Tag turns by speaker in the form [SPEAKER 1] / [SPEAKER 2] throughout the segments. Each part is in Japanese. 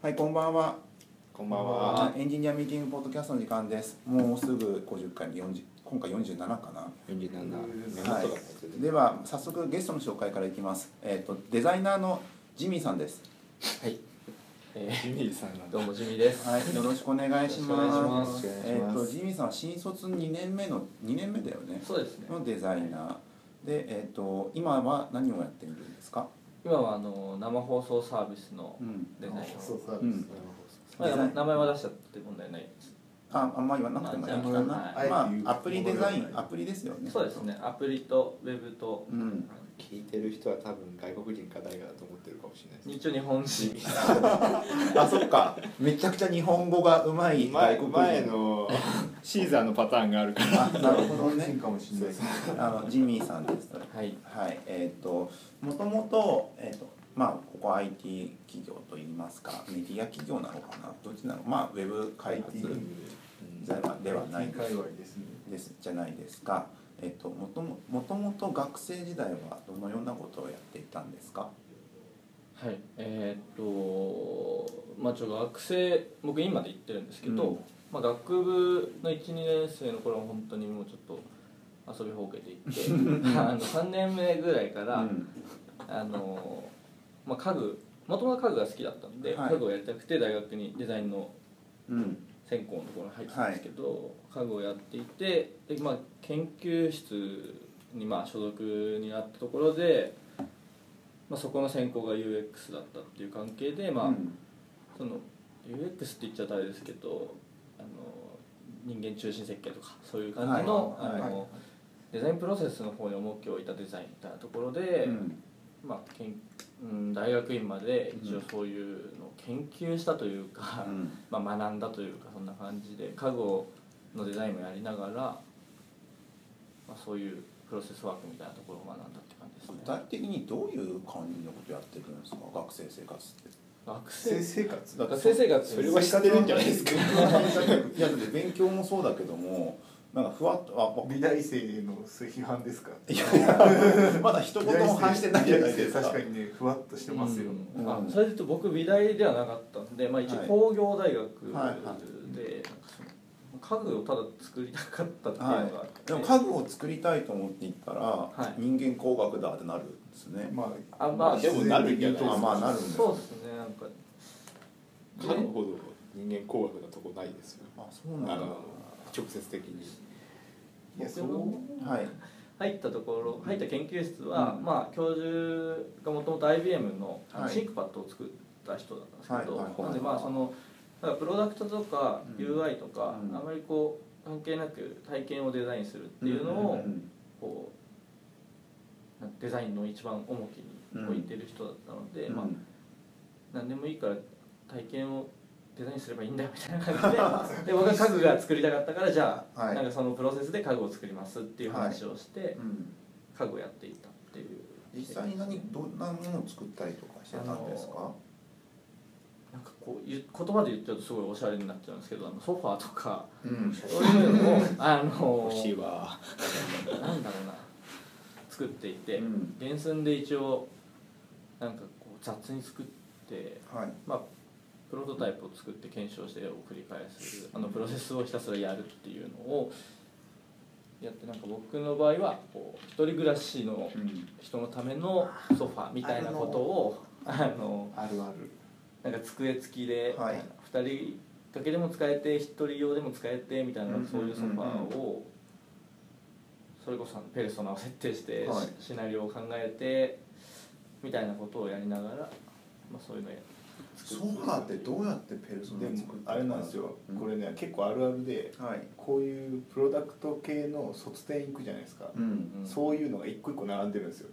[SPEAKER 1] はい、こんばんは。
[SPEAKER 2] こんばんは。
[SPEAKER 1] エンジニアミーティングポッドキャストの時間です。もうすぐ50回に40、今回47かな。
[SPEAKER 2] 四十七。
[SPEAKER 1] は
[SPEAKER 2] はい
[SPEAKER 1] い、では早速ゲストの紹介からいきます。えっ、とデザイナーのジミーさんです。
[SPEAKER 3] はい、え
[SPEAKER 2] ジミーさんなん
[SPEAKER 3] ー、
[SPEAKER 2] だ
[SPEAKER 3] どうもジミーです。
[SPEAKER 1] はい、よろしくお願いします。
[SPEAKER 3] よろしくお
[SPEAKER 2] 願いします
[SPEAKER 1] えっ、とジミーさんは新卒2年目の2年目だよね。
[SPEAKER 3] そうですね。
[SPEAKER 1] のデザイナーでえっ、と今は何をやっているんですか。
[SPEAKER 3] 今はあの生放送サービスの
[SPEAKER 1] うん。
[SPEAKER 3] デザインを、
[SPEAKER 4] そうそう
[SPEAKER 1] うん
[SPEAKER 3] まあ
[SPEAKER 1] デザイン
[SPEAKER 3] 名前は出したって問題ないです。
[SPEAKER 1] あ、あんま言わなくてもいいかな。
[SPEAKER 4] あじゃあ
[SPEAKER 1] ま
[SPEAKER 4] あえて言う
[SPEAKER 1] あアプリデザイン
[SPEAKER 4] ことが
[SPEAKER 1] アプリですよね。
[SPEAKER 3] そうですね。アプリとウェブと、
[SPEAKER 1] うん
[SPEAKER 2] 聞いてる人は多分外国人か誰かだと思ってるかもしれないです。
[SPEAKER 3] 一応日本人。
[SPEAKER 1] あ、そっか。めちゃくちゃ日本語がうまい外
[SPEAKER 2] 前
[SPEAKER 1] 国人。
[SPEAKER 2] 前のシーザーのパターンがあるから。
[SPEAKER 1] あ、なるほど
[SPEAKER 4] 日本
[SPEAKER 1] ね
[SPEAKER 4] 人。かもしれないです
[SPEAKER 1] あのジミーさんです。
[SPEAKER 3] はい。
[SPEAKER 1] はい、えっ、と、もともと、えっ、と、まあ、ここ I. T. 企業と言いますか、メディア企業なのかな、どっちなの、まあ、ウェブ開発
[SPEAKER 4] IT
[SPEAKER 1] ではではない
[SPEAKER 4] IT 界隈ですね
[SPEAKER 1] です、じゃないですか。えっ、と、もとも、もともと学生時代は、どのようなことをやっていたんですか。
[SPEAKER 3] はい。えー、っとまあちょっと学生僕今で行ってるんですけど、
[SPEAKER 1] うん
[SPEAKER 3] まあ学部の一二年生の頃は本当にもうちょっと遊びほうけていって、 あの三年目ぐらいか
[SPEAKER 1] う
[SPEAKER 3] ら。
[SPEAKER 1] ん、
[SPEAKER 3] あのまあ、家具もともと家具が好きだったんで、
[SPEAKER 1] はい
[SPEAKER 3] 家具をやりたくて大学にデザインの
[SPEAKER 1] うん、
[SPEAKER 3] 専攻のところに入ってたんですけど、家具をやっていてで、まあ、研究室にまあ所属になったところで、まあ、そこの専攻が UX だったっていう関係で、まあ
[SPEAKER 1] うん
[SPEAKER 3] その UX って言っちゃったらあれですけどあの人間中心設計とかそういう感じの,、
[SPEAKER 1] はいはい
[SPEAKER 3] あの
[SPEAKER 1] は
[SPEAKER 3] デザインプロセスの方に重きを置いたデザインみたいなところで。
[SPEAKER 1] うん、
[SPEAKER 3] まあけんうん、大学院まで一応そういうのを研究したというか、
[SPEAKER 1] うん、
[SPEAKER 3] まあ、学んだというかそんな感じで家具のデザインもやりながら、まあ、そういうプロセスワークみたいなところを学んだって感じです
[SPEAKER 1] 具
[SPEAKER 3] ね
[SPEAKER 1] 体的にどういう感じのことやってるんですか、学生生活って。
[SPEAKER 3] 学
[SPEAKER 4] 生
[SPEAKER 3] 生
[SPEAKER 4] 生活
[SPEAKER 1] だ
[SPEAKER 3] 学生生活
[SPEAKER 2] それは下手でいいんじゃないですか。
[SPEAKER 1] いやだって勉強もそうだけどもなんかふわっとあ
[SPEAKER 4] 美大生の批判ですか
[SPEAKER 1] いやまだ一言も発してないじゃないですか
[SPEAKER 4] 美大生確かにねふわっとしてますよ、
[SPEAKER 3] うん
[SPEAKER 1] うん
[SPEAKER 3] あそれで言うと僕美大ではなかったんで、まあ、一応
[SPEAKER 1] はい
[SPEAKER 3] 工業大学で、
[SPEAKER 1] はいはい
[SPEAKER 3] なんかその家具をただ作りたかったっていうのがあ
[SPEAKER 1] は
[SPEAKER 3] っ
[SPEAKER 1] い、
[SPEAKER 3] て、
[SPEAKER 1] でも家具を作りたいと思っていったら、
[SPEAKER 3] い
[SPEAKER 1] 人間工学だってなるんですね、
[SPEAKER 4] まあ
[SPEAKER 3] あまあ
[SPEAKER 2] でもなるんじゃない
[SPEAKER 1] あまあなるんです
[SPEAKER 3] そうですねなんか
[SPEAKER 2] 家具ほど人間工学なとこないですよ。
[SPEAKER 1] あそうな
[SPEAKER 2] あ
[SPEAKER 1] んだ
[SPEAKER 2] の直接的に。
[SPEAKER 4] いや
[SPEAKER 3] 僕
[SPEAKER 4] そ
[SPEAKER 3] の
[SPEAKER 4] う
[SPEAKER 1] はい
[SPEAKER 3] 入ったところ入った研究室は、
[SPEAKER 1] うん
[SPEAKER 3] まあ、教授がもともと IBM のあの
[SPEAKER 1] はい
[SPEAKER 3] シンクパッドを作った人だったんですけど、
[SPEAKER 1] はいはいはい
[SPEAKER 3] なんでまあそのなんかプロダクトとか
[SPEAKER 1] うん
[SPEAKER 3] UI とか、
[SPEAKER 1] うん
[SPEAKER 3] あまりこう関係なく体験をデザインするっていうの
[SPEAKER 1] ん
[SPEAKER 3] を
[SPEAKER 1] ん
[SPEAKER 3] こうなんかデザインの一番重きに置いてる人だったので、
[SPEAKER 1] うん
[SPEAKER 3] まあ、何でもいいから体験をデザインすればいいんだよみたいな 感じでで僕は家具が作りたかったからじゃあ、
[SPEAKER 1] はい
[SPEAKER 3] なんかそのプロセスで家具を作りますっていう話をして。
[SPEAKER 1] うん
[SPEAKER 3] 家具をやっていたっていう
[SPEAKER 1] 実際に何どんなものを作ったりとかしてたんですか
[SPEAKER 3] なんかこう言う言葉で言っちゃうとすごいおしゃれになっちゃうんですけどあのソファーと か
[SPEAKER 1] うん
[SPEAKER 3] そういうのをあの
[SPEAKER 2] 欲しいわ。
[SPEAKER 3] なんだろうな作っていて、
[SPEAKER 1] うん
[SPEAKER 3] 原寸で一応なんかこう雑に作って
[SPEAKER 1] はい
[SPEAKER 3] まあプロトタイプを作って検証してを繰り返すあのプロセスをひたすらやるっていうのをやってなんか僕の場合はこう一人暮らしの
[SPEAKER 1] うん
[SPEAKER 3] 人のためのソファーみたいなことをあの
[SPEAKER 4] あるある
[SPEAKER 3] なんか机付きで、
[SPEAKER 1] はい
[SPEAKER 3] 二2人だけでも使えて1人用でも使えてみたいな、
[SPEAKER 1] うん
[SPEAKER 3] そういうソファーをそれこそあのペルソナを設定して、
[SPEAKER 1] はい
[SPEAKER 3] シシナリオを考えてみたいなことをやりながら、まあ、そういうのや
[SPEAKER 1] ソファーってどうやってペルソ
[SPEAKER 4] で
[SPEAKER 1] ナ
[SPEAKER 4] も
[SPEAKER 1] 作った
[SPEAKER 4] あれなんですよ、これね結構あるあるで
[SPEAKER 1] はい
[SPEAKER 4] こういうプロダクト系の卒展行くじゃないですか、
[SPEAKER 1] うん
[SPEAKER 3] うん
[SPEAKER 4] そういうのが一個一個並んでるんですよ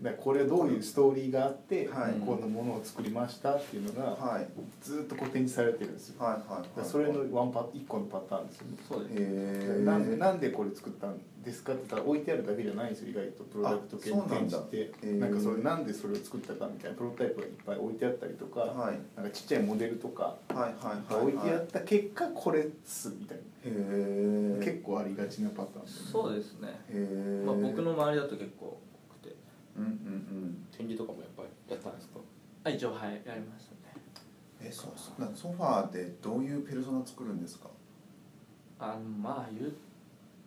[SPEAKER 4] だからこれどういうストーリーがあって、
[SPEAKER 1] はい
[SPEAKER 4] こんなものを作りましたっていうのが
[SPEAKER 1] はい
[SPEAKER 4] ずっとこう展示されてるんですよだ
[SPEAKER 1] はいはい
[SPEAKER 4] か
[SPEAKER 1] は
[SPEAKER 4] ら
[SPEAKER 1] い
[SPEAKER 4] それのワンパ一個のパターンですよね
[SPEAKER 3] そうです、
[SPEAKER 1] へえ
[SPEAKER 4] なんでなんでこれ作ったんですかって言ったら置いてあるだけじゃないんですよ意外とプロダクト系の
[SPEAKER 1] あそうなん
[SPEAKER 4] 展
[SPEAKER 1] だ
[SPEAKER 4] 示って
[SPEAKER 1] へ
[SPEAKER 4] な
[SPEAKER 1] ー
[SPEAKER 4] んかそれなんでそれを作ったかみたいなプロトタイプがいっぱい置いてあったりとか、
[SPEAKER 1] はい
[SPEAKER 4] なんかちっちゃいモデルとか
[SPEAKER 1] はいはいはい
[SPEAKER 4] 置いてあ
[SPEAKER 1] へ
[SPEAKER 4] った結果これっすみたいな、
[SPEAKER 1] え
[SPEAKER 4] 結構ありがちなパターンですよね
[SPEAKER 3] そうですね、
[SPEAKER 1] へえ
[SPEAKER 3] まあ、僕の周りだと結構多くて
[SPEAKER 1] うんうんうん
[SPEAKER 2] 展示とかもやっぱりやったんですか。
[SPEAKER 3] あ一応はいやりましたね
[SPEAKER 1] えそうそうなんかソファーでどういうペルソナ作るんですか
[SPEAKER 3] あのまあ言っ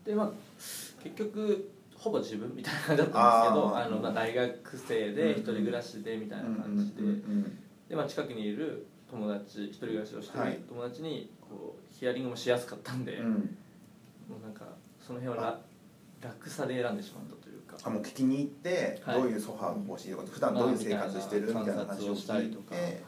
[SPEAKER 3] てまあ結局ほぼ自分みたいな感じだったんですけど
[SPEAKER 1] あ
[SPEAKER 3] あ
[SPEAKER 1] ー
[SPEAKER 3] の、まあ、大学生
[SPEAKER 1] うん
[SPEAKER 3] で一人暮らしでみたいな感じで,、
[SPEAKER 1] うんうん
[SPEAKER 3] でまあ、近くにいる友達一人暮らしをして
[SPEAKER 1] はい
[SPEAKER 3] る友達にこうヒアリングもしやすかったんで、
[SPEAKER 1] うんうん
[SPEAKER 3] もうなんかその辺はら楽さで選んでしまったというか
[SPEAKER 1] あもう聞きに行って、
[SPEAKER 3] はい
[SPEAKER 1] どういうソファーが欲しいとか普段どういう生活してるみたいな
[SPEAKER 3] 観
[SPEAKER 1] 話
[SPEAKER 3] 察
[SPEAKER 1] を
[SPEAKER 3] をした
[SPEAKER 1] 聞
[SPEAKER 3] り
[SPEAKER 1] い
[SPEAKER 3] とか、
[SPEAKER 1] て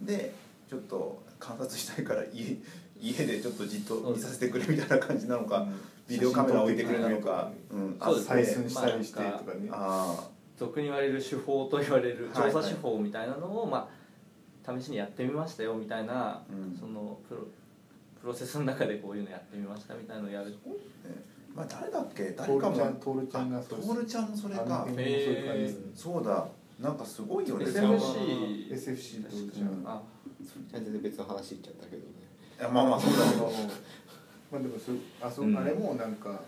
[SPEAKER 1] でちょっと観察したいから家家でちょっとじっと見させてくれみたいな感じなのかビデオカメラ置いてくれなのか、うん、
[SPEAKER 3] そうですね
[SPEAKER 4] 採寸したりしてとかね、
[SPEAKER 1] あ
[SPEAKER 3] 俗に言われる手法と言われる
[SPEAKER 1] はい
[SPEAKER 3] 調査手法みたいなのを、まあ、試しにやってみましたよみたいな、
[SPEAKER 1] うん
[SPEAKER 3] そのプロプロセスの中でこういうのやってみましたみたいなのをやる
[SPEAKER 1] あ、ねまあ、誰だっけ
[SPEAKER 4] ト
[SPEAKER 1] 誰か
[SPEAKER 4] ールちゃん
[SPEAKER 1] も
[SPEAKER 4] トールちゃんが
[SPEAKER 1] ト
[SPEAKER 4] そう
[SPEAKER 1] ールちゃんもそれ
[SPEAKER 4] あの
[SPEAKER 1] か
[SPEAKER 4] 辺もそう
[SPEAKER 3] へー
[SPEAKER 4] いう感じ
[SPEAKER 1] そうだなんかすごいよね
[SPEAKER 3] SFC
[SPEAKER 4] SFC トールちゃ
[SPEAKER 1] うん
[SPEAKER 4] ん
[SPEAKER 3] あ
[SPEAKER 5] 全然別の話いっちゃったけどね
[SPEAKER 1] いやまあまあそうだけど
[SPEAKER 4] まあでもそあそ、
[SPEAKER 5] うん
[SPEAKER 4] あれもなんか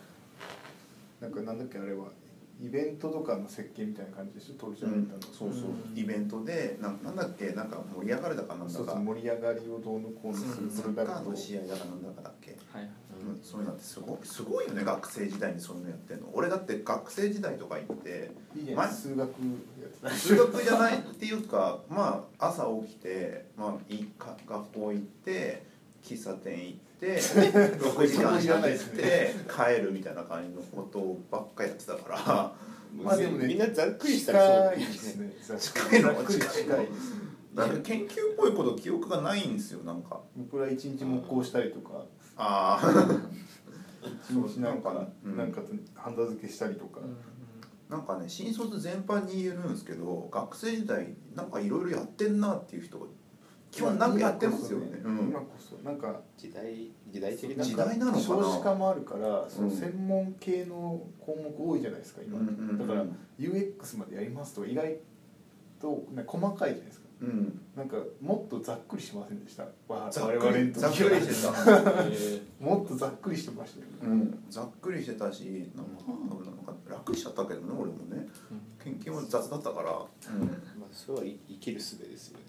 [SPEAKER 4] なんかなんだっけあれはイベントとかの設計みたいな感じでしょトールち
[SPEAKER 1] う
[SPEAKER 4] ゃんみたい
[SPEAKER 1] ん
[SPEAKER 4] な、
[SPEAKER 1] そうそう
[SPEAKER 3] うん
[SPEAKER 1] イベントでなんなんだっけなんか盛り上がるだかなんだ
[SPEAKER 4] そうそ
[SPEAKER 1] か
[SPEAKER 4] う盛り上がりをどうのこうのする
[SPEAKER 1] サ
[SPEAKER 4] プロ
[SPEAKER 1] ッ
[SPEAKER 4] ダ
[SPEAKER 1] カ
[SPEAKER 4] ク
[SPEAKER 1] ー
[SPEAKER 4] トを
[SPEAKER 1] の試合だかなんだかだっけ
[SPEAKER 3] はい
[SPEAKER 1] うんそういうのってすごいすごいよね学生時代にそういうのやってんの俺だって学生時代とか行って
[SPEAKER 4] いいじゃ
[SPEAKER 1] ま
[SPEAKER 4] ん数学やつだ
[SPEAKER 1] 数学じゃないっていうかまあ朝起きて、まあ、いいか学校行って喫茶店行って 6時間しゃべって帰るみたいな感じのことばっかやってたから
[SPEAKER 4] まあでもね
[SPEAKER 5] みんなざっくりしたらそうだ
[SPEAKER 4] 近い
[SPEAKER 5] ね
[SPEAKER 4] ですね
[SPEAKER 1] 近いの
[SPEAKER 4] ざっくり近い
[SPEAKER 1] 近い
[SPEAKER 4] ですね
[SPEAKER 1] なんか研究っぽいこと記憶がないんですよなんか
[SPEAKER 4] 僕ら一日木工したりとか
[SPEAKER 1] ああ
[SPEAKER 4] 一日なんか
[SPEAKER 1] うん
[SPEAKER 4] なんかとハンダ付けしたりとか、
[SPEAKER 3] うんうん
[SPEAKER 1] なんかね新卒全般に言えるんですけど学生時代なんかいろいろやってんなっていう人が基本なんかやってますよね
[SPEAKER 4] 今こ
[SPEAKER 1] う
[SPEAKER 4] そ
[SPEAKER 1] ん
[SPEAKER 4] 今こそなんか
[SPEAKER 5] 時代時代的な
[SPEAKER 1] 時代なのかな
[SPEAKER 4] 少子化もあるからその
[SPEAKER 1] うん
[SPEAKER 4] 専門系の項目多いじゃないですか今、
[SPEAKER 1] うんうんうん
[SPEAKER 4] だから UX までやりますとか意外となんか細かいじゃないですか
[SPEAKER 1] うん
[SPEAKER 4] なんかもっとざっくりしてませんでしたわ
[SPEAKER 1] ざっ
[SPEAKER 4] 我
[SPEAKER 1] く
[SPEAKER 4] 々
[SPEAKER 1] り
[SPEAKER 4] の
[SPEAKER 1] ざっ
[SPEAKER 4] 時
[SPEAKER 1] くり
[SPEAKER 4] は
[SPEAKER 1] して た、
[SPEAKER 4] もっとざっくりしてましたよね
[SPEAKER 1] うん、ざっくりしてたしなんかなんか楽しちゃったけどね俺もね研究も雑だったから、うん
[SPEAKER 5] まあそれはい生きる術ですよね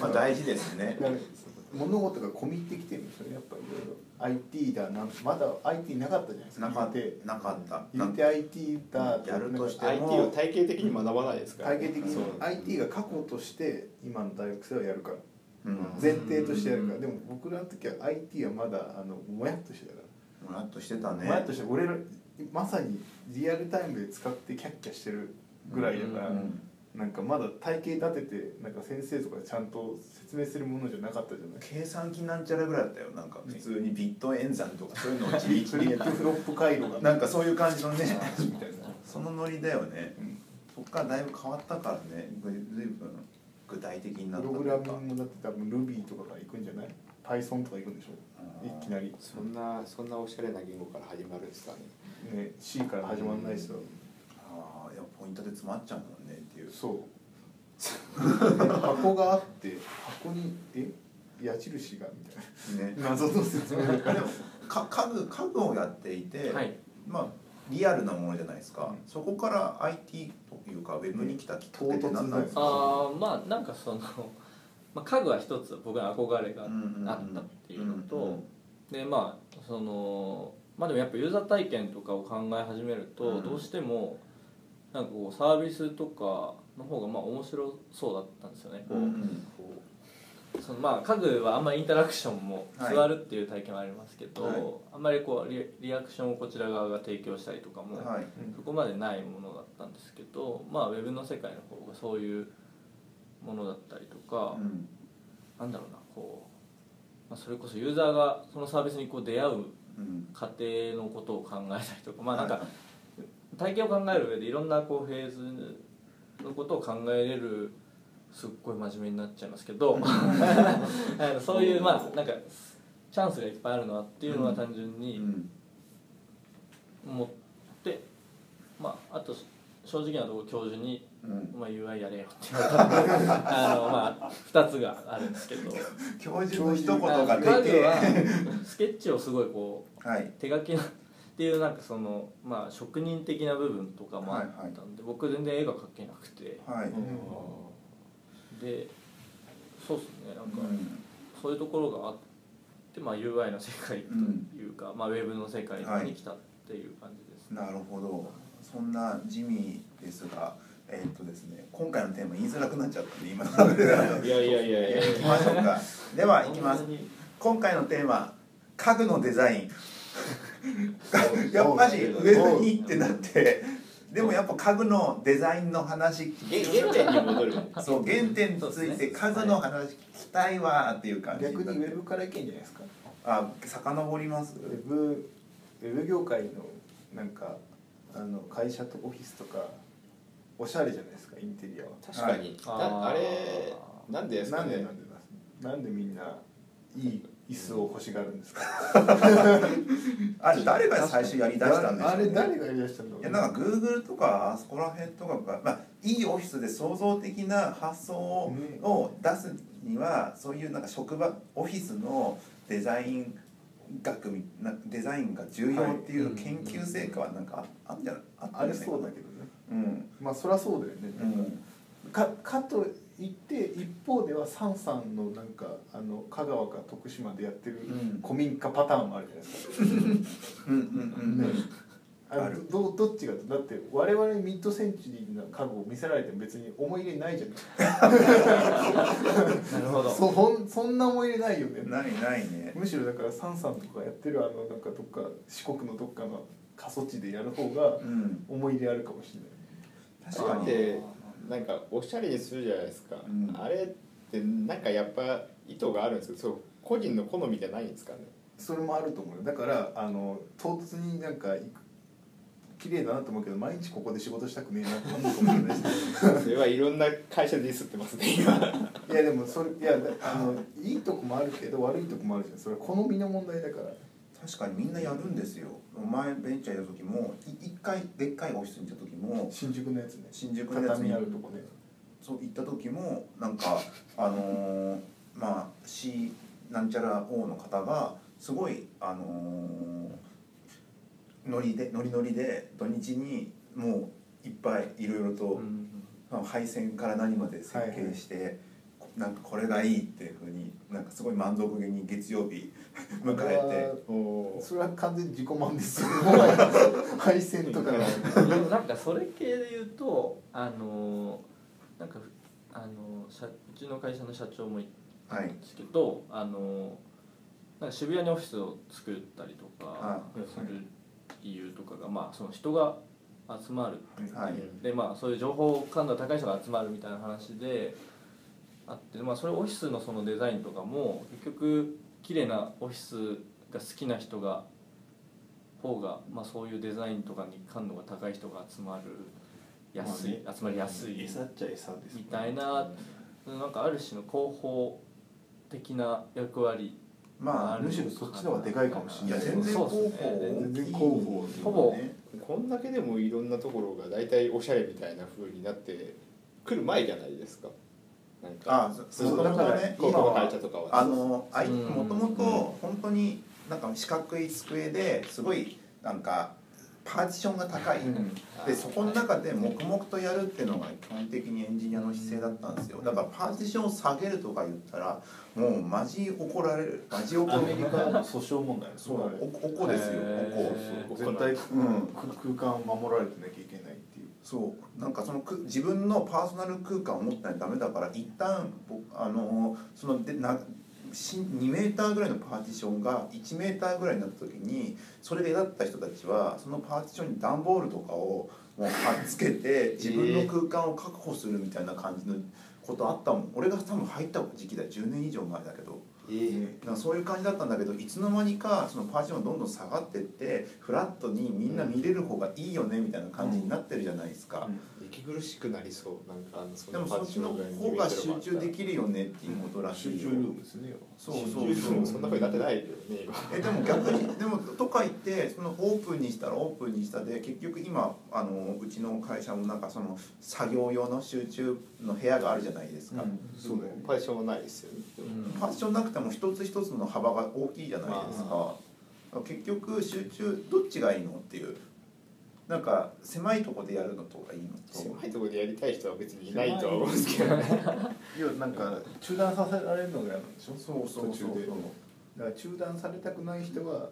[SPEAKER 1] まあ大事です ね
[SPEAKER 4] なんか物事が込み入ってきてるんですよねやっぱりいろいろ IT だなんまだ IT なかったじゃないです
[SPEAKER 1] な
[SPEAKER 4] か
[SPEAKER 1] か
[SPEAKER 4] 言うて
[SPEAKER 1] なかった
[SPEAKER 4] 言うて IT だ
[SPEAKER 1] やるとして
[SPEAKER 4] なんか
[SPEAKER 5] IT
[SPEAKER 1] も
[SPEAKER 5] を体系的に学ばないですから
[SPEAKER 4] 体系的
[SPEAKER 5] そう
[SPEAKER 4] に IT が過去として今の大学生はやるから
[SPEAKER 1] うん
[SPEAKER 4] 前提としてやるから
[SPEAKER 1] うん
[SPEAKER 4] でも僕らの時は IT はまだあのもやっとしてたか
[SPEAKER 1] もやっとしてた
[SPEAKER 4] ら、
[SPEAKER 1] ね
[SPEAKER 4] もやっとして俺らまさにリアルタイムで使ってキャッキャしてるぐらいだから、
[SPEAKER 1] うん
[SPEAKER 4] なんかまだ体系立ててなんか先生とかちゃんと説明するものじゃなかったじゃない
[SPEAKER 1] 計算機なんちゃらぐらいだったよなんか普通にビット演算とかそういうのを自
[SPEAKER 4] フ
[SPEAKER 1] 力
[SPEAKER 4] リ
[SPEAKER 1] で
[SPEAKER 4] ッ
[SPEAKER 1] やって
[SPEAKER 4] プフロップ回路が
[SPEAKER 1] なんかそういう感じのねみたい
[SPEAKER 3] な
[SPEAKER 1] なそのノリだよね、そっからだいぶ変わったからねずずいぶん具体的になっ
[SPEAKER 4] プ
[SPEAKER 1] た
[SPEAKER 4] ロ
[SPEAKER 1] とい
[SPEAKER 4] グ
[SPEAKER 1] う
[SPEAKER 4] ラ
[SPEAKER 1] か
[SPEAKER 4] ミングだって多分 Ruby とかが行くんじゃない Python とか行くんでし
[SPEAKER 1] あ
[SPEAKER 4] ょ
[SPEAKER 1] ー
[SPEAKER 4] いきなり、
[SPEAKER 5] そんなそんなおしゃれな言語から始まるんですかね
[SPEAKER 4] ね、C から始まんないですよ
[SPEAKER 1] ああいやポイントで詰まっちゃうもんねっていう
[SPEAKER 4] そうで箱があって箱にえ矢印がみたいな
[SPEAKER 1] ね
[SPEAKER 4] 謎の説明だ
[SPEAKER 1] でもか 家具家具をやっていて、
[SPEAKER 3] はい
[SPEAKER 1] まあリアルなものじゃないですか、
[SPEAKER 4] うん
[SPEAKER 1] そこから IT というかウェブに来たきっかけって何なんですか、
[SPEAKER 3] あーまあなんかその、まあ、家具は一つ僕の憧れが
[SPEAKER 1] うんうんうん
[SPEAKER 3] あったっていうのと、
[SPEAKER 1] うんうん
[SPEAKER 3] でまあそのまあでもやっぱユーザー体験とかを考え始めると、
[SPEAKER 1] うん
[SPEAKER 3] どうしてもなんかこうサービスとかの方がまあ面白そうだったんですよね、こう
[SPEAKER 1] うん
[SPEAKER 3] そのまあ家具はあんまりインタラクションも
[SPEAKER 1] はい
[SPEAKER 3] 座るっていう体験はありますけど、
[SPEAKER 1] はい
[SPEAKER 3] あんまりこうリリアクションをこちら側が提供したりとか
[SPEAKER 1] うん
[SPEAKER 3] も、
[SPEAKER 1] はい
[SPEAKER 3] そこまでないものだったんですけどまあウェブの世界の方がそういうものだったりとか、
[SPEAKER 1] うん
[SPEAKER 3] なんだろうなこう、まあ、それこそユーザーがそのサービスにこう出会う
[SPEAKER 1] うん
[SPEAKER 3] 過程のことを考えたりとかまあなん
[SPEAKER 1] は
[SPEAKER 3] か
[SPEAKER 1] い
[SPEAKER 3] 体験を考える上でいろんなこうフェーズのことを考えれるすっごい真面目になっちゃいますけどあの そういうまあなんかチャンスがいっぱいあるなっていうのは単純
[SPEAKER 1] う
[SPEAKER 3] に
[SPEAKER 1] ん
[SPEAKER 3] 思って、まああと正直なところ教授に
[SPEAKER 1] うん
[SPEAKER 3] 「お前 UI やれよ」 って言われたんであのまあ2つがあるんですけど。
[SPEAKER 1] 教授の一言が
[SPEAKER 3] あ
[SPEAKER 1] 出
[SPEAKER 3] の
[SPEAKER 1] て
[SPEAKER 3] 彼女はスケッチをすごいこう
[SPEAKER 1] はい
[SPEAKER 3] 手書きなっていうなんかそのまあ職人的な部分とかもあったんで、僕全然絵が描けなくて
[SPEAKER 1] はい、
[SPEAKER 4] ん
[SPEAKER 3] でそうですねなんか、
[SPEAKER 1] うん
[SPEAKER 3] そういうところがあって、まあ、UI の世界というか、まあ、ウェブの世界に来たっていう感じです、
[SPEAKER 1] なるほどそんな地味ですがえーっとですね今回のテーマ言いづらくなっちゃったね今ので
[SPEAKER 2] いやいやいやいや
[SPEAKER 1] 行きましょうかでは行きます
[SPEAKER 3] そんなに
[SPEAKER 1] 今回のテーマ家具のデザインやっぱりウェブにってなってでもやっぱ家具のデザインの話
[SPEAKER 5] げ原点に戻る
[SPEAKER 1] そう原点について家具の話聞きたいわっていう感じ
[SPEAKER 4] 逆にウェブからいけんじゃないですか
[SPEAKER 1] あ遡ります
[SPEAKER 4] ウェブウェブ業界のなんかあの会社とオフィスとかおしゃれじゃないですかインテリアは
[SPEAKER 5] 確かに、
[SPEAKER 3] はい
[SPEAKER 5] なあ
[SPEAKER 3] あー
[SPEAKER 5] れなんでです
[SPEAKER 4] な
[SPEAKER 5] か
[SPEAKER 4] んでなん
[SPEAKER 5] ね
[SPEAKER 4] でなんですなんでみんないい椅子を欲しがるんですか
[SPEAKER 1] あれ誰が最初やりだしたんでしょう
[SPEAKER 4] あ
[SPEAKER 1] ね
[SPEAKER 4] れ誰がやりだしたんだろう
[SPEAKER 1] いやなんか Google とかあそこら辺とかが、まあ、いいオフィスで創造的な発想を,、
[SPEAKER 4] ね
[SPEAKER 1] 出すにはそういうなんか職場オフィスのデザイン学みなデザインが重要っていう研究成果はなんかああんじゃないあった
[SPEAKER 4] あ
[SPEAKER 1] ん
[SPEAKER 4] れ
[SPEAKER 1] じゃない
[SPEAKER 4] そうだけどね
[SPEAKER 1] うん
[SPEAKER 4] まあそりゃそうだよね、
[SPEAKER 1] うん
[SPEAKER 4] かかといって一方ではサンさんのなんかあの香川か徳島でやってる
[SPEAKER 1] うん
[SPEAKER 4] 古民家パターンもあるじゃないですか、
[SPEAKER 1] うんうん
[SPEAKER 4] ねあ
[SPEAKER 1] あ
[SPEAKER 4] れ
[SPEAKER 1] る
[SPEAKER 4] どどっちがだって我々ミッドセンチュリーな家具を見せられても別に思い入れないじゃない
[SPEAKER 3] なる ほど
[SPEAKER 4] そほんそんな思い入れないよね
[SPEAKER 1] うんないないね
[SPEAKER 4] むしろだからサンさんとかやってるあのなんかどっか四国のどっかの過疎地でやる方が
[SPEAKER 1] うん
[SPEAKER 4] 思い入れあるかもしれない
[SPEAKER 1] 確か
[SPEAKER 5] だっ
[SPEAKER 1] に
[SPEAKER 5] てなんかおしゃれにするじゃないですか、
[SPEAKER 1] うん
[SPEAKER 5] あれってなんかやっぱ意図があるんですけどそう個人の好みじゃないんです かね
[SPEAKER 4] それもあると思うよだからあの唐突になんかい綺麗だなと思うけど毎日ここで仕事したくねえなと思うかもしれない し
[SPEAKER 5] それはいろんな会社ディスってますね今
[SPEAKER 4] いやでもそれいやだあのいいとこもあるけど悪いとこもあるじゃんそれは好みの問題だから
[SPEAKER 1] 確かにみんなやるんですよ前ベンチャーやる時もい一回でっかいオフィスに行った時も
[SPEAKER 4] 新宿のやつね
[SPEAKER 1] 新宿のやつ
[SPEAKER 4] 畳
[SPEAKER 1] に
[SPEAKER 4] あるとこね
[SPEAKER 1] そう行った時もなん かあのーまあ C なんちゃら O の方がすごいあのーノリでノリノリで土日にもういっぱいいろいろと、
[SPEAKER 3] うん
[SPEAKER 1] 配線から何まで設計して、こなんかこれがいいっていうふうになんかすごい満足げに月曜日 迎えて
[SPEAKER 4] それは完全に自己満 ですよもはや配線とかが
[SPEAKER 3] でもなんかそれ系で言うとあのーなんかあのー社うちの会社の社長も言って
[SPEAKER 1] はい
[SPEAKER 3] ですけどあのなんか渋谷にオフィスを作ったりと
[SPEAKER 1] は
[SPEAKER 3] かする理由とかが、まあ、その人が集まる
[SPEAKER 1] はい
[SPEAKER 3] で、まあ、そういう情報感度高い人が集まるみたいな話であって、まあ、それオフィスのそのデザインとかも結局綺麗なオフィスが好きな人が方が、まあ、そういうデザインとかに感度が高い人が集まるやすい、集まりやすい
[SPEAKER 2] 餌っちゃ餌ですね
[SPEAKER 3] みたいななんかある種の広報的な役割
[SPEAKER 1] まあ
[SPEAKER 3] ある
[SPEAKER 4] むしろそっちの方がでかいかもし
[SPEAKER 1] い
[SPEAKER 4] れ
[SPEAKER 1] や
[SPEAKER 4] ない
[SPEAKER 1] 全然
[SPEAKER 3] そ
[SPEAKER 1] 候
[SPEAKER 3] う
[SPEAKER 1] 補
[SPEAKER 3] ですね
[SPEAKER 1] 大
[SPEAKER 4] 全
[SPEAKER 1] きい
[SPEAKER 4] 然候補
[SPEAKER 1] ですよね
[SPEAKER 3] ほぼ
[SPEAKER 5] こんだけでもいろんなところが大体おしゃれみたいな風になってくる前じゃないですかなんか
[SPEAKER 1] あそ
[SPEAKER 5] そう
[SPEAKER 1] そうだからね
[SPEAKER 5] 広告の会社とかは
[SPEAKER 1] あのあい
[SPEAKER 3] うん
[SPEAKER 1] もともと本当になんか四角い机ですごいなんかパーティションが高いでそこの中で黙々とやるっていうのが基本的にエンジニアの姿勢だったんですよだからパーティションを下げるとか言ったらもうマジ怒られるマジ怒
[SPEAKER 4] ア
[SPEAKER 1] る
[SPEAKER 4] メリカの訴訟問題
[SPEAKER 1] そう
[SPEAKER 4] だ
[SPEAKER 1] おおこですよ
[SPEAKER 3] へ
[SPEAKER 1] おこ
[SPEAKER 3] ー
[SPEAKER 4] 絶対、
[SPEAKER 1] うん
[SPEAKER 4] 空間を守られてなきゃいけないっていう
[SPEAKER 1] そうなんかそのく自分のパーソナル空間を持ったらダメだから一旦ぼあのそのでなし2メーターぐらいのパーティションが1メーターぐらいになった時にそれでだった人たちはそのパーティションに段ボールとかをもう貼っつけて自分の空間を確保するみたいな感じのことあったもん俺が多分入った時期だよ10年以上前だけど。
[SPEAKER 5] えー
[SPEAKER 1] なんかそういう感じだったんだけどいつの間にかそのパーティションがどんどん下がってってフラットにみんな見れる方がいいよねみたいな感じになってるじゃないですか、
[SPEAKER 5] 息苦しくなりそうなんかあのそ
[SPEAKER 1] でもそっちの方が集中できるよねっていうことらしいよ、
[SPEAKER 4] ムですね
[SPEAKER 1] そう
[SPEAKER 5] 集
[SPEAKER 1] そう
[SPEAKER 5] 中力も
[SPEAKER 1] そ
[SPEAKER 5] そ
[SPEAKER 1] うん
[SPEAKER 5] なふうになってないよね今
[SPEAKER 1] えでも逆にでもとか言ってそのオープンにしたらオープンにしたで結局今あのうちの会社もなんかその作業用の集中の部屋があるじゃないですか、
[SPEAKER 4] そうだよね
[SPEAKER 5] パイションはないですよね
[SPEAKER 1] ファッションなくても一つ一つの幅が大きいじゃないですか、
[SPEAKER 5] ま
[SPEAKER 1] 結局集中どっちがいいのっていうなんか狭いとこでやるのとかいいのと
[SPEAKER 5] 狭いところでやりたい人は別にいないとは思うんですけどね
[SPEAKER 4] いやなんか中断させられるのが嫌なんでしょ
[SPEAKER 1] そうそうそうそう
[SPEAKER 4] 途中でだから中断されたくない人は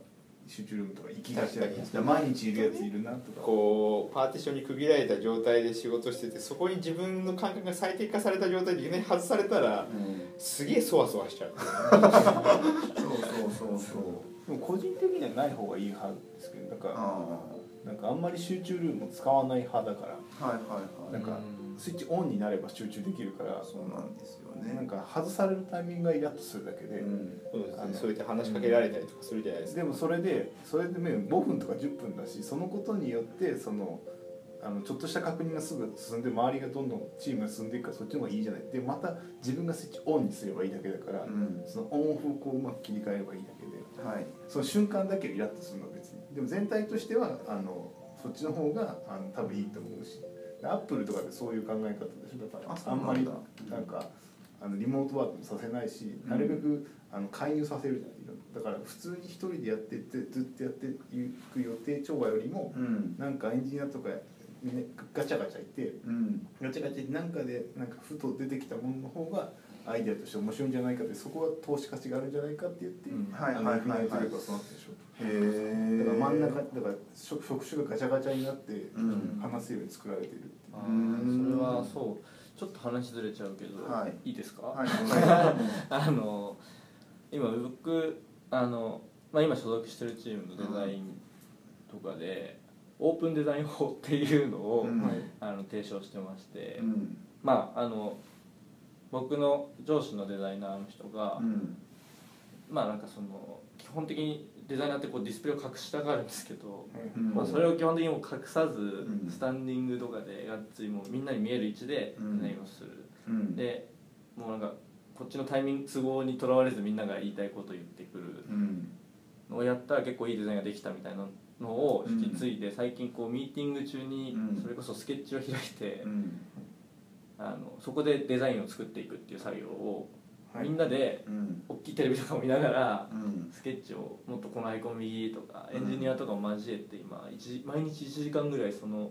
[SPEAKER 4] 集中ルームとか行きがちだ
[SPEAKER 5] 確かに
[SPEAKER 4] じゃあ毎日いるやついるなとか
[SPEAKER 5] こうパーティションに区切られた状態で仕事しててそこに自分の感覚が最適化された状態でいきなり外されたらすげえそわそわしちゃう
[SPEAKER 1] そうそうそうそう
[SPEAKER 4] でも個人的にはない方がいい派ですけどなんか
[SPEAKER 1] あ
[SPEAKER 4] なんかあんまり集中ルームを使わない派だから
[SPEAKER 1] あはいはいは
[SPEAKER 4] ないんかスイッチオンになれば集中できるから
[SPEAKER 1] そうなんですよ
[SPEAKER 4] な
[SPEAKER 1] ね
[SPEAKER 4] んか外されるタイミングがイラッとするだけで、
[SPEAKER 1] うん
[SPEAKER 5] そうです
[SPEAKER 4] あの
[SPEAKER 5] ねそうやって話しかけられたりとかするじゃないですか
[SPEAKER 4] でもそれでそれでね5分とか10分だしそのことによってそのあのちょっとした確認がすぐ進んで周りがどんどんチームが進んでいくからそっちの方がいいじゃないでまた自分がスイッチオンにすればいいだけだから、
[SPEAKER 1] うん
[SPEAKER 4] そのオンオフをこううまく切り替えればいいだけで
[SPEAKER 1] はい
[SPEAKER 4] その瞬間だけイラッとするのは別にでも全体としてはあのそっちの方があの多分いいと思うしアップルとかでそういう考え方でしょだから
[SPEAKER 1] あそ
[SPEAKER 4] あ
[SPEAKER 1] うなんんだ
[SPEAKER 4] まりなんかあのリモートワークもさせないしなるべく、あの介入させるじゃないいろんなだから普通に一人でやってってずっとやっていく予定調和よりも、
[SPEAKER 1] うん
[SPEAKER 4] なんかエンジニアとかみんなガチャガチャいて
[SPEAKER 1] うん
[SPEAKER 4] ガチャガチャなんかでなんかふと出てきたものの方がアイデアとして面白いんじゃないかってそこは投資価値があるんじゃないかって言って、
[SPEAKER 3] うん
[SPEAKER 1] はいはいはいはい
[SPEAKER 4] あのインフィニティ力がそうなってるでしょ
[SPEAKER 1] へえ
[SPEAKER 4] だから真ん中だから職職種がガチャガチャになって
[SPEAKER 1] うん
[SPEAKER 4] 話せるように作られてるって
[SPEAKER 3] あーそれはそうちょっと話ずれちゃうけど、、
[SPEAKER 1] はい
[SPEAKER 3] いですか、
[SPEAKER 1] はい
[SPEAKER 3] あの今僕あの、まあ、今所属してるチームのデザインとかで、オープンデザイン法っていうのを、
[SPEAKER 1] うん
[SPEAKER 3] あの提唱してまして、
[SPEAKER 1] うん
[SPEAKER 3] まああの僕の上司のデザイナーの人が、
[SPEAKER 1] うん
[SPEAKER 3] まあなんかその基本的にデザイナーってこうディスプレイを隠したがるんですけど、
[SPEAKER 1] うん
[SPEAKER 3] まあ、それを基本的にもう隠さず、
[SPEAKER 1] ん
[SPEAKER 3] スタンディングとかでがっつりもうみんなに見える位置で
[SPEAKER 1] うん
[SPEAKER 3] デザインをする、
[SPEAKER 1] うん
[SPEAKER 3] でもうなんかこっちのタイミング都合にとらわれずみんなが言いたいことを言ってくる
[SPEAKER 1] うん
[SPEAKER 3] のをやったら結構いいデザインができたみたいなのを引き継いで、最近こうミーティング中に
[SPEAKER 1] うん
[SPEAKER 3] それこそスケッチを開いて、
[SPEAKER 1] うん
[SPEAKER 3] あのそこでデザインを作っていくっていう作業を、
[SPEAKER 4] はい
[SPEAKER 3] みんなで
[SPEAKER 1] うん
[SPEAKER 3] 大きいテレビとかを見ながら
[SPEAKER 1] うん
[SPEAKER 3] スケッチをもっとこのアイコン右とか
[SPEAKER 1] う
[SPEAKER 3] エ
[SPEAKER 1] ん
[SPEAKER 3] ンジニアとかを交えて今一時毎日1時間ぐらいその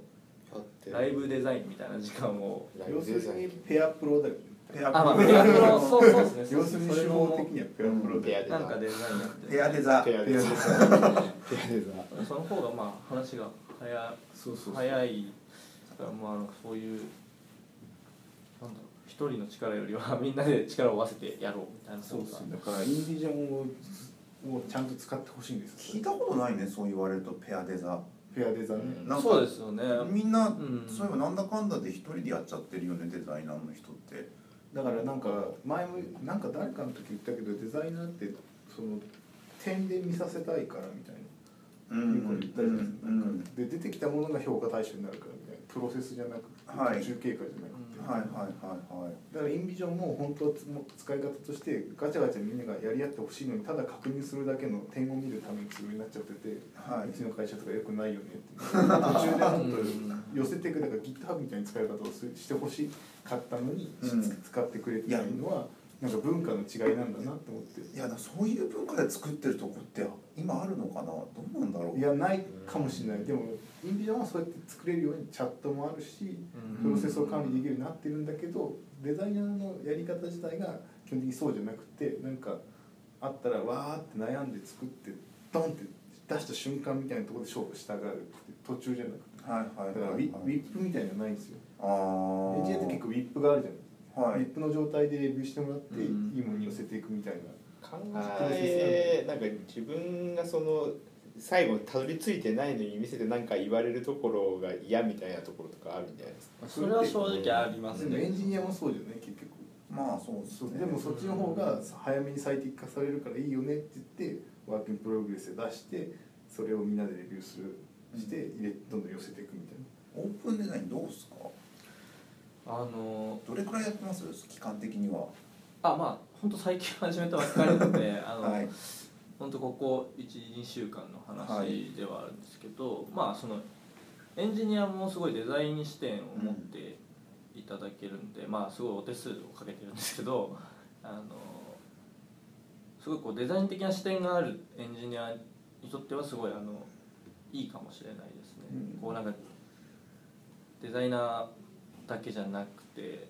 [SPEAKER 5] だって
[SPEAKER 3] ライブデザインみたいな時間を
[SPEAKER 5] ライ
[SPEAKER 4] 要
[SPEAKER 5] ブ
[SPEAKER 4] す
[SPEAKER 5] デザ
[SPEAKER 4] る
[SPEAKER 5] イ
[SPEAKER 4] に
[SPEAKER 5] ン
[SPEAKER 4] ペアプロだよね
[SPEAKER 1] ペア
[SPEAKER 3] あまあ
[SPEAKER 1] プロ
[SPEAKER 3] ペアプロそうそうですね
[SPEAKER 4] 要するに
[SPEAKER 3] それ
[SPEAKER 4] 手
[SPEAKER 3] も
[SPEAKER 4] 法的にはペアプロ
[SPEAKER 5] ペア
[SPEAKER 4] で
[SPEAKER 5] デザ
[SPEAKER 3] なんかデザインやって
[SPEAKER 1] ペアデザ
[SPEAKER 5] ペアデザペアデザ
[SPEAKER 3] その方がまあ話が早
[SPEAKER 4] そうそうそう
[SPEAKER 3] 早いからまああのそういうなんだろう一人の力よりはみんなで力を合わせてやろうみたいな
[SPEAKER 4] そうそう
[SPEAKER 3] 方
[SPEAKER 4] だからインディジョンををちゃんと使ってほしいんです
[SPEAKER 1] 聞いたことないねそう言われるとペアデザ
[SPEAKER 4] ペアデザね
[SPEAKER 5] うん
[SPEAKER 1] な
[SPEAKER 3] が
[SPEAKER 1] んか
[SPEAKER 3] そうですよね
[SPEAKER 1] みんな、
[SPEAKER 3] ん
[SPEAKER 1] そういえばなんだかんだで一人でやっちゃってるよねデザイナーの人って
[SPEAKER 4] だからなんか前もなんか誰かの時言ったけどデザイナーってその点で見させたいからみたいな
[SPEAKER 1] う
[SPEAKER 4] いうこと言ったり
[SPEAKER 1] うん
[SPEAKER 4] で出てきたものが評価対象になるからみたいなプロセスじゃなく
[SPEAKER 1] はい
[SPEAKER 4] て途中経過じゃなくて、
[SPEAKER 1] はいはいはいはい
[SPEAKER 4] だからインビジョンも本当はつもう使い方としてガチャガチャみんながやり合ってほしいのにただ確認するだけの点を見るためのツールになっちゃってて、
[SPEAKER 1] はいう
[SPEAKER 4] ちの会社とかよくないよねって途中で
[SPEAKER 3] う
[SPEAKER 4] もっ
[SPEAKER 3] ん
[SPEAKER 4] と寄せてくだから GitHub みたいな使い方をすしてほしかったのに、
[SPEAKER 1] うん
[SPEAKER 4] し使ってくれてないのはなんか文化の違いなんだなと思って
[SPEAKER 1] いやだからそういう文化で作ってるとこって今あるのかなどうなんだろう
[SPEAKER 4] いやないかもしれないでもインビジョンはそうやって作れるようにチャットもあるしプロセスを管理できるようになってるんだけどデザイナーのやり方自体が基本的にそうじゃなくてなんかあったらわーって悩んで作ってドンって出した瞬間みたいなところで勝負したがるって途中じゃなくて
[SPEAKER 1] はいはい
[SPEAKER 4] だ
[SPEAKER 1] は
[SPEAKER 4] か
[SPEAKER 1] い
[SPEAKER 4] らウ
[SPEAKER 1] は
[SPEAKER 4] ィ
[SPEAKER 1] い
[SPEAKER 4] ウィップみたいなのないんですよ
[SPEAKER 1] あ
[SPEAKER 4] エ
[SPEAKER 1] あ
[SPEAKER 4] ンジニアって結構ウィップがあるじゃない
[SPEAKER 1] は
[SPEAKER 4] ウ
[SPEAKER 1] い
[SPEAKER 4] ィップの状態でレビューしてもらっていい
[SPEAKER 3] うん
[SPEAKER 4] ものに寄せていくみたいな
[SPEAKER 5] 考えなんか自分がその最後にたどり着いてないのに見せてなんか言われるところが嫌みたいなところとかあるんじゃないですか
[SPEAKER 3] それは正直あります
[SPEAKER 4] でもエ
[SPEAKER 3] ね
[SPEAKER 4] ンジニアもそうじゃない結局
[SPEAKER 1] まあそうです
[SPEAKER 4] そう
[SPEAKER 1] ね
[SPEAKER 4] でもそっちの方が早めに最適化されるからいいよねって言ってワークインプログレスで出してそれをみんなでレビューするして入れどんどん寄せていくみた
[SPEAKER 1] オ
[SPEAKER 4] いな
[SPEAKER 1] ープンデザインどうですか
[SPEAKER 3] あの
[SPEAKER 1] どれくらいやってます期間的には
[SPEAKER 3] あまあ本当最近始めたばっかりなんであの、
[SPEAKER 1] はい
[SPEAKER 3] 本当ここ12週間の話ではあるんですけど、まあそのエンジニアもすごいデザイン視点を持っていただけるんで、まあすごいお手数をかけてるんですけどあのすごいこうデザイン的な視点があるエンジニアにとってはすごいあのいいかもしれないですねねこうなんかデザイナーだけじゃなくて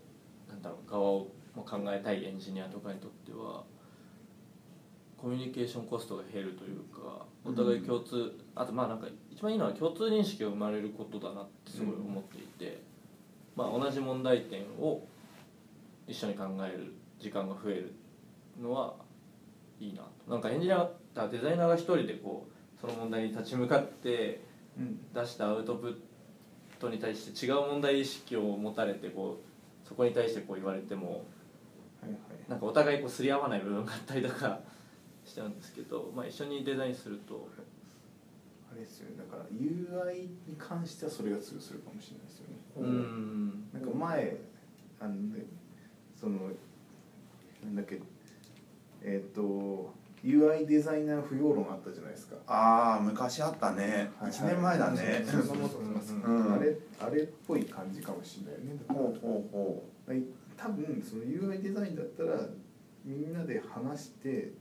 [SPEAKER 3] なんだろう側をも考えたいエンジニアとかにとってはコミュニケーションコストが減るというかお互い共通、あとまあなんか一番いいのは共通認識が生まれることだなってすごい思っていて、まあ、同じ問題点を一緒に考える時間が増えるのはいいなとなんかエンジニアだデザイナーが一人でこうその問題に立ち向かって出したアウトプットに対して違う問題意識を持たれてこうそこに対してこう言われても
[SPEAKER 4] はいはい
[SPEAKER 3] なんかお互いこうすり合わない部分があったりとか しちゃうんですけど、まあ、一緒にデザインすると
[SPEAKER 4] あれですよねだから UI に関してはそれが通用するかもしれないですよね
[SPEAKER 3] うん
[SPEAKER 4] なんか前あのねそのなんだっけえっ、と UI デザイナー不要論あったじゃないですか
[SPEAKER 1] ああ昔あったね
[SPEAKER 4] はいはい
[SPEAKER 1] 1年前だね
[SPEAKER 4] そうそうそう
[SPEAKER 1] う
[SPEAKER 4] うん
[SPEAKER 1] ん
[SPEAKER 4] あれあれっぽい感じかもしれないよねだから
[SPEAKER 1] ほうほうほ
[SPEAKER 4] 多分その UI デザインだったらみんなで話して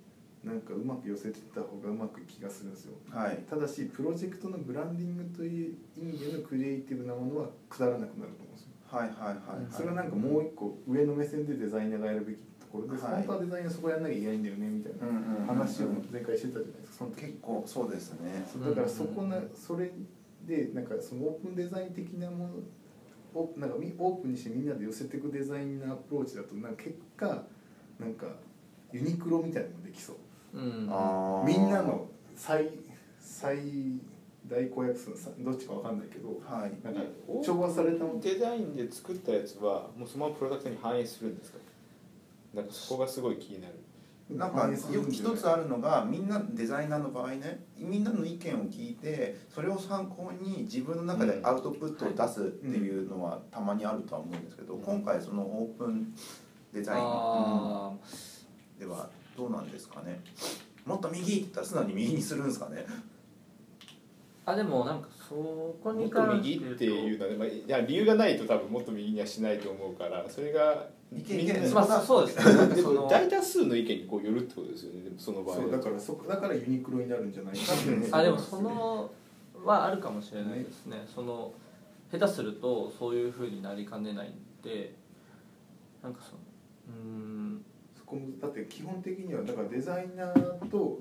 [SPEAKER 4] なんかうまく寄せてった方がうまくいく気がするんですよ
[SPEAKER 1] うはい
[SPEAKER 4] ただしプロジェクトのブランディングという意味でのクリエイティブなものはくだらなくなると思うんですよ
[SPEAKER 1] はいはいはいはい
[SPEAKER 4] それはなんかもう一個上の目線でデザイナーがやるべきところで、
[SPEAKER 1] はい
[SPEAKER 4] 本当はデザイナーそこやんなきゃいけないんだよねみたい
[SPEAKER 1] うん
[SPEAKER 4] な
[SPEAKER 1] うんうん
[SPEAKER 4] 話を前回してたじゃないですかその時
[SPEAKER 1] 結構そうですね
[SPEAKER 4] そうだからそこな
[SPEAKER 3] うんうんう
[SPEAKER 4] それでなんかそのオープンデザイン的なものをなんかみオープンにしてみんなで寄せていくデザインのアプローチだとなんか結果なんかユニクロみたいなのもできそう
[SPEAKER 3] うん
[SPEAKER 1] あー
[SPEAKER 4] みんなの最最大公約数のさどっちかわかんないけど
[SPEAKER 1] はい
[SPEAKER 4] なんか調和されたもの
[SPEAKER 5] デザインで作ったやつはもうそのままプロダクトに反映するんですかなんかそこがすごい気になる
[SPEAKER 1] なんかよく一つあるのがみんなデザイナーの場合ねみんなの意見を聞いてそれを参考に自分の中でアウトプットを出すっていうのはたまにあるとは思うんですけど
[SPEAKER 5] うん
[SPEAKER 1] 今回そのオープンデザイン
[SPEAKER 3] あー
[SPEAKER 1] ではどうなんですかねもっと右って言ったら素直に右にするんですかね
[SPEAKER 3] あでもなんかそ
[SPEAKER 5] も
[SPEAKER 3] こに
[SPEAKER 5] っと
[SPEAKER 3] 関
[SPEAKER 5] 右っていうのはね、まあ、いや理由がないと多分もっと右にはしないと思うからそれが
[SPEAKER 1] 意見
[SPEAKER 5] みんな
[SPEAKER 1] 意見
[SPEAKER 5] で
[SPEAKER 3] まあそうですねなんかそ
[SPEAKER 5] も
[SPEAKER 3] の
[SPEAKER 5] 大多数の意見にこうよるってことですよねでもその場合は
[SPEAKER 4] そうだからそこだからユニクロになるんじゃないかっていうのが
[SPEAKER 3] あでもそのはあるかもしれないですねその下手するとそういうふうになりかねないんでなんかそのうーん
[SPEAKER 4] そこもだって基本的にはだからデザイナーと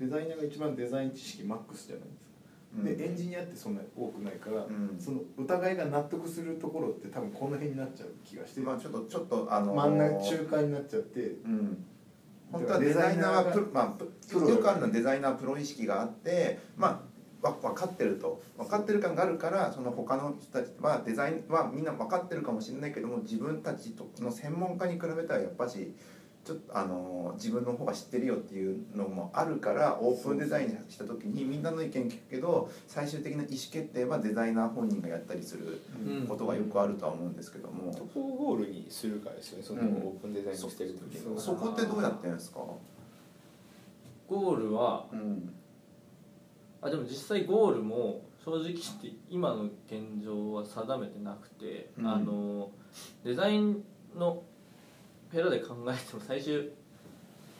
[SPEAKER 4] デザイナーが一番デザイン知識マックスじゃないですか、
[SPEAKER 1] うん
[SPEAKER 4] でエンジニアってそんなに多くないから、
[SPEAKER 1] うん
[SPEAKER 4] そのお互いが納得するところって多分この辺になっちゃう気がして、
[SPEAKER 1] まあちょっとちょっとあの
[SPEAKER 4] 真ん中中間になっちゃって
[SPEAKER 1] うん本当はデザイナーはプロ、まあ、プ
[SPEAKER 4] プロ
[SPEAKER 1] ロよくあるのはデザイナーはプロ意識があって、まあ、わ分かってると分かってる感があるからその他の人たちはデザインはみんな分かってるかもしれないけども自分たちとの専門家に比べたらやっぱしちょっとあの自分の方が知ってるよっていうのもあるからオープンデザインした時にみんなの意見聞くけど最終的な意思決定はデザイナー本人がやったりする
[SPEAKER 3] うん
[SPEAKER 1] ことがよくあるとは思うんですけども、
[SPEAKER 5] どこをゴールにするかですよねその
[SPEAKER 1] うん
[SPEAKER 5] オープンデザインにしてる時の、
[SPEAKER 3] ん
[SPEAKER 1] そこってどうやってるんですか、
[SPEAKER 3] ゴールは
[SPEAKER 1] うん
[SPEAKER 3] あでも実際ゴールも正直言って今の現状は定めてなくて、
[SPEAKER 1] うん
[SPEAKER 3] あのデザインのペラで考えても最終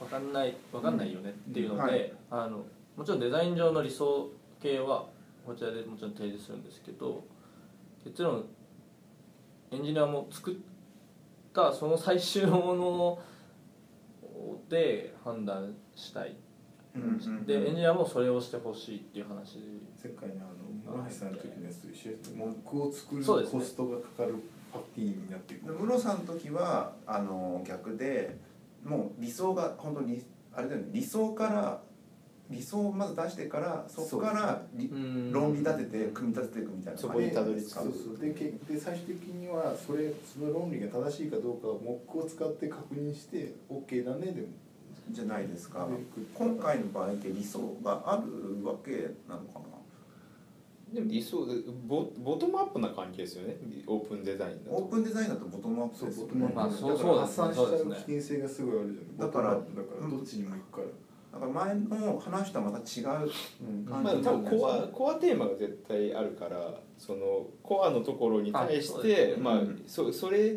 [SPEAKER 3] わかんないわかんないよねっていうので、
[SPEAKER 1] うんはい
[SPEAKER 3] あのもちろんデザイン上の理想系はこちらでもちろん提示するんですけど結論エンジニアも作ったその最終もので判断したい
[SPEAKER 1] うんうん
[SPEAKER 3] でエンジニアもそれをしてほしいっていう話
[SPEAKER 4] 前回のあの村橋さんの時のやつと一緒ですね木を作る
[SPEAKER 3] そうですね
[SPEAKER 4] コストがかかるパッティーになっていく
[SPEAKER 1] でムロさんの時はあの逆でもう理想が本当にあれだよね理想から理想をまず出してからそこからり
[SPEAKER 3] うん
[SPEAKER 1] 論理立てて組み立てていくみたいな
[SPEAKER 5] そ
[SPEAKER 1] 感
[SPEAKER 5] こ
[SPEAKER 1] じ
[SPEAKER 5] にたどり
[SPEAKER 1] で
[SPEAKER 5] 着
[SPEAKER 1] すか
[SPEAKER 5] く
[SPEAKER 4] そうそうでけで最終的にはそれその論理が正しいかどうかをモックを使って確認して OK だねでも
[SPEAKER 1] じゃないですか
[SPEAKER 4] で
[SPEAKER 1] 今回の場合って理想があるわけなのかな
[SPEAKER 5] でも理想ボボトムアップな関係ですよねオープンデザインだと
[SPEAKER 1] オープンデザインだとボトムアップ
[SPEAKER 4] そう
[SPEAKER 1] ですよ
[SPEAKER 4] 僕
[SPEAKER 1] ね
[SPEAKER 4] も、
[SPEAKER 3] まあそう
[SPEAKER 4] だから
[SPEAKER 3] そう
[SPEAKER 4] 発散し
[SPEAKER 3] そうです
[SPEAKER 4] ちゃ
[SPEAKER 3] ね
[SPEAKER 4] う危険性がすごいあるじゃない
[SPEAKER 1] だから
[SPEAKER 4] ボトムアップだからどっちにも行くか
[SPEAKER 1] だ
[SPEAKER 4] ら、
[SPEAKER 1] から前の話とはまた違う
[SPEAKER 4] うん
[SPEAKER 1] 感
[SPEAKER 5] まあ、
[SPEAKER 1] じ
[SPEAKER 5] 多
[SPEAKER 1] なんで
[SPEAKER 5] 分
[SPEAKER 1] す
[SPEAKER 5] コ
[SPEAKER 1] よ
[SPEAKER 5] アコアテーマが絶対あるからそのコアのところに対
[SPEAKER 3] あそ
[SPEAKER 5] し
[SPEAKER 3] うです
[SPEAKER 5] て
[SPEAKER 3] ね
[SPEAKER 5] まあ
[SPEAKER 1] うん
[SPEAKER 5] そそれ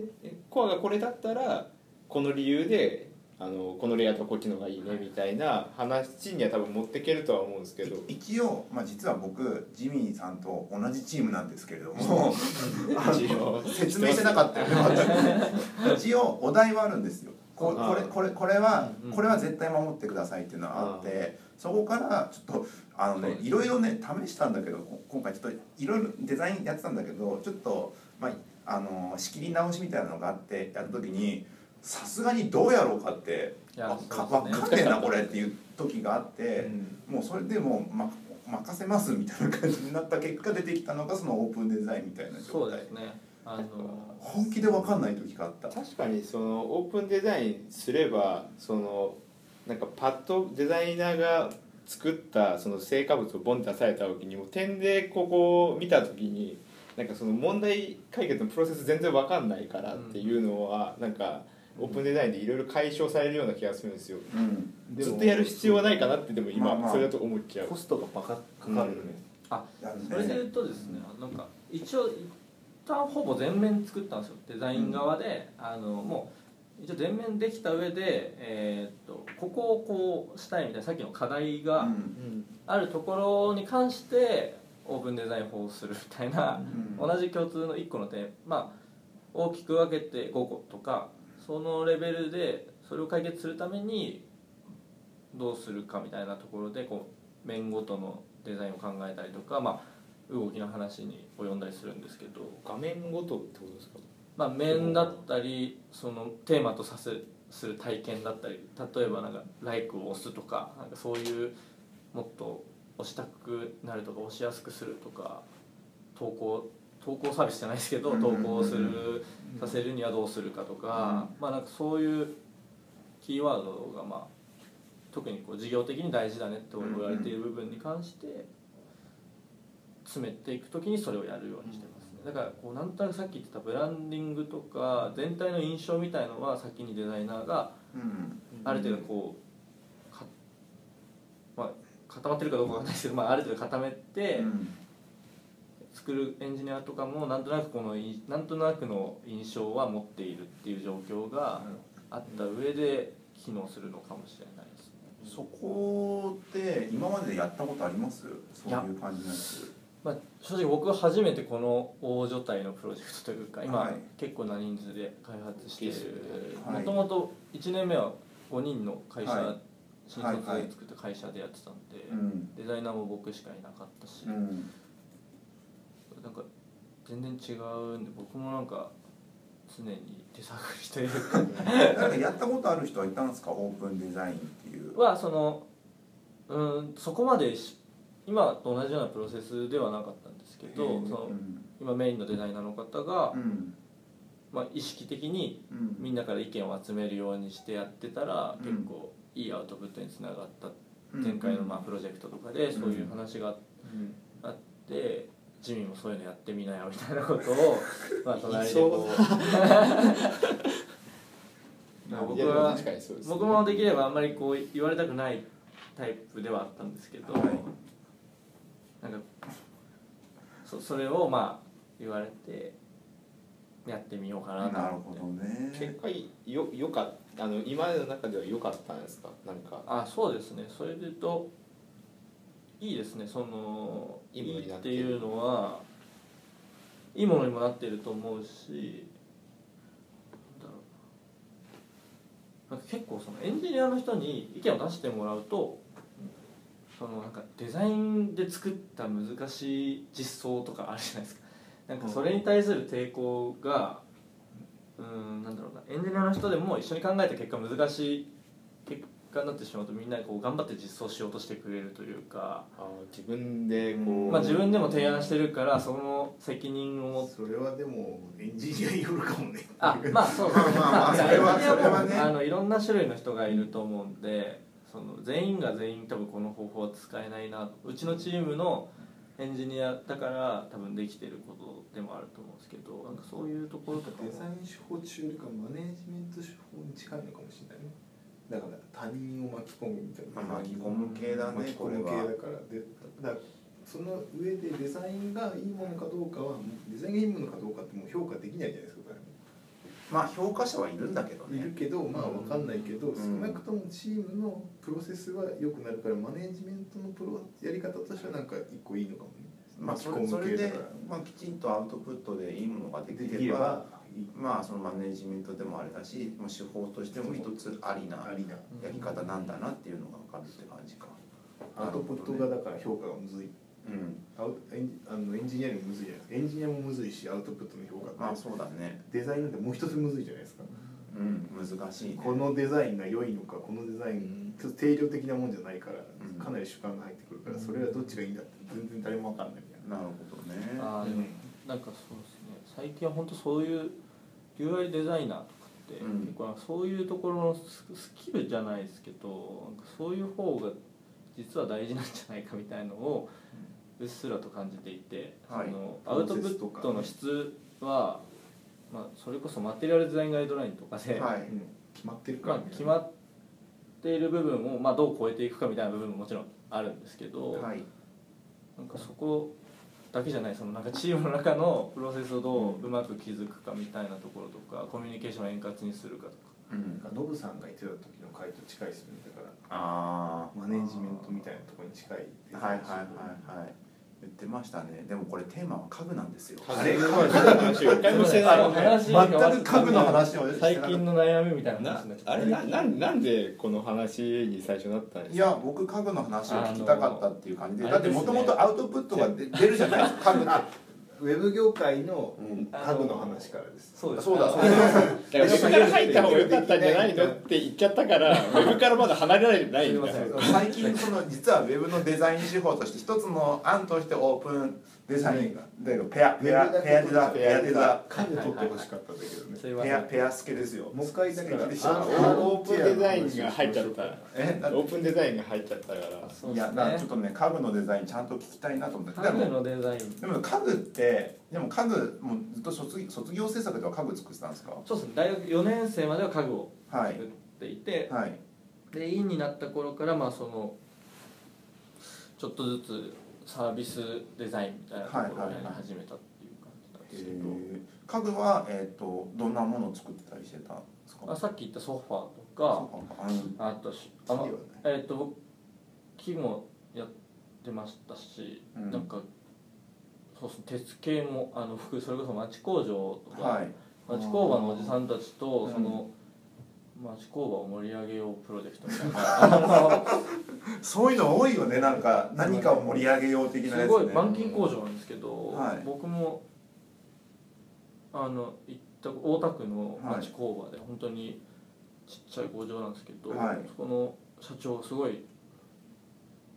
[SPEAKER 5] コアがこれだったらこの理由であのこのレイヤーとこっちの方がいいねみたいな話には多分持ってけるとは思うんですけど
[SPEAKER 1] 一応、まあ、実は僕ジミーさんと同じチームなんですけれど もあの説明してなかったよね全く一応お題はあるんですよここ
[SPEAKER 5] あ
[SPEAKER 1] れこれこれは
[SPEAKER 3] うんうん
[SPEAKER 1] これは絶対守ってくださいっていうのはあってそこからちょっとあのねいろいろね試したんだけどこ今回ちょっといろいろデザインやってたんだけどちょっとまああの仕切り直しみたいなのがあってやった時にさすがにどうやろうかって
[SPEAKER 3] いや
[SPEAKER 1] わか
[SPEAKER 3] そう
[SPEAKER 1] 分
[SPEAKER 3] ですね
[SPEAKER 1] かんねえなこれっていう時があって。
[SPEAKER 5] うん
[SPEAKER 1] もうそれでもう、ま、任せますみたいな感じになった結果出てきたのがそのオープンデザインみたいな
[SPEAKER 3] そ
[SPEAKER 1] 状
[SPEAKER 3] うで
[SPEAKER 1] 態
[SPEAKER 3] すねあの
[SPEAKER 1] 本気で分かんない時があった
[SPEAKER 5] 確かにそのオープンデザインすればそのなんかパッとデザイナーが作ったその成果物をボンと出された時にもう点でここを見た時になんかその問題解決のプロセス全然わかんないからっていうのは、なんかオープンデザインでいろいろ解消されるような気がするんですよ。
[SPEAKER 1] うん
[SPEAKER 4] でも
[SPEAKER 5] ずっとやる必要はないかなってでも
[SPEAKER 1] まあま
[SPEAKER 5] 今
[SPEAKER 1] あ
[SPEAKER 5] それだと思っちゃう。
[SPEAKER 4] コストがバカかかるよね、
[SPEAKER 1] やるね
[SPEAKER 3] それで言うとですねなんか一応一旦ほぼ全面作ったんですよデザイン側で、あのもう一応全面できた上で、えーっとここをこうしたいみたいなさっきの課題
[SPEAKER 1] う
[SPEAKER 3] が
[SPEAKER 1] ん
[SPEAKER 3] あるところに関してオープンデザイン法をするみたいな、
[SPEAKER 1] うん
[SPEAKER 3] 同じ共通の1個の点まあ大きく分けて5個とかそのレベルでそれを解決するためにどうするかみたいなところでこう面ごとのデザインを考えたりとか、まあ、動きの話に及んだりするんですけど、
[SPEAKER 5] 画面ごとってことですか。
[SPEAKER 3] まあ、面だったりそのテーマとさせする体験だったり例えばなんか「LIKE」を押すとかなんかそういうもっと押したくなるとか押しやすくするとか投稿投稿サービスじゃないですけど
[SPEAKER 1] うんうん
[SPEAKER 3] 投
[SPEAKER 1] うんうん
[SPEAKER 3] 稿するさせるにはどうするかとか、まあなんかそういうキーワードがまあ特にこう事業的に大事だねって言われている部分に関して詰めていくときにそれをやるようにしてますねだからこうなんとなくさっき言ってたブランディングとか全体の印象みたいのは先にデザイナーが
[SPEAKER 1] うん
[SPEAKER 3] ある程度こうか、まあ、固まってるかどうかわかんないですけど、まあ、ある程度固めて
[SPEAKER 1] うん
[SPEAKER 3] 作るエンジニアとかもなんとなくこのいなんとなくの印象は持っているっていう状況があった上で機能するのかもしれないですね。
[SPEAKER 1] そこで今までやったことありますそういう感じなんです
[SPEAKER 3] まあ、正直僕は初めてこの大所帯のプロジェクトというか今、
[SPEAKER 1] はい
[SPEAKER 3] 結構な人数で開発してい
[SPEAKER 5] ですよ
[SPEAKER 3] る
[SPEAKER 1] ねは
[SPEAKER 3] も
[SPEAKER 1] い
[SPEAKER 3] ともと1年目は5人の会社、
[SPEAKER 1] はい
[SPEAKER 3] 新
[SPEAKER 1] はい
[SPEAKER 3] 卒
[SPEAKER 1] はい
[SPEAKER 3] で作った会社でやってたんで、
[SPEAKER 1] うん
[SPEAKER 3] デザイナーも僕しかいなかったし、
[SPEAKER 1] うん
[SPEAKER 3] なんか全然違うんで僕もなんか常に手探りというか
[SPEAKER 1] なんかやったことある人はいたんですかオープンデザインっていう
[SPEAKER 3] はそのうーんそこまでし今と同じようなプロセスではなかったんですけど、
[SPEAKER 1] うん
[SPEAKER 3] その
[SPEAKER 1] うん
[SPEAKER 3] 今メインのデザイナーの方が、
[SPEAKER 1] うん
[SPEAKER 3] まあ、意識的に
[SPEAKER 1] うん
[SPEAKER 3] みんなから意見を集めるようにしてやってたら、
[SPEAKER 1] うん
[SPEAKER 3] 結構いいアウトプットにつながった
[SPEAKER 1] うん
[SPEAKER 3] 前回のまあプロジェクトとかでそういう話があって、ジミーもそういうのやってみなよみたいなこと をまあ隣でこうまあ
[SPEAKER 5] い
[SPEAKER 3] 僕
[SPEAKER 5] やでも
[SPEAKER 3] は
[SPEAKER 5] 確かにそうですね
[SPEAKER 3] 僕もできればあんまりこう言われたくないタイプではあったんですけど、
[SPEAKER 1] はい
[SPEAKER 3] なんかそそれをまあ言われてやってみようかなと
[SPEAKER 1] なる
[SPEAKER 3] 思
[SPEAKER 1] ほ
[SPEAKER 3] って
[SPEAKER 1] ど。ね
[SPEAKER 5] 結果よよかったあの今までの中では良かったんですかなんか
[SPEAKER 3] あそうですねそれで言うといいですねそのい
[SPEAKER 5] いいもの
[SPEAKER 3] い
[SPEAKER 5] にな
[SPEAKER 3] っ
[SPEAKER 5] っててる
[SPEAKER 3] いうのはいいものにもなってると思うしなんだろうななんか結構そのエンジニアの人に意見を出してもらうとそのなんかデザインで作った難しい実装とかあるじゃないですかなんかそれに対する抵抗がうーんなんだろうなエンジニアの人でも一緒に考えた結果難しい結果になってしまうとみんなこう頑張って実装しようとしてくれるというか、
[SPEAKER 5] あ自分でこう、
[SPEAKER 3] まあ、自分でも提案してるからその責任を持って
[SPEAKER 6] それはでもエンジニアによるかもね
[SPEAKER 3] あ まあそうですね
[SPEAKER 1] まあまあ それは
[SPEAKER 3] エンジニ
[SPEAKER 1] そ
[SPEAKER 3] アも
[SPEAKER 1] れはね
[SPEAKER 3] あのいろんな種類の人がいると思うんでその全員が全員多分この方法は使えないなうちのチームのエンジニアだから多分できてることでもあると思うんですけどなんかそういうところとかも
[SPEAKER 4] デザイン手法中よりかマネージメント手法に近いのかもしれないねだから他人を巻き込むみたいな、
[SPEAKER 1] まあ巻き込む系だね
[SPEAKER 4] 巻き
[SPEAKER 1] こ
[SPEAKER 4] 込
[SPEAKER 1] れ
[SPEAKER 4] む系だ
[SPEAKER 1] は
[SPEAKER 4] からでだからその上でデザインがいいものかどうかはデザインがいいものかどうかってもう評価できないじゃないですか誰も
[SPEAKER 1] まあ評価者はいるんだけど
[SPEAKER 4] い
[SPEAKER 1] ね
[SPEAKER 4] るけどまあ分かんないけど、
[SPEAKER 1] ん
[SPEAKER 4] 少なくともチームのプロセスは良くなるからマネージメントのプロやり方としてはなんか一個いいのかもね
[SPEAKER 1] まあ
[SPEAKER 4] 巻き
[SPEAKER 1] そ
[SPEAKER 4] 込
[SPEAKER 1] れ
[SPEAKER 4] む
[SPEAKER 1] それ
[SPEAKER 4] 系だ
[SPEAKER 1] で
[SPEAKER 4] から、
[SPEAKER 1] まあ、きちんとアウトプットでいいものができ
[SPEAKER 4] でき
[SPEAKER 1] れ
[SPEAKER 4] れ
[SPEAKER 1] ば
[SPEAKER 4] ばいい
[SPEAKER 1] まあそのマネージメントでもあれだし、まあ、手法としても一つありな
[SPEAKER 4] ありな
[SPEAKER 1] やり方なんだなっていうのが分かるって感じか
[SPEAKER 4] アウトプットがだから評価がむずい
[SPEAKER 1] うん
[SPEAKER 4] アウトエンジあのエンジニアよりもむずいじゃないエンジニアもむずいしアウトプットの評価
[SPEAKER 1] ま
[SPEAKER 4] が
[SPEAKER 1] あそうだね
[SPEAKER 4] デザインなんてもう一つむずいじゃないですか
[SPEAKER 1] うん難しいね
[SPEAKER 4] このデザインが良いのかこのデザインちょっと定量的なもんじゃないか
[SPEAKER 1] うん
[SPEAKER 4] らかなり主観が入ってくるからそれはどっちがいいんだって全然誰も分かんないみたい
[SPEAKER 1] なるほどね
[SPEAKER 3] あーでもなんかそうですね最近は本当そういう UI デザイナーとかって、
[SPEAKER 1] うん
[SPEAKER 3] 結構なんかそういうところのススキルじゃないですけどなんかそういう方が実は大事なんじゃないかみたいのをうっすらと感じていて、
[SPEAKER 1] はい
[SPEAKER 3] そのア
[SPEAKER 4] プロ
[SPEAKER 3] ウ
[SPEAKER 4] セ
[SPEAKER 3] ト
[SPEAKER 4] ス
[SPEAKER 3] プ
[SPEAKER 4] と
[SPEAKER 3] ッ
[SPEAKER 4] か
[SPEAKER 3] トの質は、まあ、それこそマテリアルデザインガイドラインとかで、
[SPEAKER 1] は
[SPEAKER 4] な、
[SPEAKER 1] い
[SPEAKER 4] うん決まってるか
[SPEAKER 3] ま
[SPEAKER 4] ら
[SPEAKER 3] あ
[SPEAKER 4] みたい、な
[SPEAKER 3] 決まっている部分を、まあ、どう超えていくかみたいな部分ももちろんあるんですけど。
[SPEAKER 1] はい
[SPEAKER 3] なんかそこだけじゃないそのなんかチームの中のプロセスをどううまく築くかみたいなところとかコミュニケーションを円滑にするかとか
[SPEAKER 1] うん
[SPEAKER 4] ノブさんが言ってた時の回と近いですよねだから
[SPEAKER 1] ああ
[SPEAKER 4] マネージメントみたいなところに近いデザイン
[SPEAKER 1] はいはいはいはい言ってましたねでもこれテーマは家具なんですよ
[SPEAKER 5] あれ話を一回もして
[SPEAKER 3] あ
[SPEAKER 5] ない
[SPEAKER 3] の話が
[SPEAKER 1] 全く家具の話をしてな
[SPEAKER 3] 最
[SPEAKER 1] かった
[SPEAKER 3] 近の悩みみたいな話
[SPEAKER 5] な
[SPEAKER 3] になっちゃ
[SPEAKER 5] あ
[SPEAKER 3] っ
[SPEAKER 5] れ
[SPEAKER 3] た
[SPEAKER 5] ななんなんでこの話に最初なったんです
[SPEAKER 1] い
[SPEAKER 5] か
[SPEAKER 1] や僕家具の話を聞きたかったっていう感じで
[SPEAKER 3] あ
[SPEAKER 1] だっ
[SPEAKER 3] の
[SPEAKER 1] てもともとアウトプットが出出るじゃないですか家具って
[SPEAKER 4] ウェブ業界の
[SPEAKER 1] うん
[SPEAKER 4] 家具の話からです
[SPEAKER 3] そうです
[SPEAKER 1] そうだそう
[SPEAKER 3] あの
[SPEAKER 1] だ
[SPEAKER 5] だから僕から入った方が良かったんじゃないのって言っちゃった からウェブからまだ離れられてないんだ
[SPEAKER 3] すいません
[SPEAKER 1] 最近その実はウェブのデザイン手法として一つの案としてオープンデザインがだけどペアペアペアデザペアデザ
[SPEAKER 4] 家具取ってほしかったんだけどね
[SPEAKER 3] すいませ
[SPEAKER 1] ペ
[SPEAKER 3] ん
[SPEAKER 1] アペアスケですよ
[SPEAKER 4] もう一回だから
[SPEAKER 1] 素敵でした
[SPEAKER 4] あ
[SPEAKER 5] オープンデザインが入っちゃった
[SPEAKER 1] えだ
[SPEAKER 5] オープンデザインが入っちゃったから
[SPEAKER 3] そう
[SPEAKER 1] い
[SPEAKER 3] で
[SPEAKER 1] やだからち
[SPEAKER 3] す
[SPEAKER 1] ょっ
[SPEAKER 3] ね
[SPEAKER 1] とね家具のデザインちゃんと聞きたいなと思って
[SPEAKER 3] 家
[SPEAKER 1] で
[SPEAKER 3] 具
[SPEAKER 1] も
[SPEAKER 3] のデザイン
[SPEAKER 1] でも家具ってでも家具もうずっと卒業卒業制作では家具作ってたんですか
[SPEAKER 3] そうですね大学4年生までは家具を
[SPEAKER 1] は
[SPEAKER 3] 売っ
[SPEAKER 1] い
[SPEAKER 3] ていて、
[SPEAKER 1] はい
[SPEAKER 3] で院になった頃からまあそのちょっとずつサービスデザインみたいなところをやり始めたっていう感じなんですけど、
[SPEAKER 1] 家具は、えー、とどんなものを作ってたりしてたんですか
[SPEAKER 3] あさっき言ったソファーとか
[SPEAKER 1] そうかうん
[SPEAKER 3] あとしあの
[SPEAKER 4] 木はね
[SPEAKER 3] えっ、と僕木もやってましたし、
[SPEAKER 1] うん
[SPEAKER 3] なんかそうっすね鉄系もあの服それこそ町工場とか、
[SPEAKER 1] はい
[SPEAKER 3] 町工場のおじさんたちと、
[SPEAKER 1] うん
[SPEAKER 3] その町工場を盛り上げようプロジェクトみたいなあ
[SPEAKER 1] そういうの多いよねなんか何かを盛り上げよう的
[SPEAKER 3] の
[SPEAKER 1] なや
[SPEAKER 3] す
[SPEAKER 1] つ
[SPEAKER 3] ごい
[SPEAKER 1] ね
[SPEAKER 3] 板金工場なんですけど、
[SPEAKER 1] はい
[SPEAKER 3] 僕もあの行った大田区の町工場で本当にちっちゃい工場なんですけど、
[SPEAKER 1] はい
[SPEAKER 3] そこの社長すごい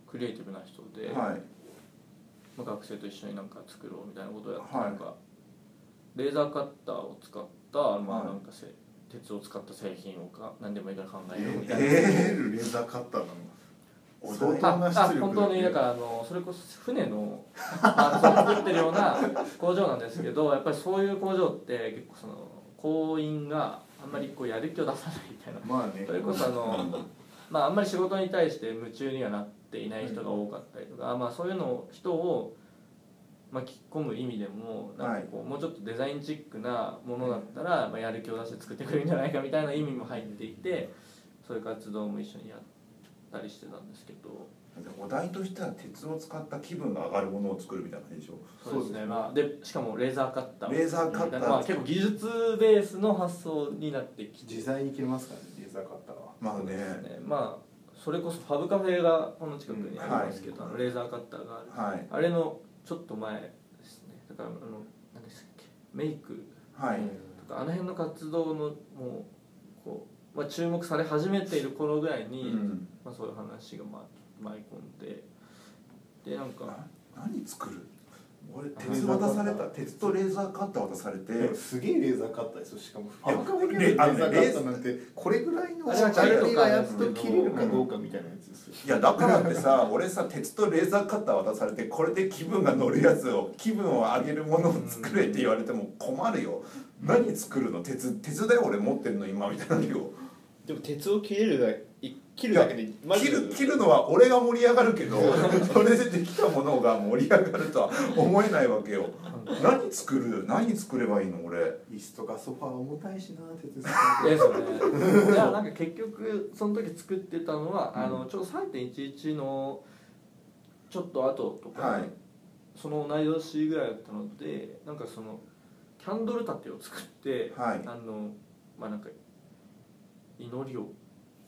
[SPEAKER 3] クリエイティブな人で、
[SPEAKER 1] はい
[SPEAKER 3] まあ、学生と一緒になんか作ろうみたいなことをやって、
[SPEAKER 1] はい
[SPEAKER 3] なんかレーザーカッターを使った、ま
[SPEAKER 1] は
[SPEAKER 3] あ、
[SPEAKER 1] い
[SPEAKER 3] なんかせ鉄を使った製品をか何でもいいから考えようみたいな。
[SPEAKER 1] え
[SPEAKER 4] レーザーカッターなの
[SPEAKER 1] お
[SPEAKER 4] 相
[SPEAKER 3] あ
[SPEAKER 4] 当な
[SPEAKER 3] あ
[SPEAKER 4] 出力
[SPEAKER 3] 本当にだからあのそれこそ船のあのそう作ってるような工場なんですけどやっぱりそういう工場って結構その工員があんまりこうやる気を出さないみたいな
[SPEAKER 4] まあね
[SPEAKER 3] それこそあの、まあ、あんまり仕事に対して夢中にはなっていない人が多かったりとか、まあ、そういうの人を巻き込む意味でもなんかこう、もうちょっとデザインチックなものだったら、まあ、やる気を出して作ってくれるんじゃないかみたいな意味も入っていてそういう活動も一緒にやったりしてたんですけど
[SPEAKER 1] お題としては鉄を使った気分が上がるものを作るみたいな感じでしょ
[SPEAKER 3] そうですねまあ、でしかもレーザーカッター
[SPEAKER 1] レーザーカッター
[SPEAKER 3] まあ、結構技術ベースの発想になってきて
[SPEAKER 4] 自在に切れますからねレーザーカッターは
[SPEAKER 1] まあね
[SPEAKER 3] ねまあそれこそファブカフェがこの近くにありますけど、
[SPEAKER 4] うんはい
[SPEAKER 3] あのレーザーカッターがある、
[SPEAKER 1] はい
[SPEAKER 3] あれのちょっと前ですねだからあの何でしたっけメイク
[SPEAKER 1] はい、
[SPEAKER 3] とかあの辺の活動のもうこう、まあ、注目され始めている頃ぐらいうに、
[SPEAKER 1] ん、
[SPEAKER 3] まあ、そういう話がまあ舞い込んででなんか
[SPEAKER 1] な何作る俺鉄渡された鉄とレーザーカッター渡されて
[SPEAKER 4] でもすげえレーザーカッターですよしかも
[SPEAKER 1] いや
[SPEAKER 4] ファブカフェレーザーカッターなんてこれぐらいの
[SPEAKER 3] あれはチャリとか
[SPEAKER 4] がやっと切れるかどうかみたいなやつですよ
[SPEAKER 1] いやだからってさ俺さ鉄とレーザーカッター渡されてこれで気分が乗るやつを気分を上げるものを作れって言われても困るよ何作るの鉄鉄だよ俺持ってるの今みたいなよ
[SPEAKER 5] でも鉄を切れるだ一切るだけでまず
[SPEAKER 1] 切る切るのは俺が盛り上がる けどそれでできたものが盛り上がるとは思えないわけよ何作る何作ればいいの俺
[SPEAKER 4] 椅子とかソファー重たいしなって
[SPEAKER 3] ですよねじゃあなんか結局その時作ってたのは、あのちょうど3.11のちょっと後とか、
[SPEAKER 1] はい
[SPEAKER 3] その同い年ぐらいだったのでなんかそのキャンドル立てを作って、
[SPEAKER 1] はい
[SPEAKER 3] あのまあなんか祈りを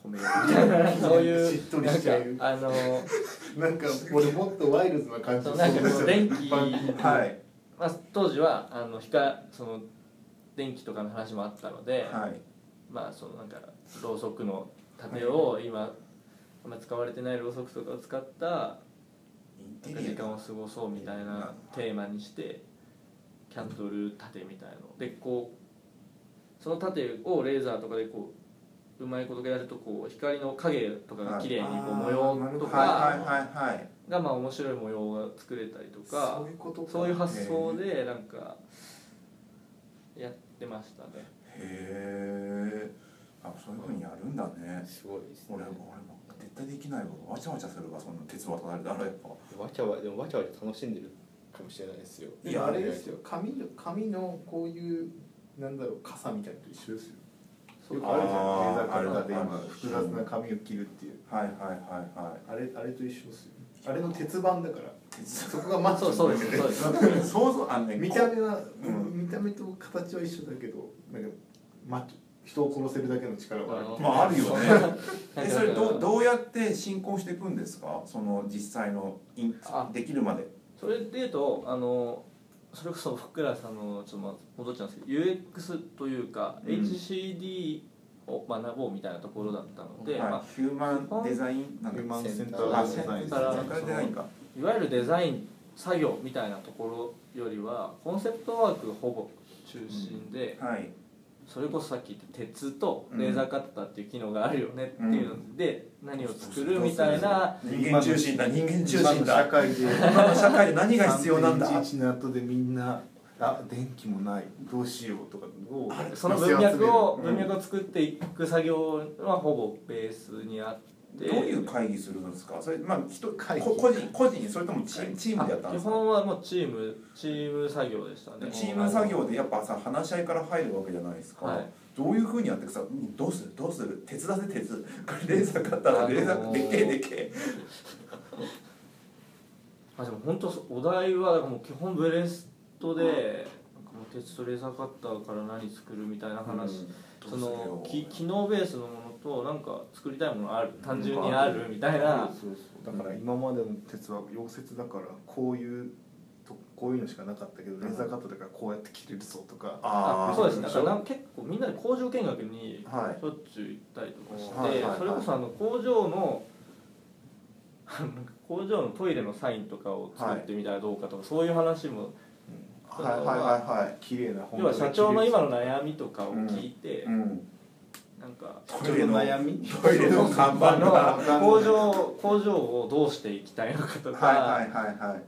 [SPEAKER 3] 込めるみたいなそういう
[SPEAKER 4] しっとりしちゃう
[SPEAKER 3] なんかあの
[SPEAKER 4] なん か俺もっとワイルドな感じ
[SPEAKER 3] そうなんかその電気、
[SPEAKER 1] はい
[SPEAKER 3] まあ、当時はあの光その電気とかの話もあったので、
[SPEAKER 1] はい
[SPEAKER 3] まあそのなんかろうそくの盾を今あんま使われてないろうそくとかを使った
[SPEAKER 1] インテ
[SPEAKER 3] 時
[SPEAKER 1] リア
[SPEAKER 3] 間を過ごそうみたいなテーマにしてキャンドル盾みたいのでこうその盾をレーザーとかでこううまいことやるとこう光の影とかが綺麗にこう模様と
[SPEAKER 1] はい
[SPEAKER 3] か
[SPEAKER 1] はいはいはい
[SPEAKER 3] がまあ面白い模様が作れたりとか
[SPEAKER 4] そういうことか
[SPEAKER 3] そういう発想でなんかやってましたね。
[SPEAKER 1] へえあそういうふうにやるんだね
[SPEAKER 5] すごいですね
[SPEAKER 1] 俺俺も絶対できないわわちゃわちゃするわそんな鉄渡されたらやっぱ
[SPEAKER 5] わちゃわでもわちゃわちゃ楽しんでるかもしれないですよ
[SPEAKER 4] いやあれですよ紙の紙のこういうなんだろう傘みたいなのと一緒ですよ
[SPEAKER 3] そういう
[SPEAKER 4] よくあるじゃんレーザ
[SPEAKER 1] あー
[SPEAKER 4] ーカッターで
[SPEAKER 1] ある
[SPEAKER 4] 今複雑な紙を切るっていう
[SPEAKER 1] はいはいはいはい
[SPEAKER 4] あれあれと一緒ですよあれの鉄板だからそこがマッチ
[SPEAKER 3] そうそうですそうです
[SPEAKER 1] なんかね想像あのね
[SPEAKER 4] 見た目は、
[SPEAKER 1] うん
[SPEAKER 4] 見た目と形は一緒だけどなんかマッチ人を殺せるだけの力はある
[SPEAKER 3] あの
[SPEAKER 1] まああるよね
[SPEAKER 3] なん
[SPEAKER 1] え
[SPEAKER 3] か
[SPEAKER 1] それどうどうやって進行していくんですかその実際のイン
[SPEAKER 3] あ
[SPEAKER 1] できるまで
[SPEAKER 3] それで言うとあのそれこそ福良さんのちょっとまあ戻っちゃうんですけど UX というか、
[SPEAKER 1] うん
[SPEAKER 3] HCD を学ぼうみたいなところだったので、
[SPEAKER 1] はい
[SPEAKER 3] ま
[SPEAKER 1] ヒューマンデザインなん
[SPEAKER 4] ヒュー
[SPEAKER 1] か
[SPEAKER 4] マンセンタ
[SPEAKER 5] ヒューマ
[SPEAKER 4] ー
[SPEAKER 1] あ
[SPEAKER 4] デ
[SPEAKER 1] セン
[SPEAKER 4] ザ
[SPEAKER 1] タ
[SPEAKER 4] イ
[SPEAKER 1] ー
[SPEAKER 4] ンで
[SPEAKER 1] セン
[SPEAKER 4] す
[SPEAKER 1] ターデザインか
[SPEAKER 3] あ、いわゆるデザイン作業みたいなところよりはコンセプトワークほぼ中心で、
[SPEAKER 1] はい
[SPEAKER 3] それこそさっき言った鉄と
[SPEAKER 1] うん
[SPEAKER 3] レーザーカッターっていう機能があるよねっていうので、何を作るみたいな
[SPEAKER 1] 人間中心だ人間中
[SPEAKER 4] 今
[SPEAKER 1] 心
[SPEAKER 4] の社
[SPEAKER 1] だ
[SPEAKER 4] 会で
[SPEAKER 1] 今の社会で何が必要なんだ
[SPEAKER 4] 3.11の後でみんなあ電気もないどうしようとかを
[SPEAKER 3] その文脈を、
[SPEAKER 1] うん
[SPEAKER 3] 文脈を作っていく作業はほぼベースにあって
[SPEAKER 1] どういう会議するんですかそれまあ人
[SPEAKER 4] 会議
[SPEAKER 1] こ個人個人それともチームチームでやったん
[SPEAKER 3] 基
[SPEAKER 1] ですか
[SPEAKER 3] 本はもうチームチーム作業でしたね
[SPEAKER 1] チーム作業でやっぱさ話し合いから入るわけじゃないですか、
[SPEAKER 3] はい
[SPEAKER 1] どういうふうにやってくさうんどうするどうする鉄だぜ鉄これレーザー買ったらレーザ
[SPEAKER 3] あの
[SPEAKER 1] ーでっ
[SPEAKER 3] ー
[SPEAKER 1] けえでっけえ
[SPEAKER 3] あでも本当そうお題はだからもう基本ブレストで、なんかもう鉄とレーザーカッターから何作るみたいな話、
[SPEAKER 1] うん
[SPEAKER 3] そ
[SPEAKER 1] ど
[SPEAKER 3] の
[SPEAKER 1] うする
[SPEAKER 3] き
[SPEAKER 1] よ
[SPEAKER 3] 機能ベースのものとなんか作りたいものある単純にあるみたいな、
[SPEAKER 4] そうそうだから今までの鉄は溶接だからこういうとこういうのしかなかったけどレーザーカットだからこうやって切れるぞとか
[SPEAKER 1] あ
[SPEAKER 3] あ
[SPEAKER 1] あ
[SPEAKER 3] そうです
[SPEAKER 1] ね
[SPEAKER 3] ねだからなんか結構みんなで工場見学に
[SPEAKER 1] はい
[SPEAKER 3] しょっちゅう行ったりとかして、
[SPEAKER 1] はいはいはい
[SPEAKER 3] それこそあの工場のあの工場のトイレのサインとかを作ってみたらどうかとか、そういう話も
[SPEAKER 1] はいはいはいは
[SPEAKER 4] 綺麗な本
[SPEAKER 3] 要は社長の今の悩みとかを聞いて、
[SPEAKER 1] い、うん、
[SPEAKER 3] なんか
[SPEAKER 1] トイレの
[SPEAKER 4] 悩み
[SPEAKER 1] トイレの看板
[SPEAKER 3] あ
[SPEAKER 1] がは
[SPEAKER 3] の工場工場をどうしていきたいのかと
[SPEAKER 1] い
[SPEAKER 3] か、
[SPEAKER 1] はいはいはい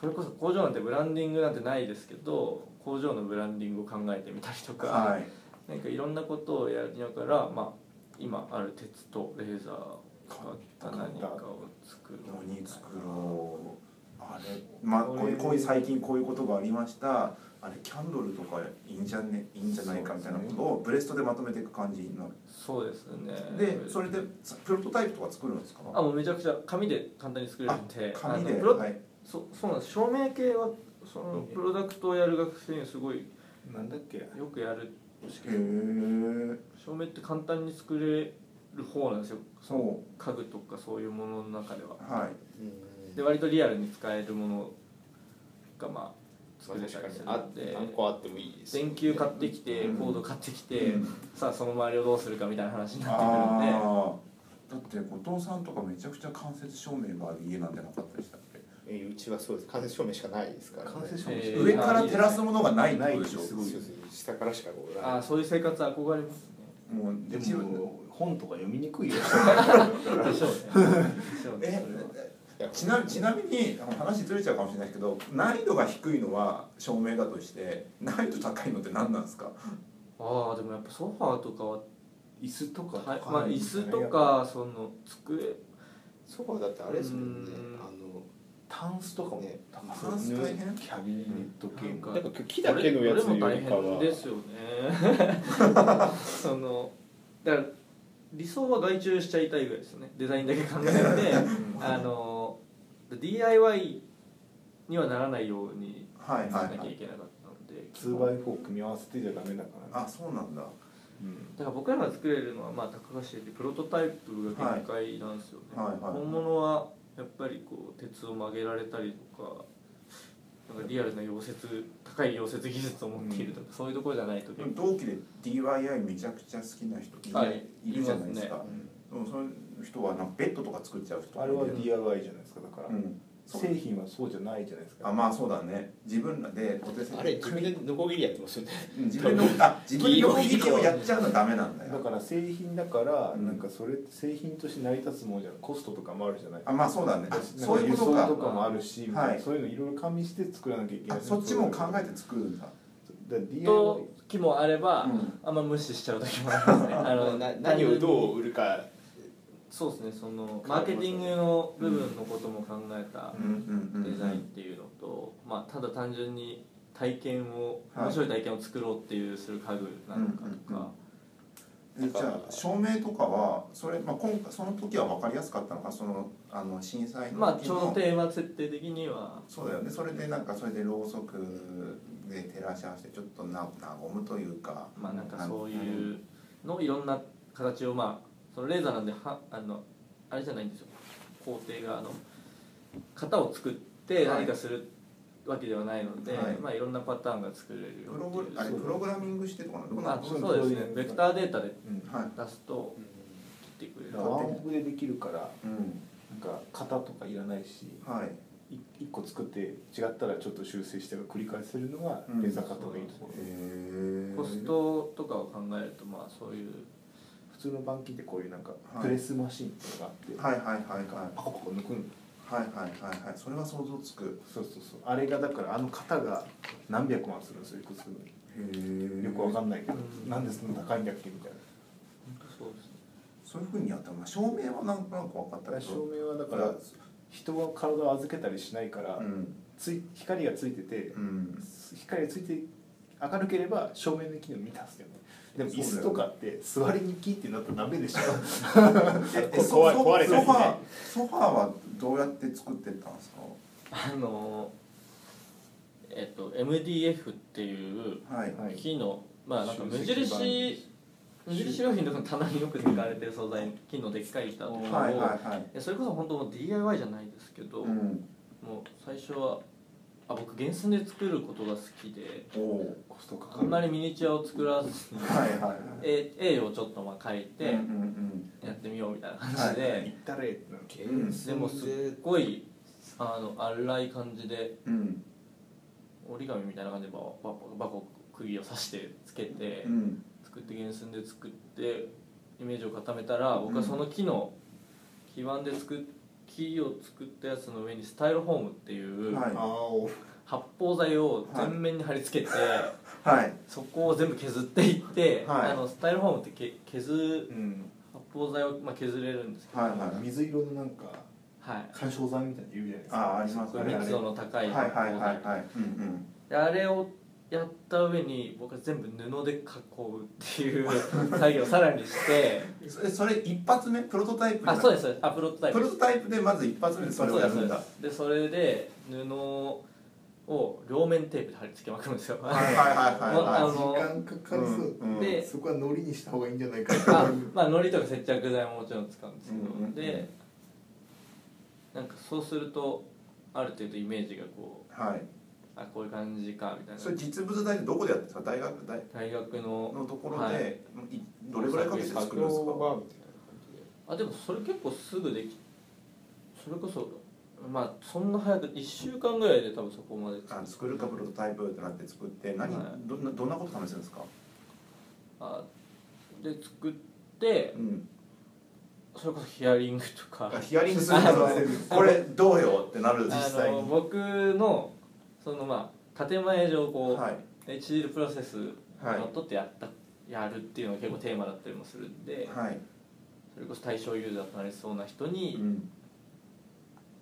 [SPEAKER 3] それこそ工場なんてブランディングなんてないですけど工場のブランディングを考えてみたりとか、
[SPEAKER 1] はい
[SPEAKER 3] なんかいろんなことをやりながら、まあ、今ある鉄とレーザーを使った何かを作る
[SPEAKER 1] 何作ろうあれまあこういうこういう最近こういうことがありましたあれキャンドルとかいいんじゃねいいんじゃないかみたいなことをブレストでまとめていく感じになる
[SPEAKER 3] そうですね
[SPEAKER 1] でそれでさプロトタイプとか作るんですか
[SPEAKER 3] あもうめちゃくちゃ紙で簡単に作れるんで
[SPEAKER 1] あ紙
[SPEAKER 3] あ
[SPEAKER 1] で
[SPEAKER 3] のプロ、
[SPEAKER 1] はい
[SPEAKER 3] そそうなんです照明系はそのプロダクトをやる学生にはすごい
[SPEAKER 4] なんだっけ
[SPEAKER 3] よくやる
[SPEAKER 1] へえ
[SPEAKER 3] 照明って簡単に作れる方なんですよその
[SPEAKER 1] そ
[SPEAKER 3] 家具とかそういうものの中では
[SPEAKER 1] うはい
[SPEAKER 3] で割とリアルに使えるものがまあ作れたりする
[SPEAKER 5] あ
[SPEAKER 3] んで
[SPEAKER 5] 何個あってもいいですよね
[SPEAKER 3] 電球買ってきて
[SPEAKER 1] うん
[SPEAKER 3] コード買ってきて、
[SPEAKER 1] うん
[SPEAKER 3] さあその周りをどうするかみたいな話になってくるんで
[SPEAKER 1] ああだって後藤さんとかめちゃくちゃ間接照明がある家なんてなかったでしたっけ
[SPEAKER 5] えうちはそうです間接照明しかないですから、ね、
[SPEAKER 4] 完成
[SPEAKER 3] え
[SPEAKER 4] し
[SPEAKER 3] ー
[SPEAKER 1] 上から照らすものがないって
[SPEAKER 4] ない
[SPEAKER 1] こ
[SPEAKER 4] で
[SPEAKER 1] とでしょ
[SPEAKER 4] す
[SPEAKER 5] そ
[SPEAKER 4] ご
[SPEAKER 5] う
[SPEAKER 4] い
[SPEAKER 5] です下からしかこう
[SPEAKER 3] ああそういう生活憧れますね
[SPEAKER 1] もう
[SPEAKER 4] で
[SPEAKER 1] 一応
[SPEAKER 4] も本とか読み にくいよ
[SPEAKER 3] でしょうねでしょうね
[SPEAKER 1] え
[SPEAKER 3] それは
[SPEAKER 1] ちなちなみにあの話ずれちゃうかもしれないですけど難易度が低いのは照明だとして難易度高いのって何なんですか
[SPEAKER 3] ああでもやっぱソファーとかは
[SPEAKER 2] 椅子とか
[SPEAKER 3] はいまあ椅子とかその机
[SPEAKER 5] ソファーだってあれですもんね
[SPEAKER 3] うん
[SPEAKER 5] あの
[SPEAKER 2] タンスとかも
[SPEAKER 5] ね
[SPEAKER 2] 高
[SPEAKER 1] タンス大変
[SPEAKER 2] キャビネット系
[SPEAKER 3] なん
[SPEAKER 2] の
[SPEAKER 3] か
[SPEAKER 5] なんか木だけのやつよりか
[SPEAKER 3] どれも
[SPEAKER 5] は
[SPEAKER 3] 大変ですよね そのだから理想は外注しちゃいたいぐらいですよねデザインだけ考えてあの DIY にはならないように
[SPEAKER 1] はい
[SPEAKER 3] し
[SPEAKER 1] は
[SPEAKER 3] ないき
[SPEAKER 1] は
[SPEAKER 3] ゃい
[SPEAKER 1] い
[SPEAKER 3] けなかったので
[SPEAKER 4] 2x4 組み合わせてじゃダメだから
[SPEAKER 1] あ
[SPEAKER 4] ね
[SPEAKER 1] そうなんだ
[SPEAKER 2] うん
[SPEAKER 3] だから僕らが作れるのはまあ高橋でプロトタイプが限界なんですよね、
[SPEAKER 1] はいはいはい
[SPEAKER 3] 本物はやっぱりこう鉄を曲げられたりとかなんかリアルな溶接高い溶接技術を持っているとか、そういうところじゃないと結構
[SPEAKER 1] 同期で DIY めちゃくちゃ好きな人い,、
[SPEAKER 3] はい
[SPEAKER 1] るじゃないですか
[SPEAKER 3] いま
[SPEAKER 1] でもそういう人はなんかベッドとか作っちゃう人
[SPEAKER 4] あれは
[SPEAKER 1] うん
[SPEAKER 4] DIY じゃないですかだから、
[SPEAKER 1] うんそう
[SPEAKER 4] 製品はそうじゃないじゃないですか
[SPEAKER 1] あまあそうだね自分らで小手先
[SPEAKER 5] あれ自分でノコギリやってますよね
[SPEAKER 1] うん自分のあ自分の切りをやっちゃうのはダメなんだ
[SPEAKER 4] だ
[SPEAKER 1] よ
[SPEAKER 4] から製品だから、
[SPEAKER 1] うん
[SPEAKER 4] なんかそれ製品として成り立つものじゃないコストとかもあるじゃない
[SPEAKER 1] あまあそうだね
[SPEAKER 4] なんか
[SPEAKER 1] そういうこと
[SPEAKER 4] 輸送
[SPEAKER 1] か
[SPEAKER 4] とかもあるし、みたいな
[SPEAKER 1] はい
[SPEAKER 4] そういうのいろいろ加味して作らなきゃいけな
[SPEAKER 1] あ
[SPEAKER 4] い
[SPEAKER 1] そっちも考えて作るんだ
[SPEAKER 4] だから DIY
[SPEAKER 3] と気もあれば、
[SPEAKER 1] うん
[SPEAKER 3] あんま無視しちゃう時もありま すねあの
[SPEAKER 5] な何をどう売るか
[SPEAKER 3] そうですねそのマーケティングの部分のことも考えた
[SPEAKER 1] うんうんうん
[SPEAKER 3] デザインっていうのと、まあ、ただ単純に体験を
[SPEAKER 1] はい
[SPEAKER 3] 面白い体験を作ろうっていうする家具なのかとか、
[SPEAKER 1] えじゃあ照明とかはそれ、まあ、今回その時は分かりやすかったのかそのあの震災
[SPEAKER 3] まあ
[SPEAKER 1] の時
[SPEAKER 3] ち
[SPEAKER 1] の、
[SPEAKER 3] ょうどテーマ設定的には
[SPEAKER 1] そうだよねそれでなんかそれでろうそくで照らし合わせてちょっとな和むというか
[SPEAKER 3] まあなんかそういうのをいろんな形をまあそのレーザーなんではあのあれじゃないんですよ工程があの型を作って
[SPEAKER 1] はい
[SPEAKER 3] 何かするわけではないので、
[SPEAKER 1] はい
[SPEAKER 3] い、まあいろんなパターンが作れるよ
[SPEAKER 1] プロ
[SPEAKER 3] ってい
[SPEAKER 1] グあれ
[SPEAKER 3] う
[SPEAKER 1] プログラミングしてとかなのどうな
[SPEAKER 3] あ
[SPEAKER 1] の
[SPEAKER 3] そう
[SPEAKER 4] そう
[SPEAKER 3] ですね
[SPEAKER 4] そういう
[SPEAKER 3] ベクターデータで
[SPEAKER 4] うんだか
[SPEAKER 1] はい
[SPEAKER 3] 出すと切ってくれる
[SPEAKER 4] らワンオフでできるから
[SPEAKER 1] うん
[SPEAKER 4] なんか型とかいらないし
[SPEAKER 1] はい
[SPEAKER 4] い一個作って違ったらちょっと修正して繰り返せるのが
[SPEAKER 1] うん
[SPEAKER 4] レザーカットのいいところ、
[SPEAKER 1] え
[SPEAKER 3] コストとかを考えるとまあそういう
[SPEAKER 4] 普通の板金ってこういうなんか
[SPEAKER 1] い
[SPEAKER 4] プレスマシンとかがあって、
[SPEAKER 1] はいはいはいはい
[SPEAKER 4] パコパコ抜くの
[SPEAKER 1] はいはいはいはいそれは想像つく
[SPEAKER 4] そうそうそうあれがだからあの型が何百万するんですよ一個作るのに
[SPEAKER 1] へえ
[SPEAKER 4] よくわかんないけど、
[SPEAKER 3] うん
[SPEAKER 4] なんでそんな高いんだっけみたいな
[SPEAKER 3] そうですね
[SPEAKER 1] そういうふうにやったのまあ照明はなんとなく分かった
[SPEAKER 4] だから
[SPEAKER 1] けど
[SPEAKER 4] 照明はだから人は体を預けたりしないから、
[SPEAKER 1] うん
[SPEAKER 4] つい光がついてて、
[SPEAKER 1] うん
[SPEAKER 4] 光がついて明るければ照明の機能満たすよねでも
[SPEAKER 1] そうだ
[SPEAKER 4] 椅
[SPEAKER 1] よ
[SPEAKER 4] 子とかって座りに木ってなったらダメでしょ
[SPEAKER 1] ええ
[SPEAKER 5] こ
[SPEAKER 1] ソ
[SPEAKER 5] 壊れ
[SPEAKER 1] ソ
[SPEAKER 5] 壊
[SPEAKER 1] ソ
[SPEAKER 5] れたりね
[SPEAKER 1] ファーソファーはどうやって作ってったんですか
[SPEAKER 3] あのえっと MDF っていう
[SPEAKER 1] はい
[SPEAKER 4] はい
[SPEAKER 3] 木のまあなんか無
[SPEAKER 4] 集積板
[SPEAKER 3] 印無印良品とかの棚によく使われてる素材木のでっかい板とかを、
[SPEAKER 1] はいはいはい
[SPEAKER 3] いやそれこそ本当もう DIY じゃないですけど、
[SPEAKER 1] う
[SPEAKER 3] もうん最初はあ僕原寸で作ることが好きで
[SPEAKER 1] おお
[SPEAKER 4] コストかか
[SPEAKER 3] あん
[SPEAKER 4] る
[SPEAKER 3] まりミニチュアを作らずに
[SPEAKER 1] はいはいはい
[SPEAKER 3] A, A をちょっとまあ書いて
[SPEAKER 1] うんうん
[SPEAKER 3] やってみようみたいな感じで、
[SPEAKER 4] 行ったれってなる
[SPEAKER 3] でもすっごいあの荒い感じで
[SPEAKER 1] うんうん
[SPEAKER 3] 折り紙みたいな感じでバババコ釘を刺してつけて
[SPEAKER 1] うん
[SPEAKER 3] 作って原寸で作ってイメージを固めたら僕はその木の基板で作っ木を作ったやつの上にスタイロフォームっていう
[SPEAKER 1] はい
[SPEAKER 4] あお
[SPEAKER 3] 発泡剤を全面に貼り付けて、
[SPEAKER 1] はい
[SPEAKER 3] そこを全部削っていって、
[SPEAKER 1] はい
[SPEAKER 3] あのスタイロフォームってけ削
[SPEAKER 4] うん
[SPEAKER 3] 発泡剤を、まあ、削れるんですけど、
[SPEAKER 1] はいはい
[SPEAKER 4] 水色のなんか
[SPEAKER 3] はい
[SPEAKER 4] 干渉剤みたいなの言うじゃないですか
[SPEAKER 1] あああります
[SPEAKER 3] こ
[SPEAKER 1] ね
[SPEAKER 3] れ密度の高
[SPEAKER 1] はいいはいはいはいうん
[SPEAKER 3] であれをやった上に僕は全部布で囲うっていう作業をさらにして
[SPEAKER 1] うんそれそれ一発目プロトタイプじゃ
[SPEAKER 3] あ
[SPEAKER 1] なく
[SPEAKER 3] そうですそうですあプロトタイプ
[SPEAKER 1] プロトタイプでまず一発目でそれをやるんだ
[SPEAKER 3] そうですそうですでそれで布を両面テープで貼り付けまくるんですよ
[SPEAKER 1] はいはいはい
[SPEAKER 3] もうあ
[SPEAKER 1] は
[SPEAKER 3] の
[SPEAKER 4] 時間かかりそう、
[SPEAKER 1] うんうん
[SPEAKER 3] で
[SPEAKER 4] そこはノリにした方がいいんじゃないかな
[SPEAKER 3] あまあ糊とか接着剤ももちろん使うんですけど、
[SPEAKER 1] うんうんうん
[SPEAKER 3] でなんかそうするとある程度イメージがこう
[SPEAKER 1] いはい
[SPEAKER 3] あこういう感じかみたい
[SPEAKER 1] それ
[SPEAKER 3] な
[SPEAKER 1] 実物大でどこでやってんですか大学大
[SPEAKER 3] 大学の
[SPEAKER 1] のところ
[SPEAKER 3] はい
[SPEAKER 1] でいどれぐらいかけて作るんですか
[SPEAKER 5] はみたいな感じで
[SPEAKER 3] あでもそれ結構すぐできそれこそまあそんな早く1週間ぐらいで多分そこまで
[SPEAKER 1] あ作るかプロトタイプってなって作って何
[SPEAKER 3] は
[SPEAKER 1] どんなどんなこと試すんですか
[SPEAKER 3] あで作って
[SPEAKER 1] うん
[SPEAKER 3] それこそヒアリングとか
[SPEAKER 1] あヒアリングするんだ
[SPEAKER 4] あ
[SPEAKER 1] これどうよってなる実
[SPEAKER 3] あ
[SPEAKER 1] 際
[SPEAKER 3] の
[SPEAKER 1] に
[SPEAKER 3] 僕のそのまあ建前上こう、
[SPEAKER 1] はい
[SPEAKER 3] でチールプロセスに
[SPEAKER 1] はい
[SPEAKER 3] のっとってやったやるっていうのが結構テーマだったりもするんで、
[SPEAKER 1] はい
[SPEAKER 3] それこそ対象ユーザーとなりそうな人
[SPEAKER 1] う
[SPEAKER 3] に、
[SPEAKER 1] ん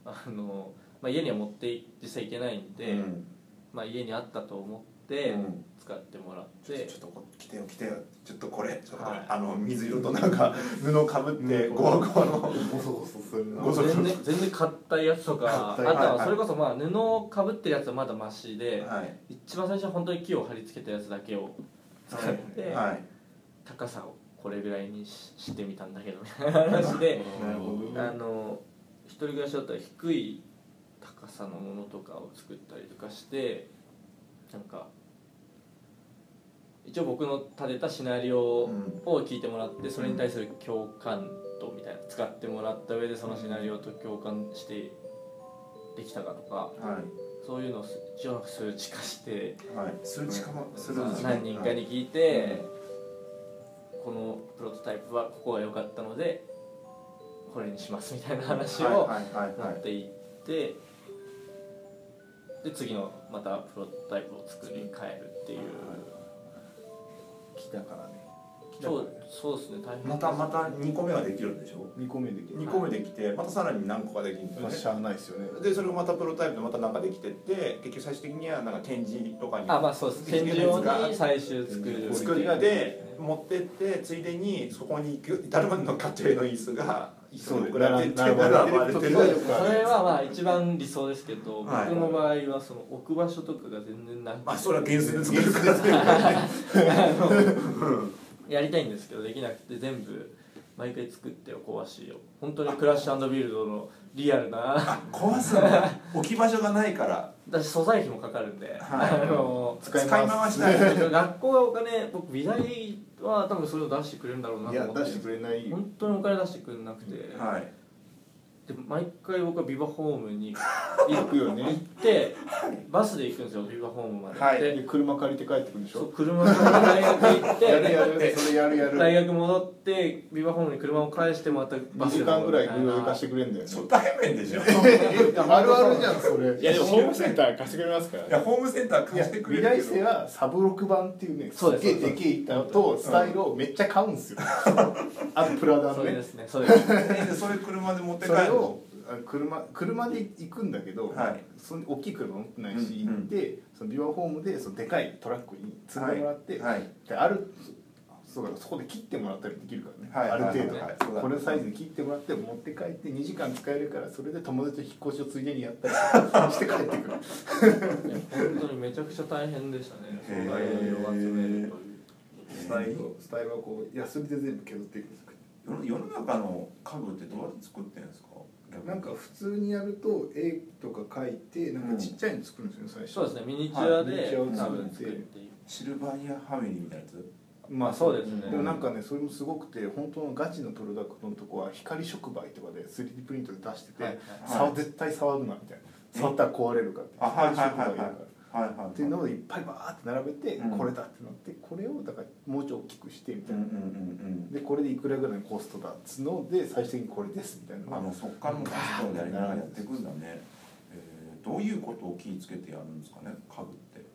[SPEAKER 3] あのまあ、家には持って実際いけないんで、
[SPEAKER 1] うん
[SPEAKER 3] まあ、家にあったと思って
[SPEAKER 1] うん
[SPEAKER 3] 使ってもらっ
[SPEAKER 1] ちょ
[SPEAKER 3] て、
[SPEAKER 1] ちょっとこ来てよ来てよちょっとこれちょっとこれ、
[SPEAKER 3] はい
[SPEAKER 1] あの水色となんか布かぶってゴワゴワの
[SPEAKER 4] ゴソゴソするな
[SPEAKER 1] ゴソ
[SPEAKER 3] 全然全然硬いやつとかあ
[SPEAKER 4] 硬
[SPEAKER 3] と
[SPEAKER 4] い
[SPEAKER 1] はいは
[SPEAKER 3] はいそれこそまあ布をかぶってるやつはまだマシで、
[SPEAKER 1] はい
[SPEAKER 3] 一番最初は本当に木を貼り付けたやつだけを使って、
[SPEAKER 1] はい
[SPEAKER 3] 高さをこれぐらいにししてみたんだけどみたいな話で
[SPEAKER 4] なるほどね
[SPEAKER 3] あの一人暮らしだったら低い高さのものとかを作ったりとかしてなんか一応僕の立てたシナリオを
[SPEAKER 1] うん
[SPEAKER 3] 聞いてもらってそれに対する共感度みたいな使ってもらった上でそのシナリオと共感してできたかとか
[SPEAKER 1] は
[SPEAKER 3] そういうのをす一応数値化して。
[SPEAKER 1] いはい数値化もする
[SPEAKER 3] まあ何人かに聞いて、このプロトタイプはここが良かったのでこれにしますみたいな話
[SPEAKER 1] はい
[SPEAKER 3] を
[SPEAKER 1] はいはい
[SPEAKER 3] 持
[SPEAKER 1] はい
[SPEAKER 3] っていってで次のまたプロトタイプを作り変えるっていう
[SPEAKER 1] 木だからね
[SPEAKER 3] そうそうですね大変
[SPEAKER 1] またまた二個目はできるんでしょ
[SPEAKER 4] 2個目できる
[SPEAKER 1] 二個目できてまたさらに何個かできるんだよ
[SPEAKER 4] まあ
[SPEAKER 1] ね
[SPEAKER 4] しゃあないですよね
[SPEAKER 1] でそれをまたプロタイプでまたなんかできてって結局最終的にはなんか展示とかに
[SPEAKER 3] あまあそうです展示用に最終作る
[SPEAKER 1] 作りで持ってってついでにそこに行く至るまでの家庭の椅子が椅子に送られてって
[SPEAKER 4] そうだ
[SPEAKER 1] 並ばれてる
[SPEAKER 4] 並ばれてる
[SPEAKER 3] それはまあ一番理想ですけど、
[SPEAKER 1] はい
[SPEAKER 3] 僕の場合はその置く場所とかが全然なくて
[SPEAKER 1] まあそれは原寸で作るからね
[SPEAKER 3] やりたいんですけどできなくて全部毎回作っては壊しよ本当にクラッシュビルドのリアルな
[SPEAKER 1] 壊すんだ置き場所がないから
[SPEAKER 3] 私素材費もかかるんで、
[SPEAKER 1] はい
[SPEAKER 3] あの
[SPEAKER 1] 使い回したい
[SPEAKER 3] 学校がお金僕美大は多分それを出してくれるんだろうないと
[SPEAKER 4] や
[SPEAKER 3] 思って
[SPEAKER 4] 出してくれないよ
[SPEAKER 3] 本当にお金出してくれなくて、
[SPEAKER 1] はい
[SPEAKER 3] で毎回僕はビバホームに行
[SPEAKER 2] 行くよ
[SPEAKER 3] 行っ
[SPEAKER 2] ね
[SPEAKER 3] て バスで行くんですよビバホームまで、
[SPEAKER 1] はい
[SPEAKER 3] で
[SPEAKER 4] で車借りて帰ってくるでし
[SPEAKER 3] そ
[SPEAKER 4] ょ
[SPEAKER 3] う車で大学行って
[SPEAKER 4] やるやるそれやるやる
[SPEAKER 3] 大学戻ってビバホームに車を返してまたバ
[SPEAKER 4] 2
[SPEAKER 3] スで
[SPEAKER 4] 時間
[SPEAKER 3] 戻
[SPEAKER 4] ぐ
[SPEAKER 3] るみ
[SPEAKER 4] らい
[SPEAKER 3] た
[SPEAKER 4] 無料行かしてくれんだよね
[SPEAKER 1] 初対面でしょ
[SPEAKER 4] あるあるじゃんそれ
[SPEAKER 2] いやでもホームセンター貸してくれますか
[SPEAKER 1] い
[SPEAKER 2] ら
[SPEAKER 1] やホームセンター
[SPEAKER 4] い
[SPEAKER 1] 貸
[SPEAKER 4] や
[SPEAKER 1] してくれるけ
[SPEAKER 4] 美
[SPEAKER 1] ど
[SPEAKER 4] 大生はサブ6番っていうねす
[SPEAKER 3] そうで
[SPEAKER 4] っ
[SPEAKER 3] す
[SPEAKER 4] げえでけえ板とスタイルをめっちゃ買うん すよあとプラダ
[SPEAKER 3] そ
[SPEAKER 4] の
[SPEAKER 3] れ
[SPEAKER 4] ね
[SPEAKER 3] ですねそれです
[SPEAKER 1] でそれ車で持って帰
[SPEAKER 4] そ
[SPEAKER 1] る
[SPEAKER 4] れをあ車車で行くんだけど、
[SPEAKER 1] はい
[SPEAKER 4] その大きい車持ってないし、
[SPEAKER 1] うんうん
[SPEAKER 4] 行ってそのビワホームでそのでかいトラックに積んでもらって、
[SPEAKER 1] はいはい
[SPEAKER 4] であるそうだそこで切ってもらったりできるからね、
[SPEAKER 1] はい
[SPEAKER 4] ある程
[SPEAKER 1] はい
[SPEAKER 4] 度、
[SPEAKER 1] はいそうだ
[SPEAKER 4] このサイズに切ってもらって持って帰って2時間使えるからそれで友達と引っ越しをついでにや ったりして帰ってくる
[SPEAKER 3] 本当にめちゃくちゃ大変でしたね
[SPEAKER 1] へー
[SPEAKER 3] 障害を色を集めるという
[SPEAKER 4] スタイルをスタイルはこうヤスリで全部削っていくんですけど
[SPEAKER 1] 世の世の中の家具ってどうやって作ってるんですか逆に
[SPEAKER 4] なんか普通にやると絵とか描いてなんかちっちゃいの作るんですよね最初
[SPEAKER 3] そうですねミニチュアで、
[SPEAKER 4] はいミニチュアを
[SPEAKER 3] 多
[SPEAKER 4] 作
[SPEAKER 3] 分
[SPEAKER 4] って
[SPEAKER 3] 作っていく
[SPEAKER 1] シルバニアファミリーみたいなやつ
[SPEAKER 4] まあ
[SPEAKER 3] そうですね
[SPEAKER 4] でもなんかねそれもすごくて本当のガチのプロダクトのとこは光触媒とかで 3D プリントで出してて、
[SPEAKER 3] はいはい
[SPEAKER 4] 触絶対触るなみたいな触ったら壊れるからって
[SPEAKER 1] あはいはいはいはい
[SPEAKER 4] 光触媒だから
[SPEAKER 1] はいはいはい
[SPEAKER 4] っていうのをいっぱいバーって並べて、
[SPEAKER 1] うん
[SPEAKER 4] これだってなってこれをだからもうちょい大きくしてみ
[SPEAKER 1] う
[SPEAKER 4] たい
[SPEAKER 1] んうん
[SPEAKER 4] な、
[SPEAKER 1] うん
[SPEAKER 4] でこれでいくらぐらいのコストだっつので最終的にこれですみたい
[SPEAKER 1] うんあ
[SPEAKER 4] な
[SPEAKER 1] のそっからもうガストやりながらやっていくんだねえーどういうことを気ぃつけてやるんですかね家具って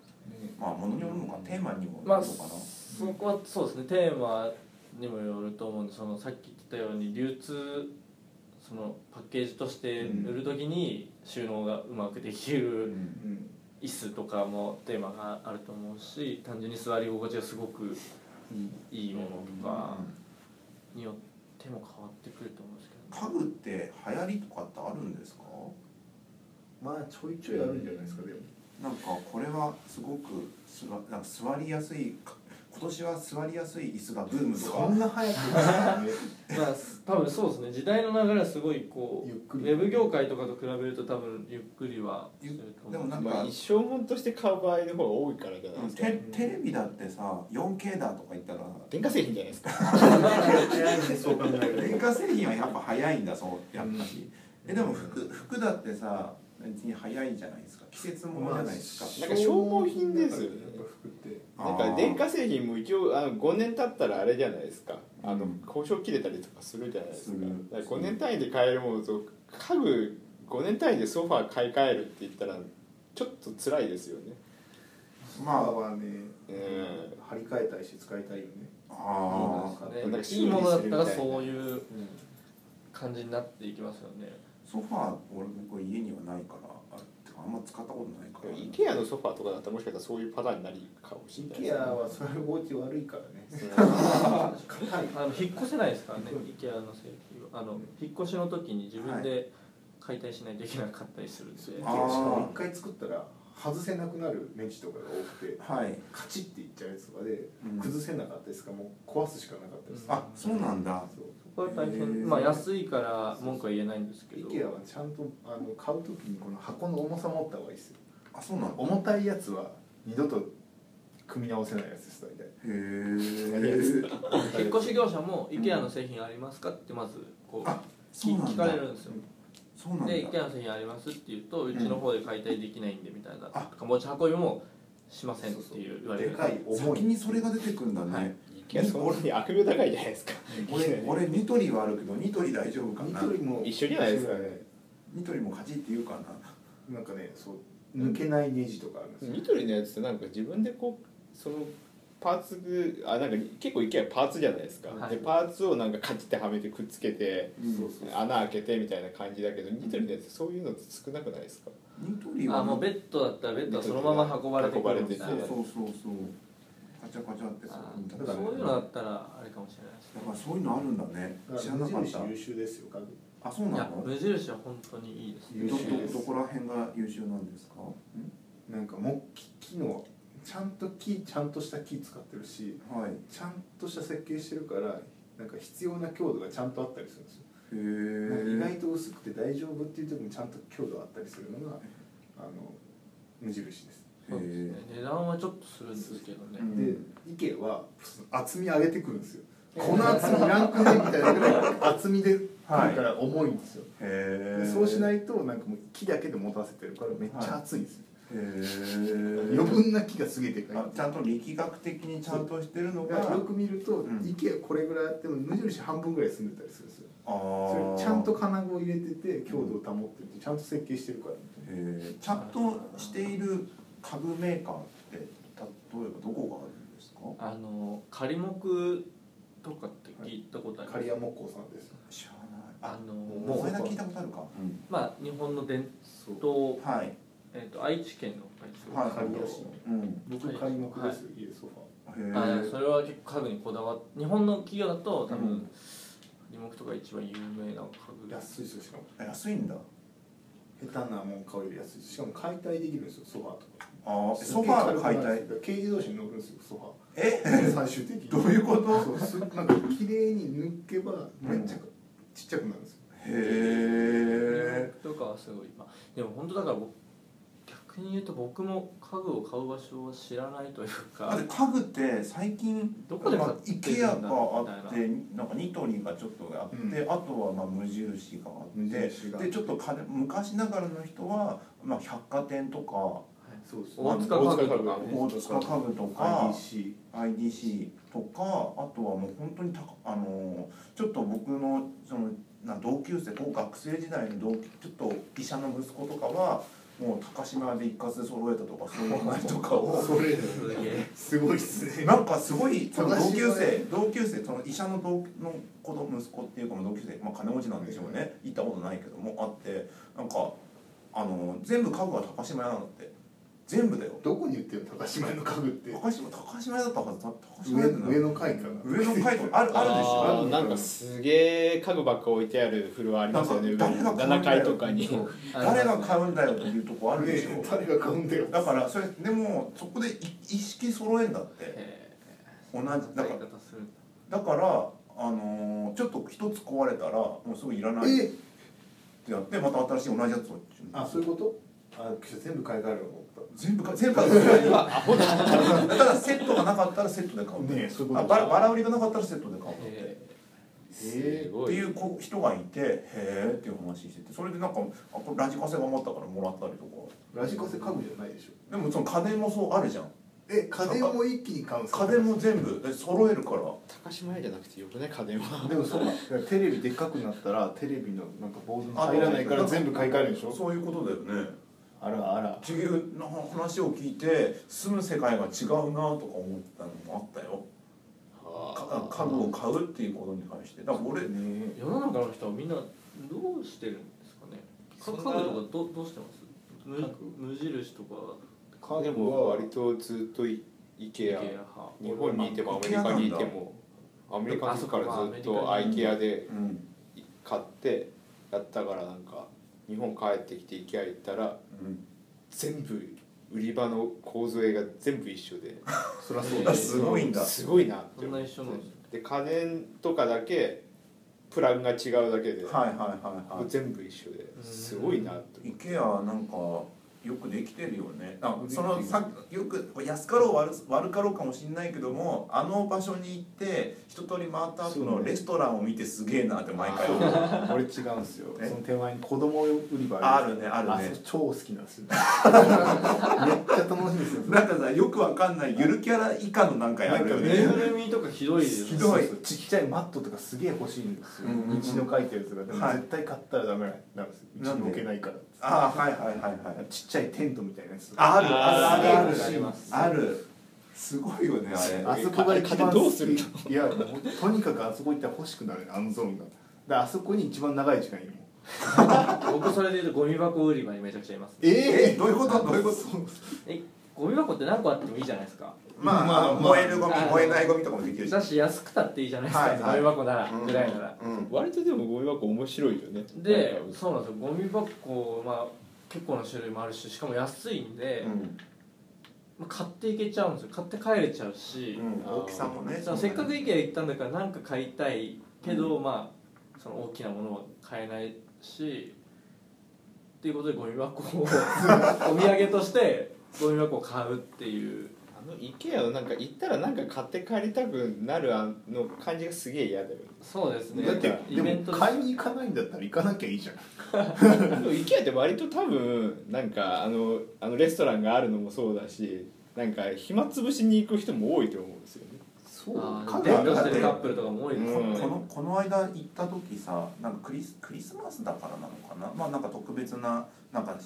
[SPEAKER 1] まあ物によるのかテーマにもよる
[SPEAKER 3] まあ
[SPEAKER 1] のかな
[SPEAKER 3] そこはそうですねテーマにもよると思うんでそのさっき言ったように流通そのパッケージとして売るときに収納がうまくでき
[SPEAKER 1] う
[SPEAKER 3] る
[SPEAKER 1] ん
[SPEAKER 3] 椅子とかもテーマがあると思うし単純に座り心地がすごくいいものとかによっても変わってくると思うんですけど、ね、
[SPEAKER 1] 家具って流行りとかってあるんですか
[SPEAKER 4] まあちょいちょいあるんじゃないですかでも
[SPEAKER 1] なんかこれはすごくすわなんか座りやすいか今年は座りやすい椅子がブームとか
[SPEAKER 4] そんな早くないね
[SPEAKER 3] まあ多分そうですね時代の流れはすごいこう
[SPEAKER 4] ゆっくり
[SPEAKER 3] ウェブ業界とかと比べると多分ゆっくりはすると
[SPEAKER 1] でも
[SPEAKER 3] 思う
[SPEAKER 1] なん
[SPEAKER 2] ま
[SPEAKER 1] か
[SPEAKER 2] あ一生もんとして買う場合の方が多いからじゃないですか
[SPEAKER 1] テテレビだってさ 4K だとか言ったら
[SPEAKER 2] 電化製品じゃないですか
[SPEAKER 4] そう考える
[SPEAKER 1] 電化製品はやっぱ早いんだそうやっぱし、えでも服服だってさ別に早いじゃないですか季節ものじゃないですか、
[SPEAKER 2] なんか消耗品ですよね
[SPEAKER 4] やっぱ服って
[SPEAKER 2] なんか電化製品も一応あの5年経ったらあれじゃないですかあの
[SPEAKER 1] うん
[SPEAKER 2] 交渉切れたりとかするじゃないです
[SPEAKER 1] す
[SPEAKER 2] か
[SPEAKER 1] る
[SPEAKER 2] だから5年単位で買えるものと家具5年単位でソファー買い替えるって言ったらちょっと辛いですよね
[SPEAKER 1] まあ
[SPEAKER 4] はね
[SPEAKER 2] うん
[SPEAKER 4] 張り替えたいし使いたいよね
[SPEAKER 1] ああ
[SPEAKER 2] なんか
[SPEAKER 3] ね
[SPEAKER 2] 修
[SPEAKER 3] いい
[SPEAKER 2] 理
[SPEAKER 3] ものだったら
[SPEAKER 2] するみたいな
[SPEAKER 3] そういう感じになっていきますよね
[SPEAKER 1] ソファー俺僕家にはないからあてかあんま使ったことないから
[SPEAKER 2] イケアのソファーとかだったらもしかしたらそういうパターンになりかもしれない
[SPEAKER 4] IKEA はそれお家悪いからね
[SPEAKER 3] あの引っ越せないですからね IKEA の製品はあの引っ越しの時に自分で解体しないといけなかったりするんで、
[SPEAKER 4] IKEA し
[SPEAKER 1] あ
[SPEAKER 4] か
[SPEAKER 1] ー
[SPEAKER 4] も一回作ったら外せなくなるネジとかが多くて
[SPEAKER 1] はい
[SPEAKER 4] カチッていっちゃうやつとかで
[SPEAKER 1] うん
[SPEAKER 4] 崩せなかったですからもう壊すしかなかったです
[SPEAKER 1] あそうなんだ
[SPEAKER 4] そう
[SPEAKER 3] これは大
[SPEAKER 1] へー
[SPEAKER 3] 変まあ安いから文句は言えないんですけど
[SPEAKER 4] IKEA はちゃんとあの買うときにこの箱の重さ持った方がいいですよ
[SPEAKER 1] あそうなんだへ
[SPEAKER 4] 重たいやつは二度と組み直せないやつです大体
[SPEAKER 1] え
[SPEAKER 3] 引っ越し業者も IKEA の製品ありますかってまずこう
[SPEAKER 1] あそう
[SPEAKER 3] 聞
[SPEAKER 1] なんだ
[SPEAKER 3] 聞かれるんですよ
[SPEAKER 1] そうなんだ
[SPEAKER 3] で IKEA の製品ありますって言うとうちの方で解体できないんでみたいな、
[SPEAKER 1] あ
[SPEAKER 3] とか持ち運びもしませんっていう言われ
[SPEAKER 4] で
[SPEAKER 3] る
[SPEAKER 4] かい重
[SPEAKER 1] 先
[SPEAKER 4] い
[SPEAKER 1] にそれが出てくんだね、
[SPEAKER 2] イケアそんなに悪名高いじゃないですか
[SPEAKER 1] 俺俺ニトリはあるけどニトリ大丈夫か
[SPEAKER 4] ニ
[SPEAKER 1] な
[SPEAKER 4] トリも
[SPEAKER 2] 一緒じゃないですかね
[SPEAKER 1] ニトリもカチって言うかな
[SPEAKER 4] なんかねそう抜けないネジとかあるんですよ、
[SPEAKER 2] ニトリのやつってなんか自分でこうそのパーツあなんか結構 IKEA パーツじゃないですか、
[SPEAKER 3] はい
[SPEAKER 2] でパーツをなんかカチッてはめてくっつけて
[SPEAKER 1] うん
[SPEAKER 2] 穴開けてみたいな感じだけどニトリのやつそういうのって少なくないですか
[SPEAKER 1] ニトリは
[SPEAKER 3] あもうベッドだったらベッドはそのまま運ばれてくるみ
[SPEAKER 1] そ
[SPEAKER 3] た
[SPEAKER 1] う
[SPEAKER 3] いな
[SPEAKER 1] そうそうそうカチャカチャってそう
[SPEAKER 3] あ
[SPEAKER 1] だ
[SPEAKER 3] ー
[SPEAKER 1] から
[SPEAKER 3] そういう
[SPEAKER 1] だ
[SPEAKER 3] のだったらあれかもしれないですね
[SPEAKER 1] からそういうのあるんだね
[SPEAKER 4] だ
[SPEAKER 1] 知
[SPEAKER 4] から
[SPEAKER 1] なか
[SPEAKER 4] 無
[SPEAKER 1] っ
[SPEAKER 4] 印
[SPEAKER 1] た
[SPEAKER 4] 優秀ですよ家具
[SPEAKER 1] あそう
[SPEAKER 3] い
[SPEAKER 1] な
[SPEAKER 3] や
[SPEAKER 1] のど
[SPEAKER 3] 無印は本当にいいですね
[SPEAKER 4] 優秀です
[SPEAKER 1] どどこら辺が優秀なんですかん
[SPEAKER 4] なんか木木のちゃんと木ちゃんとした木使ってるし
[SPEAKER 1] はいへ
[SPEAKER 4] ちゃんとした設計してるからなんか必要な強度がちゃんとあったりするんですよ、
[SPEAKER 1] え
[SPEAKER 4] なんか意外と薄くて大丈夫っていう時にちゃんと強度あったりするのがあの無印です、
[SPEAKER 3] そうですね
[SPEAKER 1] へ
[SPEAKER 3] 値段はちょっとするんですけどね、
[SPEAKER 1] うん
[SPEAKER 4] で IKEA は厚み上げてくるんですよこの厚みいらんくねみたいなぐらいの厚みでくるから重いんですよ、
[SPEAKER 1] え
[SPEAKER 4] でそうしな
[SPEAKER 1] へ
[SPEAKER 4] いいとなんかもう木だけで持たせてるからめっちゃ熱いんですよ、
[SPEAKER 1] え
[SPEAKER 4] 余分な木がすげえでかい
[SPEAKER 1] あちゃんと力学的にちゃんとしてるのが
[SPEAKER 4] だからよく見ると、
[SPEAKER 1] ん
[SPEAKER 4] IKEA これぐらいあっても無印半分ぐらい住んでたりするんですよ
[SPEAKER 1] あ
[SPEAKER 4] それ
[SPEAKER 1] ー
[SPEAKER 4] ちゃんと金具を入れてて強度を保っててちゃんと設計してるから
[SPEAKER 1] えーちゃんとしている家具メーカーって例えばどこがあるんですか
[SPEAKER 3] あの仮木とかって聞いたことあります、
[SPEAKER 4] 刈谷木工さんです
[SPEAKER 1] 知らない
[SPEAKER 3] あの
[SPEAKER 1] もう
[SPEAKER 3] も
[SPEAKER 1] 前
[SPEAKER 3] う
[SPEAKER 1] だ聞いたことあるか、
[SPEAKER 3] まあ日本の伝統、
[SPEAKER 1] はい、
[SPEAKER 3] えー、と愛知県の会社
[SPEAKER 1] はい
[SPEAKER 4] 刈谷市
[SPEAKER 1] うん、
[SPEAKER 4] 僕刈谷木ですよ、家ソフ
[SPEAKER 1] へ
[SPEAKER 3] あ
[SPEAKER 1] ー
[SPEAKER 3] それは結構家具にこだわって日本の企業だと多
[SPEAKER 1] う
[SPEAKER 3] 分
[SPEAKER 1] ん
[SPEAKER 3] リモクとか一番有名な家具
[SPEAKER 4] ァ安いですよしかも
[SPEAKER 1] 安いんだ
[SPEAKER 4] 下手なもん買うより安いししかも解体できるんですよソファーとか
[SPEAKER 1] あーソファーが解体
[SPEAKER 4] 軽自動車に乗るんですよソファー
[SPEAKER 1] え
[SPEAKER 4] 最終的に
[SPEAKER 1] どういうこと
[SPEAKER 4] そうすなんか綺麗に抜けばめっちゃちっちゃくなるんですよ
[SPEAKER 1] へえ
[SPEAKER 3] とかはすごい、まあ、でも本当だから僕逆に言うと僕も家具を買う場所を知らないという
[SPEAKER 1] だっ
[SPEAKER 3] か
[SPEAKER 1] て家具って最近
[SPEAKER 3] どこで買って
[SPEAKER 1] ま
[SPEAKER 3] る
[SPEAKER 1] あ IKEA
[SPEAKER 3] んだみた
[SPEAKER 1] が
[SPEAKER 3] い
[SPEAKER 1] あ
[SPEAKER 3] な
[SPEAKER 1] ってなんかニトリがちょっとあって、
[SPEAKER 4] うん
[SPEAKER 1] あとはまあ無印があ
[SPEAKER 4] 無
[SPEAKER 1] って
[SPEAKER 4] 印が
[SPEAKER 1] でちょっとか昔ながらの人は、まあ、百貨店とか
[SPEAKER 4] そうです
[SPEAKER 3] 大塚家具とか
[SPEAKER 1] 大塚家具とか
[SPEAKER 4] IDC
[SPEAKER 1] IDC とかあとはもう本当にたあのーちょっと僕のそのな同級生こう学生時代の同級ちょっと医者の息子とかはもう高島屋で一括で揃えたとかそういう話とか を
[SPEAKER 4] それ
[SPEAKER 3] すげえ
[SPEAKER 4] すごいっすね
[SPEAKER 1] なんかすごいその同級
[SPEAKER 4] 高島屋
[SPEAKER 1] 生同級生その医者の同の子供息子っていうかまあ同級生、まあ、金持ちなんでしょうね行ったことないけどもあってなんかあのー全部家具は高島屋なんだって全部だよ
[SPEAKER 4] どこに売ってるの高島屋の家具って
[SPEAKER 1] 高島高島屋だったはずだ高島
[SPEAKER 4] 上
[SPEAKER 1] 屋ってな
[SPEAKER 4] 上の階かな
[SPEAKER 1] 上の階とかあるあるでしょ
[SPEAKER 2] ーなんかすげえ家具ばっか置いてあるフロアありますよね
[SPEAKER 1] なんか誰が
[SPEAKER 2] 7階とかに
[SPEAKER 1] そう誰が買うんだよっていうとこあるでし
[SPEAKER 4] ねえ
[SPEAKER 1] ょ
[SPEAKER 4] 誰が買うんだよ
[SPEAKER 1] だからそれでもそこでい一式揃えんだって
[SPEAKER 3] え
[SPEAKER 1] 同じ
[SPEAKER 3] ー
[SPEAKER 1] だ
[SPEAKER 3] 買
[SPEAKER 1] か
[SPEAKER 3] い
[SPEAKER 1] ら
[SPEAKER 3] 方するんだ
[SPEAKER 1] だからあのーちょっと一つ壊れたらもうすぐいらないっ
[SPEAKER 4] え
[SPEAKER 1] てやってまた新しい同じやつを
[SPEAKER 4] あそういうことあ全部買い替えるの
[SPEAKER 1] 全部か全部買う ただセットがなかったらセットで買う
[SPEAKER 4] ねえそういうこと
[SPEAKER 1] あバラバラ売りがなかったらセットで買うって
[SPEAKER 3] え
[SPEAKER 2] す
[SPEAKER 4] え
[SPEAKER 2] ご
[SPEAKER 1] って
[SPEAKER 2] い
[SPEAKER 1] いう子人がいてへえっていう話しててそれでなんかあこれラジカセが余ったからもらったりとか
[SPEAKER 4] ラジカセ家具じゃないでしょ
[SPEAKER 1] でもその家電もそうあるじゃん
[SPEAKER 4] え家電も一気に買うんですか
[SPEAKER 1] 家電も全部え揃えるから
[SPEAKER 2] 高島屋じゃなくてよくない家電は
[SPEAKER 4] でもそうかテレビでっかくなったらテレビのなんかボードに
[SPEAKER 1] あ
[SPEAKER 4] 入らないから全部買い替えるでしょ
[SPEAKER 1] そういうことだよね
[SPEAKER 4] あらあら
[SPEAKER 1] 地球の話を聞いて住む世界が違うなとか思ったのもあったよ
[SPEAKER 2] あ
[SPEAKER 1] か家具を買うっていうことに関してだから俺
[SPEAKER 2] ね
[SPEAKER 3] 世の中の人はみんなどうしてるんですかねか
[SPEAKER 1] そんな
[SPEAKER 3] 家具とかどどうしてます無無印とか
[SPEAKER 2] 家
[SPEAKER 5] で
[SPEAKER 2] 具
[SPEAKER 5] も
[SPEAKER 2] は
[SPEAKER 5] 割とずっとイケア
[SPEAKER 3] IKEA 派
[SPEAKER 5] 日本にいてもアメリカにいてもアメリカにいるからずっとアイケアで
[SPEAKER 1] うん
[SPEAKER 5] 買ってやったからなんか日本帰ってきてイケア行ったら
[SPEAKER 1] うん
[SPEAKER 5] 全部売り場の構造絵が全部一緒で
[SPEAKER 3] そりゃ
[SPEAKER 1] あすごいんだ
[SPEAKER 5] すごいなって
[SPEAKER 3] そん
[SPEAKER 5] 思
[SPEAKER 3] な
[SPEAKER 5] っ
[SPEAKER 3] 一緒なんですね
[SPEAKER 5] てで家電とかだけプランが違うだけで、
[SPEAKER 1] はいはいはい
[SPEAKER 5] も
[SPEAKER 1] は
[SPEAKER 5] う全部一緒で
[SPEAKER 3] ん
[SPEAKER 5] すごいなって
[SPEAKER 1] い IKEA はなんかよくできてるよねあそのさよく安かろう悪す悪かろうかもしれないけどもあの場所に行って一通り回った後のレストランを見てすげえなって毎回思う
[SPEAKER 4] 俺違うんですよ
[SPEAKER 1] え
[SPEAKER 4] その手前に子供売り場
[SPEAKER 1] あるねあるね
[SPEAKER 4] そこ超好きな んですよめっちゃ楽しいんですよ
[SPEAKER 1] なんかさよくわかんないゆるキャラ以下のなんかやるよ
[SPEAKER 3] ぬい
[SPEAKER 1] ね
[SPEAKER 3] ぐるみとかひどいです
[SPEAKER 1] ひ
[SPEAKER 3] ね
[SPEAKER 1] どい
[SPEAKER 4] そうそうちっちゃいマットとかすげえ欲しいんですよ
[SPEAKER 1] うんうんうん
[SPEAKER 4] うちの書いてるやつがでも
[SPEAKER 1] はい
[SPEAKER 4] 絶対買ったらダメなんですようち
[SPEAKER 1] なん
[SPEAKER 4] に
[SPEAKER 1] で
[SPEAKER 4] 置けないからっつって
[SPEAKER 1] ああはいはいはいはい
[SPEAKER 4] ちっちゃいテントみたいなやつ
[SPEAKER 1] あるあるある
[SPEAKER 4] ある
[SPEAKER 1] あ
[SPEAKER 4] あり
[SPEAKER 1] る
[SPEAKER 4] ます
[SPEAKER 1] あるすごいよねあれ
[SPEAKER 4] あそこが一番
[SPEAKER 5] あれどうする
[SPEAKER 4] いやもうとにかくあそこ行ったら欲しくなるねあのゾーンがだあそこに一番長い時間いるもん
[SPEAKER 3] 僕それで言うとゴミ箱売り場にめちゃくちゃいます
[SPEAKER 1] え
[SPEAKER 4] え
[SPEAKER 1] どういうことどういうこと
[SPEAKER 3] えゴミ箱って何個あってもいいじゃないですか
[SPEAKER 1] まあ、
[SPEAKER 4] まあまあ
[SPEAKER 1] 燃えるゴミ燃えないゴミとかもできるし
[SPEAKER 3] だし安くたっていいじゃないです
[SPEAKER 1] はい
[SPEAKER 3] か
[SPEAKER 1] は
[SPEAKER 3] ゴ
[SPEAKER 1] い
[SPEAKER 3] ミ箱ならぐらいなら
[SPEAKER 1] うん
[SPEAKER 5] 割とでもゴミ箱面白いよね
[SPEAKER 3] で
[SPEAKER 5] なんか
[SPEAKER 3] そうなんですよゴミ箱まあ結構な種類もあるししかも安いんで
[SPEAKER 1] うん
[SPEAKER 3] まあ買っていけちゃうんですよ買って帰れちゃうし
[SPEAKER 1] うん大きさもね
[SPEAKER 3] せっかく IKEA 行ったんだから何か買いたいけど、まあその大きなものは買えないしっていうことでゴミ箱 をお土産としてゴミ箱を買うっていう
[SPEAKER 5] あの IKEA のなんか行ったらなんか買って帰りたくなるあの感じがすげえ嫌だよね
[SPEAKER 3] そうですね
[SPEAKER 4] だって
[SPEAKER 3] イ
[SPEAKER 4] で
[SPEAKER 3] ベント
[SPEAKER 4] も
[SPEAKER 3] で
[SPEAKER 4] 買いに行かないんだったら行かなきゃいいじゃん
[SPEAKER 5] でも IKEA って割と多分なんかあのあのレストランがあるのもそうだしなんか暇つぶしに行く人も多いと思うんですよね
[SPEAKER 4] そ
[SPEAKER 3] あ
[SPEAKER 4] か
[SPEAKER 3] ー
[SPEAKER 4] な
[SPEAKER 3] デート
[SPEAKER 1] だっ
[SPEAKER 3] し
[SPEAKER 1] て
[SPEAKER 3] るカップルとかも多いです
[SPEAKER 1] こ
[SPEAKER 3] よ
[SPEAKER 5] うん
[SPEAKER 1] このこの間行った時さなんかクリスクリスマスだからなのかなまあなんか特別ななんか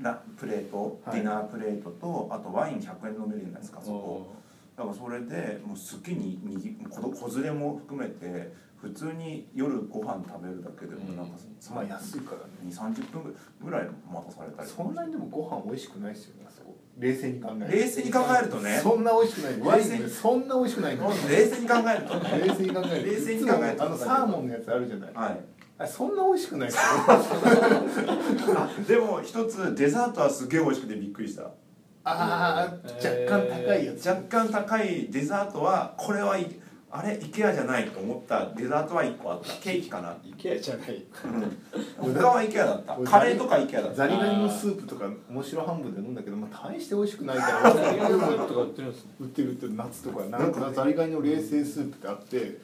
[SPEAKER 1] ラプレート、
[SPEAKER 4] はい
[SPEAKER 1] ディナープレートとあとワイン100円飲めるじゃないですかそこだからそれでもう好きににぎ子ど子連れも含めて普通に夜ご飯食べるだけでもなんか
[SPEAKER 4] まあ安いからね
[SPEAKER 1] 2三3 0分ぐらい待たされたり
[SPEAKER 4] そんなにでもご飯美味しくないですよねあそこ冷静に考える
[SPEAKER 1] 冷静に考えるとね
[SPEAKER 4] そんな美味しくないワイン
[SPEAKER 1] 冷静
[SPEAKER 4] ねそんな美味しくないの
[SPEAKER 1] 冷静に考えるとね
[SPEAKER 4] 冷静に考える
[SPEAKER 1] 冷静に考える
[SPEAKER 4] いつもあのサーモンのやつあるじゃない
[SPEAKER 1] はい
[SPEAKER 4] あそんな美味しくないですよ
[SPEAKER 1] あ でも一つデザートはすげえ美味しくてびっくりした
[SPEAKER 4] ああ
[SPEAKER 3] えー
[SPEAKER 4] 若干高いやつ
[SPEAKER 1] 若干高いデザートはこれはいあれ IKEA じゃないと思ったデザートは1個あったケーキかな
[SPEAKER 5] IKEA じゃない
[SPEAKER 1] 他は IKEA だったカレーとか IKEA だった
[SPEAKER 4] ザリガニのスープとか面白半分で飲んだけど、まあ、大して美味しくないから
[SPEAKER 3] ザリガニのスープとか売ってるんですね
[SPEAKER 4] 売ってる売ってる夏とかなんかザリガニの冷製スープってあって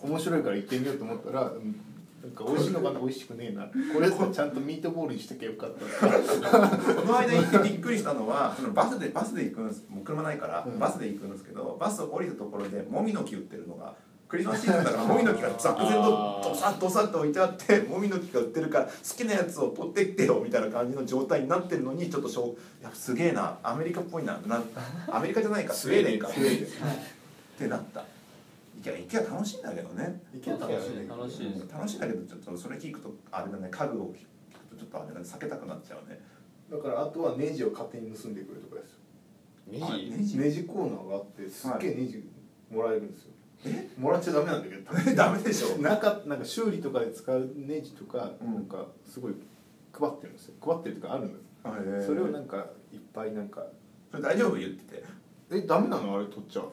[SPEAKER 4] 面白いから行ってみようと思ったら、うんなんか美味しいのかな美味しくねえなこれとちゃんとミートボールにしとけばよかったな
[SPEAKER 1] この間行ってびっくりしたのはそのバスでバスで行くんですもう車ないから
[SPEAKER 4] うん
[SPEAKER 1] バスで行くんですけどバスを降りたところでもみの木売ってるのがクリスマスシーズンだからもみの木が漠然とドサッドサッと置いてあってもみの木が売ってるから好きなやつを取ってきてよみたいな感じの状態になってるのにちょっとしょういやすげえなアメリカっぽいななアメリカじゃないかスウェーデンかス
[SPEAKER 5] ス
[SPEAKER 1] ウェーデンってなった。いや、池は楽しいんだけどね。
[SPEAKER 4] 行けたらしいね
[SPEAKER 3] 楽しいです
[SPEAKER 1] 楽しいんだけど、ちょっとそれ聞くと、あれだね、家具を聞くと、ちょっとあれだね、避けたくなっちゃうね。
[SPEAKER 4] だからあとはネジを勝手に盗んでくるとかですよ
[SPEAKER 5] ネ
[SPEAKER 1] あ
[SPEAKER 5] ジ
[SPEAKER 1] ネジ
[SPEAKER 4] ネジコーナーがあってすっげえネジもらえるんですよ、
[SPEAKER 1] え
[SPEAKER 4] もらっちゃダメなんだけ ど
[SPEAKER 1] ダメでしょ
[SPEAKER 4] なんかなんか修理とかで使うネジとか、
[SPEAKER 1] うん
[SPEAKER 4] なんかすごい配ってるんですよ配ってるとかあるんです、
[SPEAKER 1] そ
[SPEAKER 4] それをな
[SPEAKER 1] ね
[SPEAKER 4] んかいっぱいなんか
[SPEAKER 1] それ大丈夫言ってて。
[SPEAKER 4] 「えダメなのあれ取っちゃう」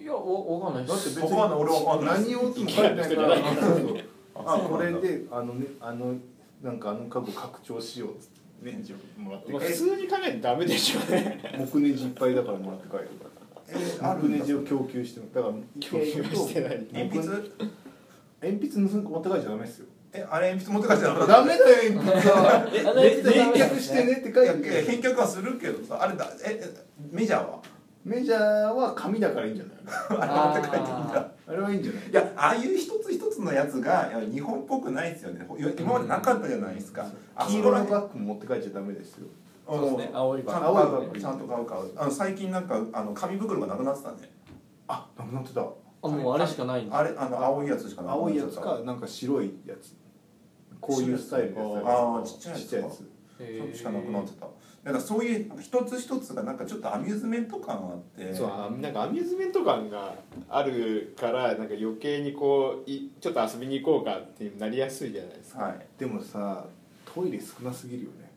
[SPEAKER 3] いやおわかんない
[SPEAKER 4] だ
[SPEAKER 3] で
[SPEAKER 4] って
[SPEAKER 3] す
[SPEAKER 4] 別に
[SPEAKER 1] わかんない俺わかんない
[SPEAKER 4] 何をつも書いてないから
[SPEAKER 1] そうなん
[SPEAKER 4] あこれ
[SPEAKER 1] だ
[SPEAKER 4] であのねあのなんかあの家具拡張しようっつってネジをもらって
[SPEAKER 5] まあ普通に考えてダメでしょうね
[SPEAKER 4] 木ネジいっぱいだからもらって帰る
[SPEAKER 1] え
[SPEAKER 4] 木ネジ
[SPEAKER 1] 鉛
[SPEAKER 4] を供給してもだから
[SPEAKER 5] 供給はしてない
[SPEAKER 4] 鉛筆
[SPEAKER 1] 筆。
[SPEAKER 4] 鉛筆盗ん持って帰っちゃダメですよ
[SPEAKER 1] え、あれ鉛筆持って帰っちゃダメだ。
[SPEAKER 4] ダメだよ鉛筆は
[SPEAKER 3] えあのやつダメな
[SPEAKER 4] 返
[SPEAKER 3] んで
[SPEAKER 4] 却
[SPEAKER 3] す
[SPEAKER 4] し
[SPEAKER 3] ね
[SPEAKER 4] てねって
[SPEAKER 1] い
[SPEAKER 4] 書
[SPEAKER 1] や
[SPEAKER 4] い
[SPEAKER 1] いや
[SPEAKER 4] て
[SPEAKER 1] 返却はするけどさ、あれだ、え、えメジャーは。
[SPEAKER 4] メジャーは紙だからいいんじゃない
[SPEAKER 1] あれ持って帰ってんだ。
[SPEAKER 4] あれはいいんじゃない
[SPEAKER 1] いやああいう一つ一つのやつがいや日本っぽくないですよね今までなかったじゃないですかあ
[SPEAKER 4] 黄
[SPEAKER 1] そこ
[SPEAKER 4] 色
[SPEAKER 1] ら
[SPEAKER 4] の
[SPEAKER 1] 辺
[SPEAKER 4] バッグも持って帰っちゃダメですよ
[SPEAKER 3] そうですね青い
[SPEAKER 1] ちゃん
[SPEAKER 3] バ
[SPEAKER 1] と
[SPEAKER 3] ー
[SPEAKER 4] 青
[SPEAKER 1] 買
[SPEAKER 4] いうバ
[SPEAKER 1] 買うちゃんと買う買うあの最近なんかあの紙袋がなくなってたね
[SPEAKER 4] あなくなってた
[SPEAKER 3] あもうあれしかないんだ
[SPEAKER 1] あれあの青いやつしかなくなっ
[SPEAKER 4] 青い
[SPEAKER 1] ちゃ
[SPEAKER 4] や
[SPEAKER 1] った
[SPEAKER 4] つかなんか白いやつこういうスタイルのやつ
[SPEAKER 1] あーちっちゃいやつ
[SPEAKER 4] ちっちゃいやつ
[SPEAKER 1] そっちしかなくなっちゃったなんかそういう一つ一つがなんかちょっとアミューズメント感あって
[SPEAKER 5] そうあなんかアミューズメント感があるからなんか余計にこういちょっと遊びに行こうかってなりやすいじゃないですか
[SPEAKER 1] はい
[SPEAKER 4] でもさトイレ少なすぎるよね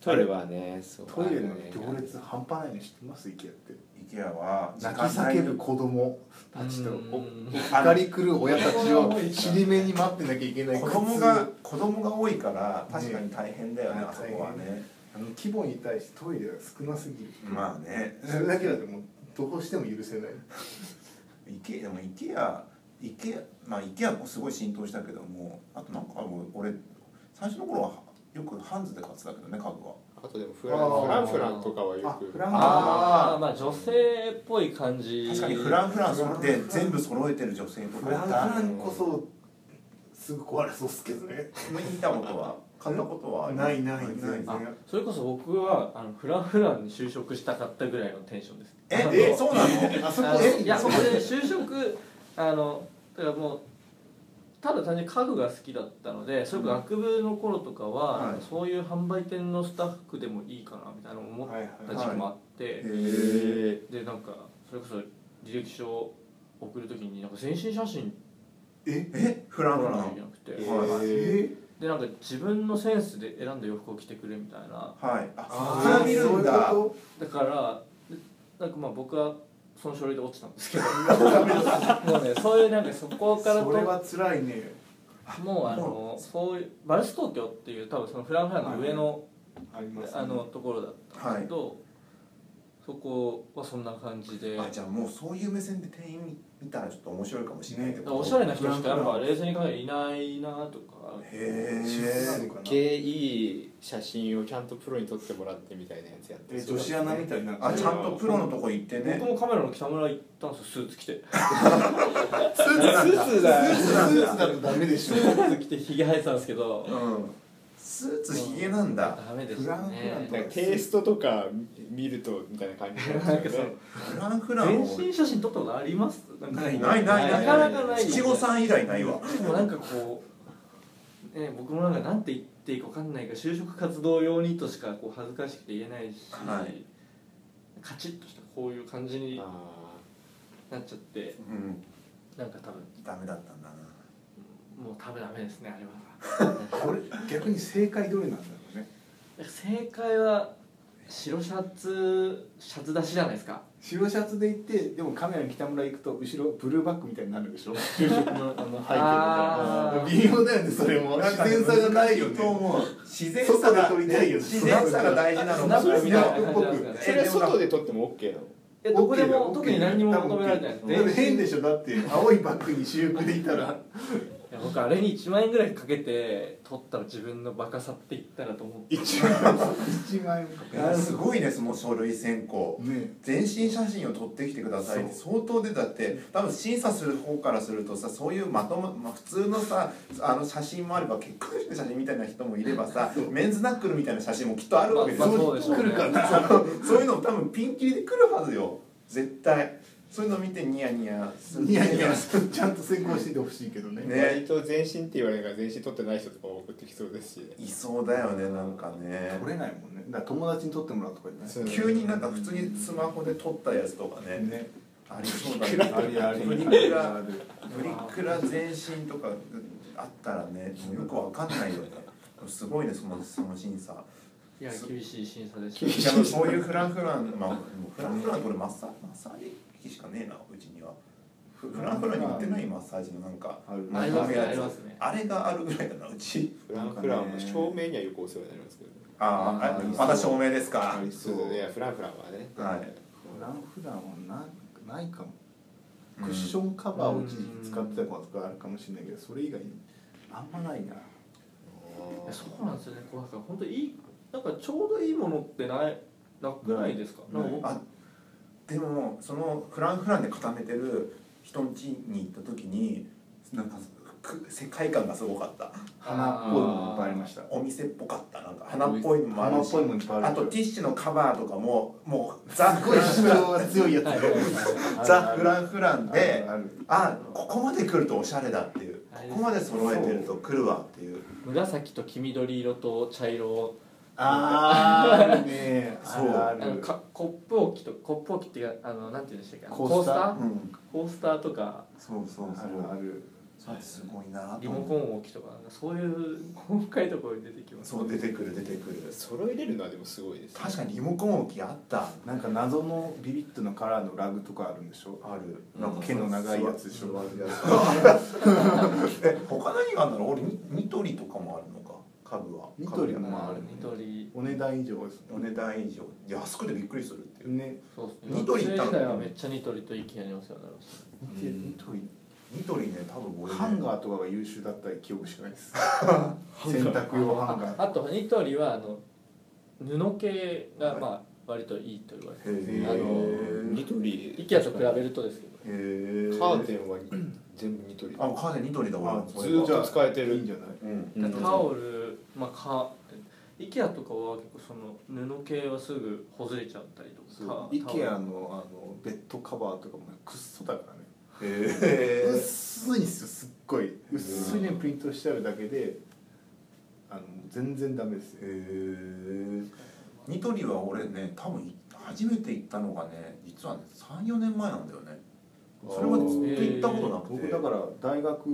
[SPEAKER 5] トイレはねそう
[SPEAKER 4] トイレの
[SPEAKER 5] あね
[SPEAKER 4] 行列半端ないの知ってます IKEA って
[SPEAKER 1] IKEA は
[SPEAKER 4] 泣き叫ぶ子供たちと
[SPEAKER 3] うん
[SPEAKER 4] お怒り狂う親たちを尻目に待ってなきゃいけない
[SPEAKER 1] 子供が子供が多いから確かに大変だよね
[SPEAKER 4] ね
[SPEAKER 1] あそこはね
[SPEAKER 4] あの規模に対してトイレが少なすぎる
[SPEAKER 1] まあね
[SPEAKER 4] それだけだともうどうしても許せない
[SPEAKER 1] IKEA でも IKEA IKEA まあ IKEA もすごい浸透したけどもあとなんか俺最初の頃はよくハンズで買ってたけどね家具は
[SPEAKER 5] あとでもフラ
[SPEAKER 4] あー
[SPEAKER 5] ンフランフランとかはよ
[SPEAKER 4] あ
[SPEAKER 5] く
[SPEAKER 4] フラン
[SPEAKER 3] あーまあ女性っぽい感じ
[SPEAKER 1] 確かにフランフランそで全部揃えてる女性と
[SPEAKER 4] フ
[SPEAKER 1] かい
[SPEAKER 4] ラ
[SPEAKER 1] た
[SPEAKER 4] ンフランこそすぐ壊れそうっすけどね
[SPEAKER 1] 見たことは買ったことはあります
[SPEAKER 4] ないないないない
[SPEAKER 3] あそれこそ僕はあのフランフランに就職したかったぐらいのテンションです
[SPEAKER 1] え
[SPEAKER 3] あの
[SPEAKER 1] えそうなの
[SPEAKER 4] あそ
[SPEAKER 3] あ
[SPEAKER 4] こ
[SPEAKER 3] の
[SPEAKER 4] え
[SPEAKER 3] いや
[SPEAKER 4] そ
[SPEAKER 3] そ
[SPEAKER 4] こ
[SPEAKER 3] こで就職あのだからもうただ単純に家具が好きだったのでそれこそ学部の頃とかは、
[SPEAKER 1] はい
[SPEAKER 3] なんかそういう販売店のスタッフでもいいかなみたいな思っ
[SPEAKER 4] はいはい
[SPEAKER 3] た時期もあって、
[SPEAKER 5] え
[SPEAKER 3] でなんかそれこそ履歴書を送る時になんか全身写真
[SPEAKER 4] え
[SPEAKER 1] えフラン
[SPEAKER 3] 撮
[SPEAKER 1] フラ
[SPEAKER 3] らなきゃい
[SPEAKER 1] ン
[SPEAKER 3] けなくて、
[SPEAKER 5] え
[SPEAKER 1] はいはい
[SPEAKER 4] え
[SPEAKER 3] でなんか自分のセンスで選んだ洋服を着てくれみたいな
[SPEAKER 1] はいあ
[SPEAKER 4] あ
[SPEAKER 1] それは見るんだ
[SPEAKER 4] そういうこ
[SPEAKER 3] だからでなんかまあ僕はその書類で落ちたんです けどもうねそういうなんかそことから
[SPEAKER 4] それは辛いね
[SPEAKER 3] もうあのそういうバルス東京っていう多分そのフランフランの上の,、
[SPEAKER 4] ありますね
[SPEAKER 3] あのところだったんですけど、そこはそんな感じで
[SPEAKER 1] あじゃあもうそういう目線で店員見たらちょっと面白いかもしれないけど、
[SPEAKER 3] おしゃれな人しかやっぱ冷静に考えたらいないなとか
[SPEAKER 1] へ
[SPEAKER 4] 私服な
[SPEAKER 1] え
[SPEAKER 4] のかな
[SPEAKER 5] けいい写真をちゃんとプロに撮ってもらってみたいなやつやって
[SPEAKER 4] え女子アナみたいにな
[SPEAKER 1] あちゃんとプロのとこ行ってね
[SPEAKER 3] 僕もカメラの北村行ったんですよスーツ着て
[SPEAKER 1] スーツなんだ
[SPEAKER 5] スーツだ
[SPEAKER 1] スーツなんだ
[SPEAKER 4] だとダメでし
[SPEAKER 3] スーツ着てひげ生えてたんですけど
[SPEAKER 1] うんスーツひげなんだ
[SPEAKER 3] ダメでし
[SPEAKER 4] フラ
[SPEAKER 3] た
[SPEAKER 4] ンフラン
[SPEAKER 3] ね
[SPEAKER 4] と
[SPEAKER 5] なんかテイストとか見るとみたいな感じなんですよね
[SPEAKER 1] フランフランを
[SPEAKER 3] 全身写真撮ったことありますなんか
[SPEAKER 1] ないないないない
[SPEAKER 3] なかなかない
[SPEAKER 1] 七五三以来ないわ
[SPEAKER 3] でもなんかこう、ね、僕もなんかなんて言っていいか分かんないが就職活動用にとしかこう恥ずかしくて言えないし、
[SPEAKER 1] はい
[SPEAKER 3] カチッとしたこういう感じに
[SPEAKER 5] あ
[SPEAKER 3] なっちゃって
[SPEAKER 1] うん
[SPEAKER 3] なんか多分
[SPEAKER 1] ダメだったんだな
[SPEAKER 3] もう食べダメですねあれは
[SPEAKER 4] これ逆に正解どれなんだろうね
[SPEAKER 3] なんか正解は白シャツシャツ出しじゃないですか
[SPEAKER 4] 白シャツで行ってでもカメラに北村行くと後ろブルーバックみたいになるでしょ 就職のあの
[SPEAKER 3] あー
[SPEAKER 4] 背景みたいな微妙だよねそれも
[SPEAKER 1] なん
[SPEAKER 4] 自
[SPEAKER 1] か
[SPEAKER 4] 然さがないよね
[SPEAKER 1] と思う自然さが
[SPEAKER 4] 外で撮りたいよね
[SPEAKER 1] 自然さが大事なのか
[SPEAKER 3] スナップみたい
[SPEAKER 1] な
[SPEAKER 3] な感じなんですか
[SPEAKER 5] ー
[SPEAKER 3] ね
[SPEAKER 5] それは外で撮っても OK なの
[SPEAKER 3] いやどこでも特に何にも求められてないです
[SPEAKER 4] だって変
[SPEAKER 3] い
[SPEAKER 4] でしょだって青いバッグに私服でいたら
[SPEAKER 3] や僕あれに1万円ぐらいかけて取ったら自分のバカさって言ったらと思って
[SPEAKER 4] 一万一万
[SPEAKER 1] い やすごいねその書類選考
[SPEAKER 4] ね
[SPEAKER 1] 全身写真を撮ってきてくださいって相当でだって多分審査する方からするとさそういうまとも、まあ、普通のさあの写真もあれば結婚式の写真みたいな人もいればさメンズナックルみたいな写真もきっとあるわけでしょ、
[SPEAKER 3] まあそうでしょうね
[SPEAKER 1] 来るからそのそういうのも多分ピンキリで来るはずよ絶対そういうの見てニヤニヤする
[SPEAKER 4] ニヤニヤ ちゃんと成功しててほしいけどね
[SPEAKER 1] ね
[SPEAKER 5] 割と全身って言われるから全身撮ってない人とか送ってきそうですしね
[SPEAKER 1] いそうだよねなんかね
[SPEAKER 4] 取れないもんねだから友達に取ってもらうとかじゃない
[SPEAKER 5] そう
[SPEAKER 1] 急になんか普通にスマホで撮ったやつとかね
[SPEAKER 4] ね
[SPEAKER 1] ありそうだねプリクラプリクラ全身とかあったらねもうよくわかんないよねすごいねそのその審査
[SPEAKER 3] いや厳しい審査でした
[SPEAKER 1] いやもうそういうフランフランまあもうフランフランこれマッサマッサージ機しかねえなうちにはフフランフランに売ってないマッサージのなんか
[SPEAKER 4] ある
[SPEAKER 1] ま
[SPEAKER 3] ありますねありますね
[SPEAKER 1] あれがあるぐらいだなうち
[SPEAKER 5] フランフランは照明にはよくお世話になりますけどね
[SPEAKER 1] ああ
[SPEAKER 4] あー
[SPEAKER 1] まだ照明ですか
[SPEAKER 4] ありそう
[SPEAKER 5] いやフランフランはね
[SPEAKER 1] はい
[SPEAKER 4] フランフランはなないかも
[SPEAKER 1] うん
[SPEAKER 4] クッションカバーを一時期使ってたことがあるかもしれないけどそれ以外にあんまないな
[SPEAKER 3] いやそうなんですよねこうなんか本当いいなんかちょうどいいものってないなくないですかなんか僕
[SPEAKER 1] あでもそのフランフランで固めてる人ん家に行った時になんかく世界観がすごかった
[SPEAKER 4] 花っぽいものいっぱいありました
[SPEAKER 1] お店っぽかったなんか花っぽいのもあ
[SPEAKER 4] 花
[SPEAKER 1] る
[SPEAKER 4] っ
[SPEAKER 1] し
[SPEAKER 4] ぽいものいっぱいあ
[SPEAKER 1] あ
[SPEAKER 4] る
[SPEAKER 1] とティッシュのカバーとかももうザ・
[SPEAKER 4] すご
[SPEAKER 1] フ
[SPEAKER 4] い
[SPEAKER 1] ランフラ
[SPEAKER 4] 主
[SPEAKER 1] ン
[SPEAKER 4] 張が強いやつ
[SPEAKER 3] はいはいはい
[SPEAKER 1] ザ・フランフランで
[SPEAKER 4] ある
[SPEAKER 1] あここまで来るとおしゃれだっていう
[SPEAKER 3] あれ
[SPEAKER 1] ここまで揃えてると来るわっていう
[SPEAKER 3] 紫と黄緑色と茶色を
[SPEAKER 4] あーあるね
[SPEAKER 1] そう
[SPEAKER 4] ある
[SPEAKER 3] あ
[SPEAKER 4] あ
[SPEAKER 3] の
[SPEAKER 4] る
[SPEAKER 3] かコップ置きとコップ置きっていうかあのなんて言うんでしたっけあの
[SPEAKER 4] コースター
[SPEAKER 1] う
[SPEAKER 3] コー
[SPEAKER 1] ん
[SPEAKER 3] コースターとか
[SPEAKER 1] そうそう
[SPEAKER 4] あ
[SPEAKER 1] そ
[SPEAKER 4] るあ
[SPEAKER 1] う
[SPEAKER 4] る
[SPEAKER 1] それすごいな
[SPEAKER 3] リ
[SPEAKER 1] と
[SPEAKER 3] モ
[SPEAKER 1] 思
[SPEAKER 3] コ
[SPEAKER 1] う
[SPEAKER 3] ン置きとかなんかそういう 細かいところに出てきます
[SPEAKER 1] そう出てくる出てくる
[SPEAKER 5] 揃えれるのはでもすごいですね
[SPEAKER 1] 確かにリモコン置きあった
[SPEAKER 4] なんか謎のビビットのカラーのラグとかあるんでしょ
[SPEAKER 1] ある
[SPEAKER 4] なんか毛の長いやつでしょ
[SPEAKER 1] そうえ他何があるんだろう俺ニニトリとかもあるのか家具は
[SPEAKER 4] ニトリ
[SPEAKER 1] 家具
[SPEAKER 4] も
[SPEAKER 1] は
[SPEAKER 4] ある
[SPEAKER 3] 緑
[SPEAKER 4] お値段以上です
[SPEAKER 1] お値段以上安くてびっくりするっていう
[SPEAKER 4] ね
[SPEAKER 3] そうですね
[SPEAKER 1] ニトリ行ったの
[SPEAKER 3] 学生時代はめっちゃニトリと IKEA にお世話になりまし
[SPEAKER 4] ニトリ
[SPEAKER 1] ニトリね多分俺ね
[SPEAKER 4] ハンガーとかが優秀だったり記憶しかないです 洗濯用ハンガ
[SPEAKER 3] たあとニトリはあの布系が
[SPEAKER 1] はい
[SPEAKER 3] まあ割といいと言われて
[SPEAKER 1] へえ
[SPEAKER 3] あ
[SPEAKER 5] うんニトリ
[SPEAKER 3] IKEA と比べるとですけど
[SPEAKER 1] へー
[SPEAKER 5] カーテンは全部ニトリ
[SPEAKER 1] あカーテンニトリだわ
[SPEAKER 4] あ
[SPEAKER 1] そう
[SPEAKER 5] ず
[SPEAKER 1] いえ
[SPEAKER 5] ー
[SPEAKER 1] ば
[SPEAKER 5] っと使えて
[SPEAKER 4] ーいいん
[SPEAKER 5] る
[SPEAKER 4] じゃない
[SPEAKER 1] うん
[SPEAKER 5] うん
[SPEAKER 3] タオルまあか IKEA とかは結構その布系はすぐほずれちゃったりとかタオル
[SPEAKER 4] IKEA のあのベッドカバーとかもくっそだからね
[SPEAKER 1] へえ
[SPEAKER 4] 薄いんですよすっごい薄いねプリントしてあるだけであの全然ダメですよ
[SPEAKER 1] へえニトリは俺ね多分初めて行ったのがね実はね34年前なんだよねそれまでずっと行ったことなくて、
[SPEAKER 4] 僕だから大学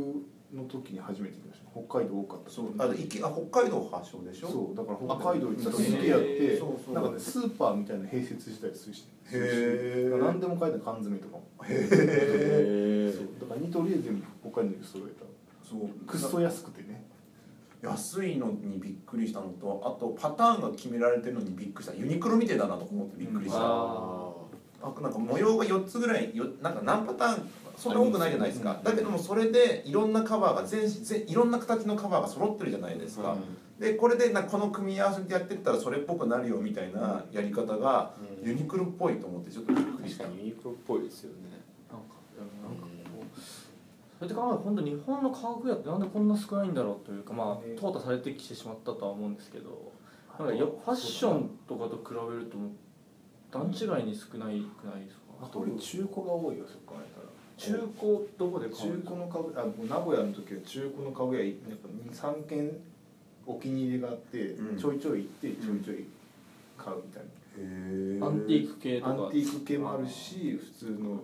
[SPEAKER 4] の時に初めて行きました北海道多かった
[SPEAKER 1] そうあでいきあ北海道発祥でしょ
[SPEAKER 4] そうだから北海道行ったらすげえやっ
[SPEAKER 1] へ
[SPEAKER 4] て
[SPEAKER 1] ーそうそう
[SPEAKER 4] なんかねスーパーみたいな併設したりするし
[SPEAKER 1] へー
[SPEAKER 4] だから何でも買えた缶詰とかも
[SPEAKER 5] へ
[SPEAKER 4] そうだからニトリで全部北海道に揃え
[SPEAKER 1] そう
[SPEAKER 4] たくっそ安くてね
[SPEAKER 1] 安いのにびっくりしたのとあとパターンが決められてるのにびっくりしたユニクロみてえだなと思ってびっくりした、
[SPEAKER 3] うんあー
[SPEAKER 1] あなんか模様が4つぐらいよなんか何パターンそんな多くないじゃないですかだけどもそれでいろんなカバーが全全いろんな形のカバーが揃ってるじゃないですか、でこれでなこの組み合わせでやってったらそれっぽくなるよみたいなやり方が
[SPEAKER 5] うん
[SPEAKER 1] ユニクロっぽいと思ってちょっとびっくりし
[SPEAKER 5] 確
[SPEAKER 1] た
[SPEAKER 5] かにユニクロっぽいですよね
[SPEAKER 3] なんかなんかこうそれって考えると本当日本の化学薬ってなんでこんな少ないんだろうというかまあ
[SPEAKER 4] ね
[SPEAKER 3] 淘汰されてきてしまったとは思うんですけどなんかよファッションとかと比べるともう段違いに少ないくないです
[SPEAKER 4] あ
[SPEAKER 3] か
[SPEAKER 4] と俺中古が多いよそこから
[SPEAKER 3] 中古どこで買
[SPEAKER 4] 中
[SPEAKER 3] うんですか
[SPEAKER 4] 古の家具あもう名古屋の時は中古の家具屋やっぱ二三軒お気に入りがあって、
[SPEAKER 1] うん
[SPEAKER 4] ちょいちょい行ってちょいちょい買うみたい
[SPEAKER 3] アンティーク系と
[SPEAKER 4] な、
[SPEAKER 3] か
[SPEAKER 4] アンティーク系もあるし普通の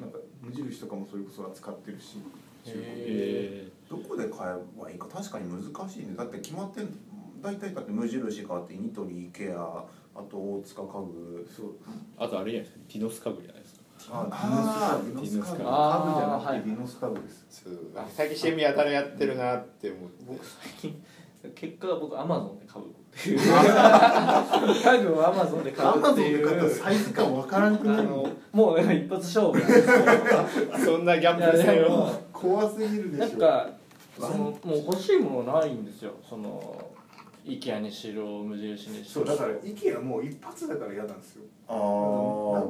[SPEAKER 4] なんか無印とかもそれこそ扱ってるし中古
[SPEAKER 3] へ
[SPEAKER 1] どこで買えばいいか確かに難しいねだって決まってん大体だって無印があってニトリ IKEA あと大塚家具
[SPEAKER 4] そう
[SPEAKER 5] あとあれじゃないですかピノスカブじゃないですか
[SPEAKER 1] あ
[SPEAKER 4] ビノ
[SPEAKER 5] ビノス
[SPEAKER 4] ス
[SPEAKER 5] カ
[SPEAKER 4] カ
[SPEAKER 5] ブ
[SPEAKER 4] ブ家具じゃ
[SPEAKER 3] あーは
[SPEAKER 4] ないくてビノスカブです、
[SPEAKER 5] そうあ最近 CM やたらやってるなって思って
[SPEAKER 3] 僕最近結果僕アマゾンで買うっていう家具をアマゾンで買
[SPEAKER 4] ア
[SPEAKER 3] う
[SPEAKER 4] マ
[SPEAKER 3] っ
[SPEAKER 4] ゾ
[SPEAKER 3] て
[SPEAKER 4] ン
[SPEAKER 3] い
[SPEAKER 4] で買ったら
[SPEAKER 3] う
[SPEAKER 4] サイズ感わからなく
[SPEAKER 3] あ
[SPEAKER 4] なる
[SPEAKER 3] のもうなんか一発勝負なんですけど
[SPEAKER 5] そんなギャンブル
[SPEAKER 3] いや
[SPEAKER 5] 性
[SPEAKER 3] で
[SPEAKER 5] を
[SPEAKER 3] も
[SPEAKER 4] 怖すぎるで
[SPEAKER 3] な
[SPEAKER 4] し
[SPEAKER 3] ん
[SPEAKER 4] ょ
[SPEAKER 3] かそのもう欲しいものないんですよその IKEA にしろ無印にし
[SPEAKER 4] そ
[SPEAKER 3] ろ
[SPEAKER 4] うだから IKEA もう一発だから嫌なんですよ
[SPEAKER 1] あ
[SPEAKER 4] 名古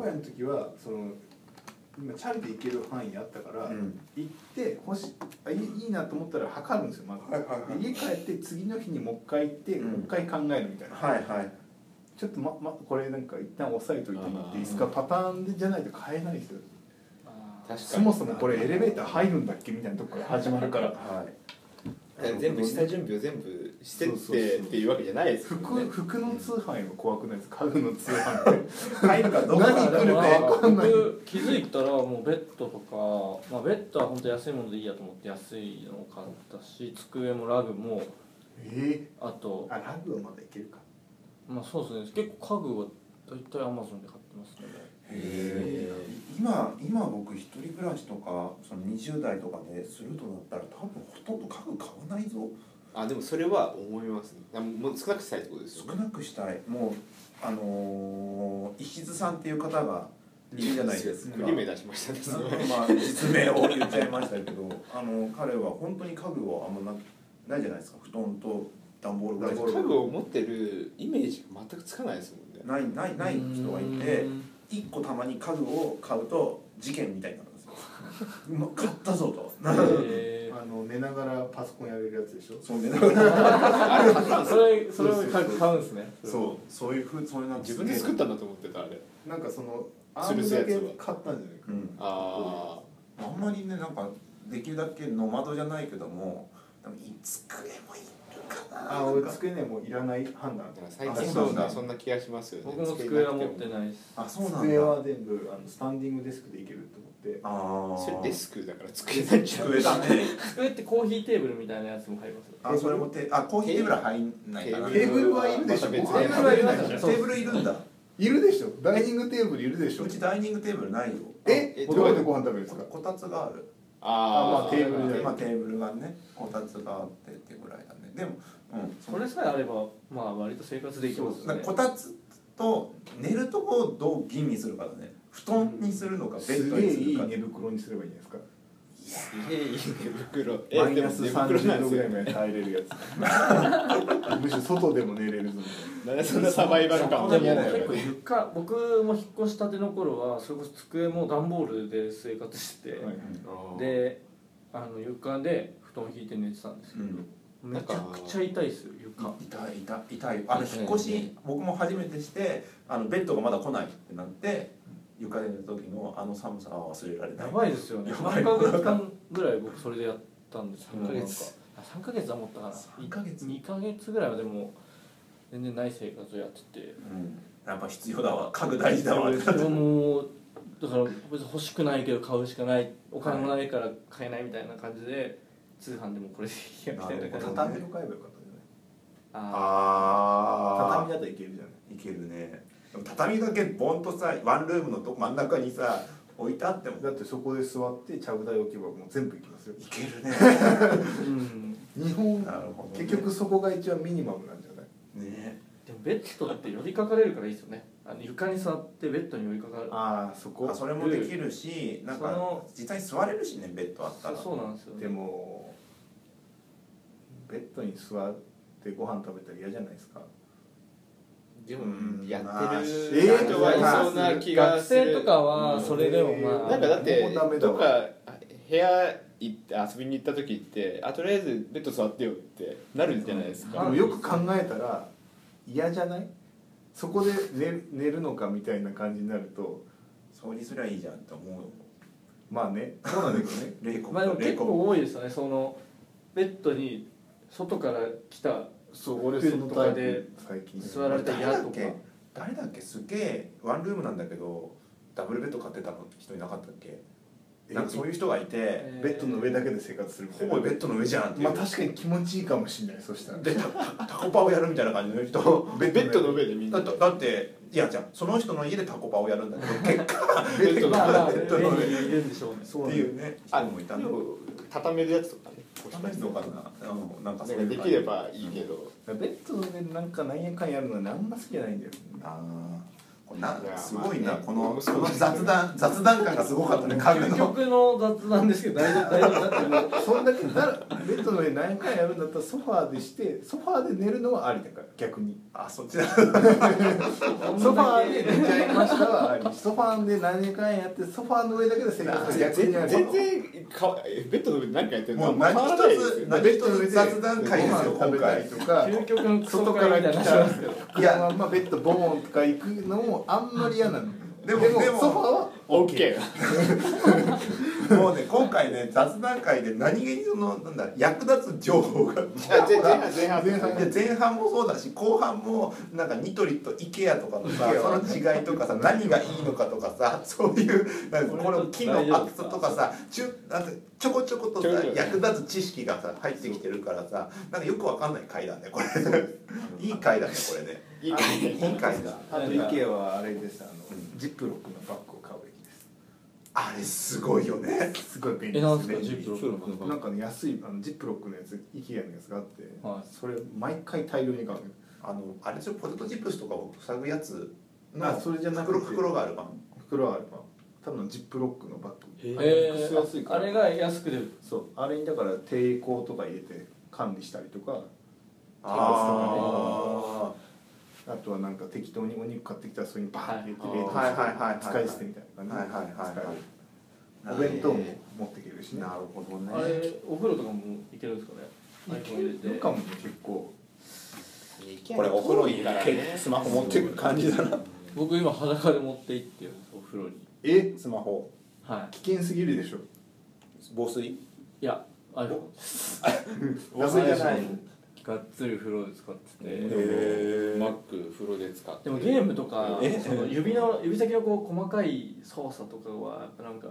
[SPEAKER 1] ー
[SPEAKER 4] 屋の時はその今チャリで行ける範囲あったから、
[SPEAKER 1] うん
[SPEAKER 4] 行って欲しあいいいいなと思ったら測るんですよまず、
[SPEAKER 1] はいはいはい
[SPEAKER 4] で家帰って次の日にもう一回行って、
[SPEAKER 1] うん
[SPEAKER 4] もう一回考えるみたいな、
[SPEAKER 1] はいはい
[SPEAKER 4] ちょっとままこれなんか一旦押さえといてもらっていいですかパターンでじゃないと買えないですよ
[SPEAKER 3] あー
[SPEAKER 5] 確
[SPEAKER 4] そもそもこれエレベーター入るんだっけみたいなとこから始まるから
[SPEAKER 1] はい
[SPEAKER 5] 全部下準備を全部してっ
[SPEAKER 4] そうそうそ
[SPEAKER 5] て
[SPEAKER 4] う
[SPEAKER 5] っていうわけじゃないですよ
[SPEAKER 4] 服
[SPEAKER 5] ね
[SPEAKER 4] 服の通販よりも怖くないですか家具の通販って
[SPEAKER 1] 入るかどうか
[SPEAKER 4] 何来るかわかんない
[SPEAKER 3] 僕気づいたらもうベッドとか、まあ、ベッドは本当安いものでいいやと思って安いのを買ったし机もラグも
[SPEAKER 4] え
[SPEAKER 3] あと
[SPEAKER 4] ー、、あラグはまだいけるか
[SPEAKER 3] まあ、そうですね結構家具は大体アマゾンで買ってますね
[SPEAKER 1] へー今今僕一人暮らしとかその20代とかでするとなったら多分ほとんど家具買わないぞ
[SPEAKER 5] あでもそれは思いますねあもう少なくしたいってことですよ
[SPEAKER 1] 少
[SPEAKER 5] ね
[SPEAKER 1] なくしたいもうあのー、石津さんっていう方がいるじゃないですか
[SPEAKER 5] クリメ出しましたね
[SPEAKER 1] なんかまあ実名を言っちゃいましたけど あの彼は本当に家具はあんまなないじゃないですか布団と段ボールぐらいし
[SPEAKER 5] 家具を持ってるイメージが全くつかないですもんね
[SPEAKER 1] ないないない人がいうて
[SPEAKER 3] ん
[SPEAKER 1] 一個たまに家具を買うと事件みたいになるんですよもう買ったぞと
[SPEAKER 3] へー
[SPEAKER 4] あのの寝ながらパソコンやれるやつでしょ
[SPEAKER 1] そう寝ながら
[SPEAKER 3] それそれを買う買うんですね
[SPEAKER 1] そうそういうふうそういうなん
[SPEAKER 5] 自分で作ったんだと思ってたあれ
[SPEAKER 4] なんかそのア
[SPEAKER 5] 吊
[SPEAKER 4] ー
[SPEAKER 5] る
[SPEAKER 4] ム
[SPEAKER 5] すや
[SPEAKER 4] だ
[SPEAKER 5] つ
[SPEAKER 4] け
[SPEAKER 5] は
[SPEAKER 4] 買ったんじゃないか
[SPEAKER 1] うん
[SPEAKER 5] あ
[SPEAKER 1] あんまりねなんかできるだけノマドじゃないけどもなんかい机もいるかな
[SPEAKER 4] あ俺机ねもういらない判断
[SPEAKER 5] あだから最近
[SPEAKER 1] あ
[SPEAKER 5] そ
[SPEAKER 1] そううなん
[SPEAKER 5] な
[SPEAKER 1] ん
[SPEAKER 5] か
[SPEAKER 1] だ
[SPEAKER 5] そんな気がしますよね
[SPEAKER 3] 僕も机は持って
[SPEAKER 5] い
[SPEAKER 3] ないです
[SPEAKER 1] あそうなん
[SPEAKER 4] 机
[SPEAKER 1] だ
[SPEAKER 4] は全部あのスタンディングデスクでいけると思って
[SPEAKER 1] ああ
[SPEAKER 5] それデスクだから机なんじゃん
[SPEAKER 1] 机だね
[SPEAKER 3] 机ってコーヒーテーブルみたいなやつも買います
[SPEAKER 1] あそれもテあコーヒーテーブルは入んないかな
[SPEAKER 4] テーブルはいるでしょ
[SPEAKER 5] また別
[SPEAKER 4] ご
[SPEAKER 5] で
[SPEAKER 4] 飯
[SPEAKER 1] テ
[SPEAKER 4] 食
[SPEAKER 1] ー
[SPEAKER 4] べ
[SPEAKER 1] ブル
[SPEAKER 4] れ
[SPEAKER 1] はるんだテーブルい
[SPEAKER 4] ないいじゃん
[SPEAKER 1] るんだ
[SPEAKER 4] いるでしょダイニングテーブルいるでしょ
[SPEAKER 1] うちダイニングテーブルないよ
[SPEAKER 4] えどこでご飯食べるんですか
[SPEAKER 1] こたつがある
[SPEAKER 5] あ
[SPEAKER 4] あまあテーブルじゃない
[SPEAKER 1] 今テーブルがねこたつがあってってぐらいだねでもうん
[SPEAKER 3] それさえあればまあ割と生活できます
[SPEAKER 1] な
[SPEAKER 3] ね
[SPEAKER 1] んかこたつと寝るとこをどう吟味するかだね布団にするのかベ
[SPEAKER 4] す
[SPEAKER 1] ッド
[SPEAKER 4] げえ
[SPEAKER 1] にす
[SPEAKER 4] い
[SPEAKER 1] る
[SPEAKER 4] い
[SPEAKER 1] か
[SPEAKER 4] 寝袋にすればいいんじゃないですか
[SPEAKER 5] すげえいい寝袋
[SPEAKER 4] マ
[SPEAKER 5] え
[SPEAKER 4] イ
[SPEAKER 5] で
[SPEAKER 4] ナ
[SPEAKER 5] も
[SPEAKER 4] ス
[SPEAKER 5] 寝袋な
[SPEAKER 4] 30度
[SPEAKER 5] ん
[SPEAKER 4] ぐ
[SPEAKER 5] です
[SPEAKER 4] らい
[SPEAKER 5] よ
[SPEAKER 4] まで耐えれるや つむしろ外でも寝れるぞみた
[SPEAKER 5] な
[SPEAKER 4] い
[SPEAKER 5] んでそんなサバイバル感
[SPEAKER 3] で
[SPEAKER 5] を
[SPEAKER 3] も
[SPEAKER 5] ね
[SPEAKER 4] 嫌だよね
[SPEAKER 3] 結構床僕も引っ越したての頃はそれこそ机も段ボールで生活してて、
[SPEAKER 4] なはい
[SPEAKER 3] であの床で布団引いて寝てたんですけど、めちゃくちゃ痛いですよ床
[SPEAKER 1] 痛い痛い痛いあの引っ越し僕も初めてしてあのベッドがまだ来ないってなって床で寝た時のあの寒さは忘れられない
[SPEAKER 3] やばいですよね
[SPEAKER 1] やばい
[SPEAKER 3] 3ヶ月間ぐらい僕それでやったんですけど
[SPEAKER 1] 三ヶ
[SPEAKER 3] 月3ヶ月は持ったかな
[SPEAKER 1] 三ヶ月
[SPEAKER 3] 2ヶ月ぐらいはでも全然ない生活をやってて
[SPEAKER 1] うん、やっぱ必要だわ家具大事だわ
[SPEAKER 3] でももうだから別に欲しくないけど買うしかないお金もないから買えないみたいな感じで通販でもこれでいいやみたいな感じで
[SPEAKER 1] なるほど
[SPEAKER 4] 畳を買えばよかったんじゃない
[SPEAKER 3] あ
[SPEAKER 1] あ
[SPEAKER 4] 畳だといけるじゃない
[SPEAKER 1] 畳いけるねでも畳だけボンとさワンルームのど真ん中にさ置いてあっても
[SPEAKER 4] だってそこで座ってちゃぶ台置けばもう全部いきますよ
[SPEAKER 1] いけるね
[SPEAKER 3] あうん
[SPEAKER 4] 日本
[SPEAKER 1] なるほどね
[SPEAKER 4] 結局そこが一番ミニマムなんじゃない
[SPEAKER 1] ね
[SPEAKER 3] でもベッドって寄りかかれるからいいですよねあの床に座ってベッドに寄りかかる
[SPEAKER 4] ああそこ
[SPEAKER 1] あそれもできるしなん
[SPEAKER 3] そ
[SPEAKER 1] か
[SPEAKER 3] の
[SPEAKER 1] 実際に座れるしねベッドあった
[SPEAKER 3] そ
[SPEAKER 1] ら
[SPEAKER 3] うそうなんですよね
[SPEAKER 4] でもベッドに座ってご飯食べたら嫌じゃないですか
[SPEAKER 5] でも
[SPEAKER 1] うん
[SPEAKER 5] や
[SPEAKER 1] まあ
[SPEAKER 5] ってる
[SPEAKER 4] えー
[SPEAKER 5] 人はいそうな気が
[SPEAKER 3] 学
[SPEAKER 5] する
[SPEAKER 3] 生とかはそれでもまあ
[SPEAKER 5] なんかだって
[SPEAKER 4] もうダメだ
[SPEAKER 5] ど
[SPEAKER 4] わ
[SPEAKER 5] っか部屋行って遊びに行った時ってあとりあえずベッド座ってよってなるじゃないです
[SPEAKER 4] で
[SPEAKER 5] か、
[SPEAKER 4] もよく考えたら嫌じゃないそこで寝寝るのかみたいな感じになると
[SPEAKER 1] そうにすりゃいいじゃんって思うよ
[SPEAKER 4] まあねそうなんだけどね
[SPEAKER 1] レイコ
[SPEAKER 3] まあでも
[SPEAKER 1] レ
[SPEAKER 3] 結
[SPEAKER 1] イコ
[SPEAKER 3] 構多いですよねそのベッドに外から来た
[SPEAKER 4] そう俺その
[SPEAKER 3] とか
[SPEAKER 4] タイ
[SPEAKER 3] で
[SPEAKER 4] プ最近
[SPEAKER 3] 座られたら嫌
[SPEAKER 1] 誰だ
[SPEAKER 3] とか
[SPEAKER 1] っけ誰だっけすげえワンルームなんだけどダブルベッド買ってたの人いなかったっけなんかそういう人がいて、
[SPEAKER 3] え
[SPEAKER 4] ベッドの上だけで生活するみた
[SPEAKER 1] ほ
[SPEAKER 4] い
[SPEAKER 1] ぼ
[SPEAKER 4] な
[SPEAKER 1] ベッドの上じゃんっていう、
[SPEAKER 4] まあ確かに気持ちいいかもしれないそしたら
[SPEAKER 1] でタタコパをやるみたいな感じの人
[SPEAKER 5] ベッドの上でみん
[SPEAKER 1] だ
[SPEAKER 5] な
[SPEAKER 1] ってだっていやじゃあその人の家でタコパをやるんだけど結果
[SPEAKER 5] ベッドの
[SPEAKER 3] まあまあ
[SPEAKER 1] ベッドの上
[SPEAKER 3] 上にいるんでしょうね
[SPEAKER 4] そ
[SPEAKER 1] っ
[SPEAKER 4] うな
[SPEAKER 1] て
[SPEAKER 4] んだよ
[SPEAKER 1] いうね
[SPEAKER 5] あ
[SPEAKER 1] 人
[SPEAKER 5] で
[SPEAKER 1] もいたね
[SPEAKER 5] も畳めるやつとかね
[SPEAKER 1] 試すのかな、うん、なんか
[SPEAKER 5] な
[SPEAKER 1] そ
[SPEAKER 5] ん
[SPEAKER 1] う
[SPEAKER 5] か
[SPEAKER 1] いう
[SPEAKER 5] できればいいけど、
[SPEAKER 4] ベッドでなんかなんやかんやるのはねあんま好きじゃないんだよ
[SPEAKER 1] あーこれない
[SPEAKER 5] や
[SPEAKER 1] すごいな、
[SPEAKER 5] まあね
[SPEAKER 1] この
[SPEAKER 5] 僕も
[SPEAKER 1] こ
[SPEAKER 5] そう
[SPEAKER 1] の雑談雑談感がすごかったね家具
[SPEAKER 3] 究
[SPEAKER 1] の
[SPEAKER 3] 極の雑談ですけど大丈夫大丈夫だってもう
[SPEAKER 4] そんだけならベッドの上何回やるんだったらソファーでしてソファーで寝るのはありだから逆に
[SPEAKER 1] あそっちだ
[SPEAKER 4] ソファーで寝ちゃいましたはありソファーで何回やってソファーの上だけで生活は逆にあり
[SPEAKER 5] 全然かえベッドの上で何かやってる
[SPEAKER 1] も
[SPEAKER 5] の
[SPEAKER 1] う何
[SPEAKER 5] 変わ
[SPEAKER 1] 一
[SPEAKER 5] らないです
[SPEAKER 1] つ
[SPEAKER 5] よ
[SPEAKER 1] 何
[SPEAKER 4] ベ
[SPEAKER 1] 一
[SPEAKER 4] ッドの上で
[SPEAKER 1] つ雑談会ですよ
[SPEAKER 4] ご
[SPEAKER 1] 今
[SPEAKER 4] 飯食べたり
[SPEAKER 1] 回
[SPEAKER 4] とか
[SPEAKER 3] 究極のクソ
[SPEAKER 4] 外
[SPEAKER 3] 会
[SPEAKER 4] か
[SPEAKER 3] みた
[SPEAKER 4] ら
[SPEAKER 3] いな話
[SPEAKER 4] 来
[SPEAKER 3] して
[SPEAKER 4] た
[SPEAKER 3] ますけど
[SPEAKER 4] いやまんまベッドボーンとか行くのもあんまり嫌なの
[SPEAKER 1] でもでも
[SPEAKER 4] ソファーは
[SPEAKER 5] オッケー
[SPEAKER 1] もうね今回ね雑談会で何気にそのなんだ役立つ情報が
[SPEAKER 5] あ前半前半
[SPEAKER 4] 前
[SPEAKER 1] で
[SPEAKER 4] 半
[SPEAKER 1] 前半もそうだし後半もなんかニトリと IKEA とかのさ
[SPEAKER 4] IKEA は
[SPEAKER 1] その違いとかさ何がいいのかとかさそういうなんかこれ木の厚さとかさちゅなんかちょこちょことさ
[SPEAKER 5] ちょこちょこ
[SPEAKER 1] 役立つ知識がさ入ってきてるからさなんかよくわかんない回だねこれ いい回だねこれね
[SPEAKER 5] いいかい
[SPEAKER 1] いい回だ
[SPEAKER 4] あ
[SPEAKER 3] な
[SPEAKER 4] と
[SPEAKER 3] んか
[SPEAKER 4] IKEA はあれですあのジップロックのバッグを買うべきです
[SPEAKER 1] あれすごいよね
[SPEAKER 4] すごい便利
[SPEAKER 3] えなんすか
[SPEAKER 4] 便利
[SPEAKER 3] ジップロックの
[SPEAKER 4] なんかね安いあのジップロックのやつ IKEA のやつがあって、
[SPEAKER 3] はい
[SPEAKER 4] それ毎回大量に買う
[SPEAKER 1] あのあれでしょポテトチップスとかを塞ぐやつ
[SPEAKER 4] あ
[SPEAKER 1] の
[SPEAKER 4] それじゃなくて
[SPEAKER 1] 袋袋があるか
[SPEAKER 4] 袋はあれば多分ジップロックのバッグ
[SPEAKER 3] え
[SPEAKER 4] あの
[SPEAKER 3] ー、あれが安くで
[SPEAKER 4] そうあれにだから抵抗とか入れて管理したりとか
[SPEAKER 1] あ
[SPEAKER 4] あとはなんか適当にお肉買ってきたらそれにバーンって入
[SPEAKER 3] はい
[SPEAKER 4] れて冷凍
[SPEAKER 1] はいはいはいはい
[SPEAKER 4] して使い捨てみたいな
[SPEAKER 1] はい
[SPEAKER 4] 感
[SPEAKER 1] はいはいはい
[SPEAKER 4] じで
[SPEAKER 1] はい
[SPEAKER 4] 使えるお弁当も持っていけるしね
[SPEAKER 1] なるほどね
[SPEAKER 3] あれお風呂とかもいけるんですかね
[SPEAKER 4] い
[SPEAKER 3] iPhone 入れて
[SPEAKER 4] けるかもね結構
[SPEAKER 1] これお風呂に行ってスマホ持ってく感じだな
[SPEAKER 3] 僕今裸で持って行ってるんですお風呂に
[SPEAKER 4] え
[SPEAKER 1] スマホ
[SPEAKER 3] はい
[SPEAKER 4] 危険すぎるでしょ
[SPEAKER 1] 防水
[SPEAKER 3] いや iPhone
[SPEAKER 4] 安いでしょ
[SPEAKER 3] がっつり風呂で使ってて、
[SPEAKER 1] へ
[SPEAKER 5] マック風呂で使って
[SPEAKER 3] でもゲームとか
[SPEAKER 1] え
[SPEAKER 3] その指の指先のこう細かい操作とかはやっぱなんか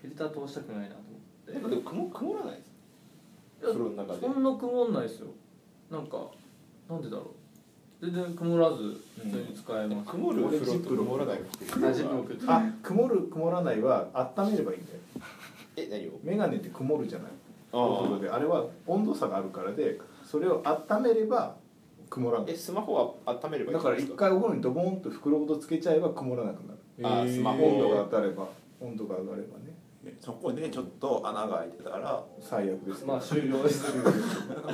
[SPEAKER 3] フィルター通したくないなと
[SPEAKER 5] なんかでも曇曇らないです風
[SPEAKER 3] 思
[SPEAKER 5] 呂
[SPEAKER 3] って
[SPEAKER 5] の中で
[SPEAKER 3] そんな曇んないですよなんかなんでだろう全然曇らず普通に使えます、
[SPEAKER 5] 曇る風呂と曇らない風呂
[SPEAKER 3] あジップロックって
[SPEAKER 4] あ曇る曇らないは温めればいいんだよ
[SPEAKER 5] え何を
[SPEAKER 4] メガネって曇るじゃない
[SPEAKER 5] あ
[SPEAKER 4] というこ
[SPEAKER 5] ー
[SPEAKER 4] とであれは温度差があるからでそれを温めれば曇らない
[SPEAKER 5] えスマホは温めればいい
[SPEAKER 4] だ
[SPEAKER 5] ん
[SPEAKER 4] から
[SPEAKER 5] です
[SPEAKER 4] 一回お風呂にドボンと袋ごとつけちゃえば曇らなくなる
[SPEAKER 5] あースマ
[SPEAKER 4] 温度
[SPEAKER 5] ホ
[SPEAKER 4] が当たれば温度が上がればね
[SPEAKER 1] そこでちょっと穴が開いてたら
[SPEAKER 4] 最悪です
[SPEAKER 3] まあ終 了です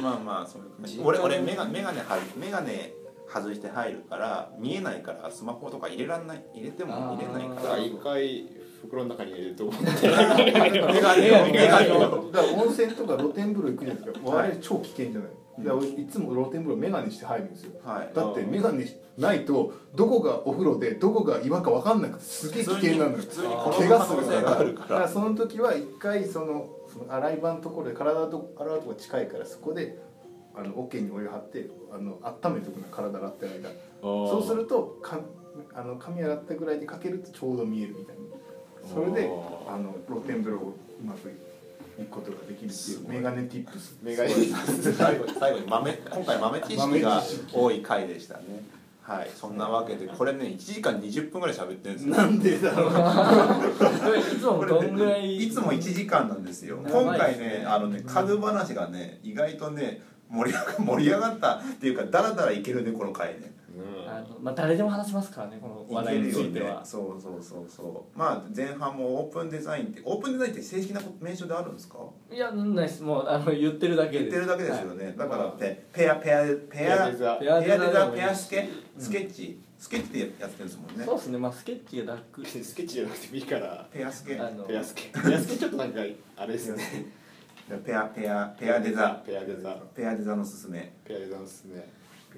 [SPEAKER 1] まあまあそういう感じ俺俺メガメガネ入るメガネ外して入るから見えないからスマホとか入れらんない入れても入れないか
[SPEAKER 5] あ
[SPEAKER 1] ら
[SPEAKER 5] 一回袋の中に入れると
[SPEAKER 1] メガネをメガネを
[SPEAKER 4] だから温泉とか露天風呂行くじゃないですか、あれ超危険じゃない、だからいつも露天風呂メガネして入るんですよ
[SPEAKER 1] はい
[SPEAKER 4] だってメガネないとどこがお風呂でどこが岩か分かんなくてすげえ危険なのよ
[SPEAKER 1] 普通に
[SPEAKER 4] 怪
[SPEAKER 1] 転ぶ
[SPEAKER 4] 我
[SPEAKER 1] 可
[SPEAKER 4] する
[SPEAKER 1] 能
[SPEAKER 4] から
[SPEAKER 1] 性がある
[SPEAKER 4] だ
[SPEAKER 1] か
[SPEAKER 4] から
[SPEAKER 1] ら
[SPEAKER 4] その時は一回そのその洗い場のところで体と洗うとこが近いからそこであの桶にお湯張ってあの温めておくの体洗ってる間そうするとかあの髪洗ったぐらいでかけるとちょうど見えるみたいなそれで
[SPEAKER 5] あー
[SPEAKER 4] あの露天風呂をうまくいくことができるっていうメガネティップス
[SPEAKER 5] メガネ
[SPEAKER 1] 最後に最後に豆今回豆知識が多い回でしたねはいそんなわけでこれね1時間20分ぐらい喋ってるんですよ
[SPEAKER 4] なんでだろう
[SPEAKER 3] いつもどんぐらい
[SPEAKER 1] いつも1時間なんですよ
[SPEAKER 3] 長い
[SPEAKER 1] 今回
[SPEAKER 3] です
[SPEAKER 1] ね
[SPEAKER 3] ね
[SPEAKER 1] あのね家具話がね意外とね盛り上が盛り上がったっていうかだらだらいけるねこの回ね
[SPEAKER 3] あのまあ誰でも話せますからねこの話題については、
[SPEAKER 1] そうそうそうそうまあ前半もオープンデザインってオープンデザインって正式な名称であるんですか
[SPEAKER 3] いやないですもうあの言ってるだけ
[SPEAKER 1] 言っ
[SPEAKER 3] です
[SPEAKER 1] てるだけですよね、
[SPEAKER 3] はい
[SPEAKER 1] だからペペアペアペア
[SPEAKER 5] ペア
[SPEAKER 1] ペ
[SPEAKER 3] ペア
[SPEAKER 1] ア
[SPEAKER 3] デ
[SPEAKER 1] デ
[SPEAKER 3] ザでもいい
[SPEAKER 1] ザペア
[SPEAKER 3] し
[SPEAKER 1] スケスケッチスケッチでやってるんですもんね
[SPEAKER 3] そうですね、まあ、スケッチが楽
[SPEAKER 5] スケッチじゃなくてもいいから
[SPEAKER 1] ペアスケ
[SPEAKER 3] あの
[SPEAKER 5] ペアスケペアスケちょっとなんかあれですね
[SPEAKER 1] ペアペアペアデザ
[SPEAKER 5] ペアデザ
[SPEAKER 1] ペアデザのすすめ
[SPEAKER 5] ペアデザですね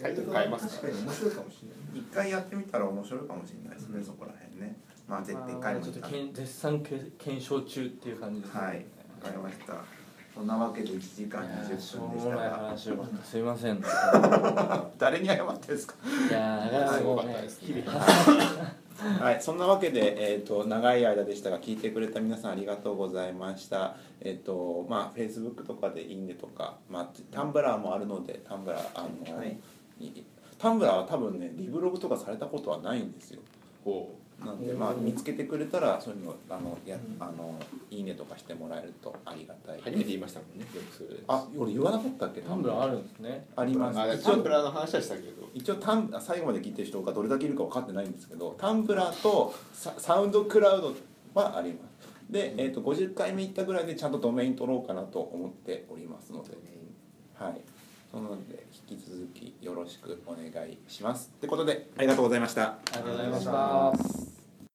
[SPEAKER 5] タイトル変えますか
[SPEAKER 4] 確かに面白いかもしれない
[SPEAKER 1] 一回やってみたら面白いかもしれないですね、そこら辺ねまあ絶対
[SPEAKER 3] まあ
[SPEAKER 1] 回も
[SPEAKER 3] ちょっ
[SPEAKER 1] 行
[SPEAKER 3] と
[SPEAKER 1] った
[SPEAKER 3] けん絶賛け検証中っていう感じですね
[SPEAKER 1] はいわかりましたそんなわけで1時間20分で
[SPEAKER 3] しょう
[SPEAKER 1] し
[SPEAKER 3] も
[SPEAKER 1] た
[SPEAKER 3] ない
[SPEAKER 1] が
[SPEAKER 3] 話をばっかすいませんい
[SPEAKER 1] 誰に謝ってんですか
[SPEAKER 3] やー
[SPEAKER 5] 長い
[SPEAKER 3] もう
[SPEAKER 5] すごかったですね
[SPEAKER 3] 日々発散
[SPEAKER 1] はいそんなわけで、えー、と長い間でしたが聞いてくれた皆さんありがとうございましたえっ、とまあ Facebook とかでいいねとか、まあ、タンブラーもあるのでタンブラーあの、
[SPEAKER 4] はい
[SPEAKER 1] いタンブラーは多分ねリブログとかされたことはないんですよ
[SPEAKER 5] こ
[SPEAKER 1] なんで、まあ、見つけてくれたらそういうのあのや、あのいいねとかしてもらえるとありがたいう
[SPEAKER 5] 初めて言いましたもんねよくそれ
[SPEAKER 1] あ俺言わなかったっけ
[SPEAKER 3] タンブラーあるんですね
[SPEAKER 1] ありま
[SPEAKER 5] あ
[SPEAKER 1] す一
[SPEAKER 5] タン
[SPEAKER 1] 応
[SPEAKER 5] ブラーの話はしたけど
[SPEAKER 1] 一応タン最後まで聞いてる人がどれだけいるか分かってないんですけどタンブラーとササウンドクラウドはありますで、えー、と50回目行ったぐらいでちゃんとドメイン取ろうかなと思っておりますのではいそので引き続きよろしくお願いしますってことでありがとうございました
[SPEAKER 3] ありがとうございました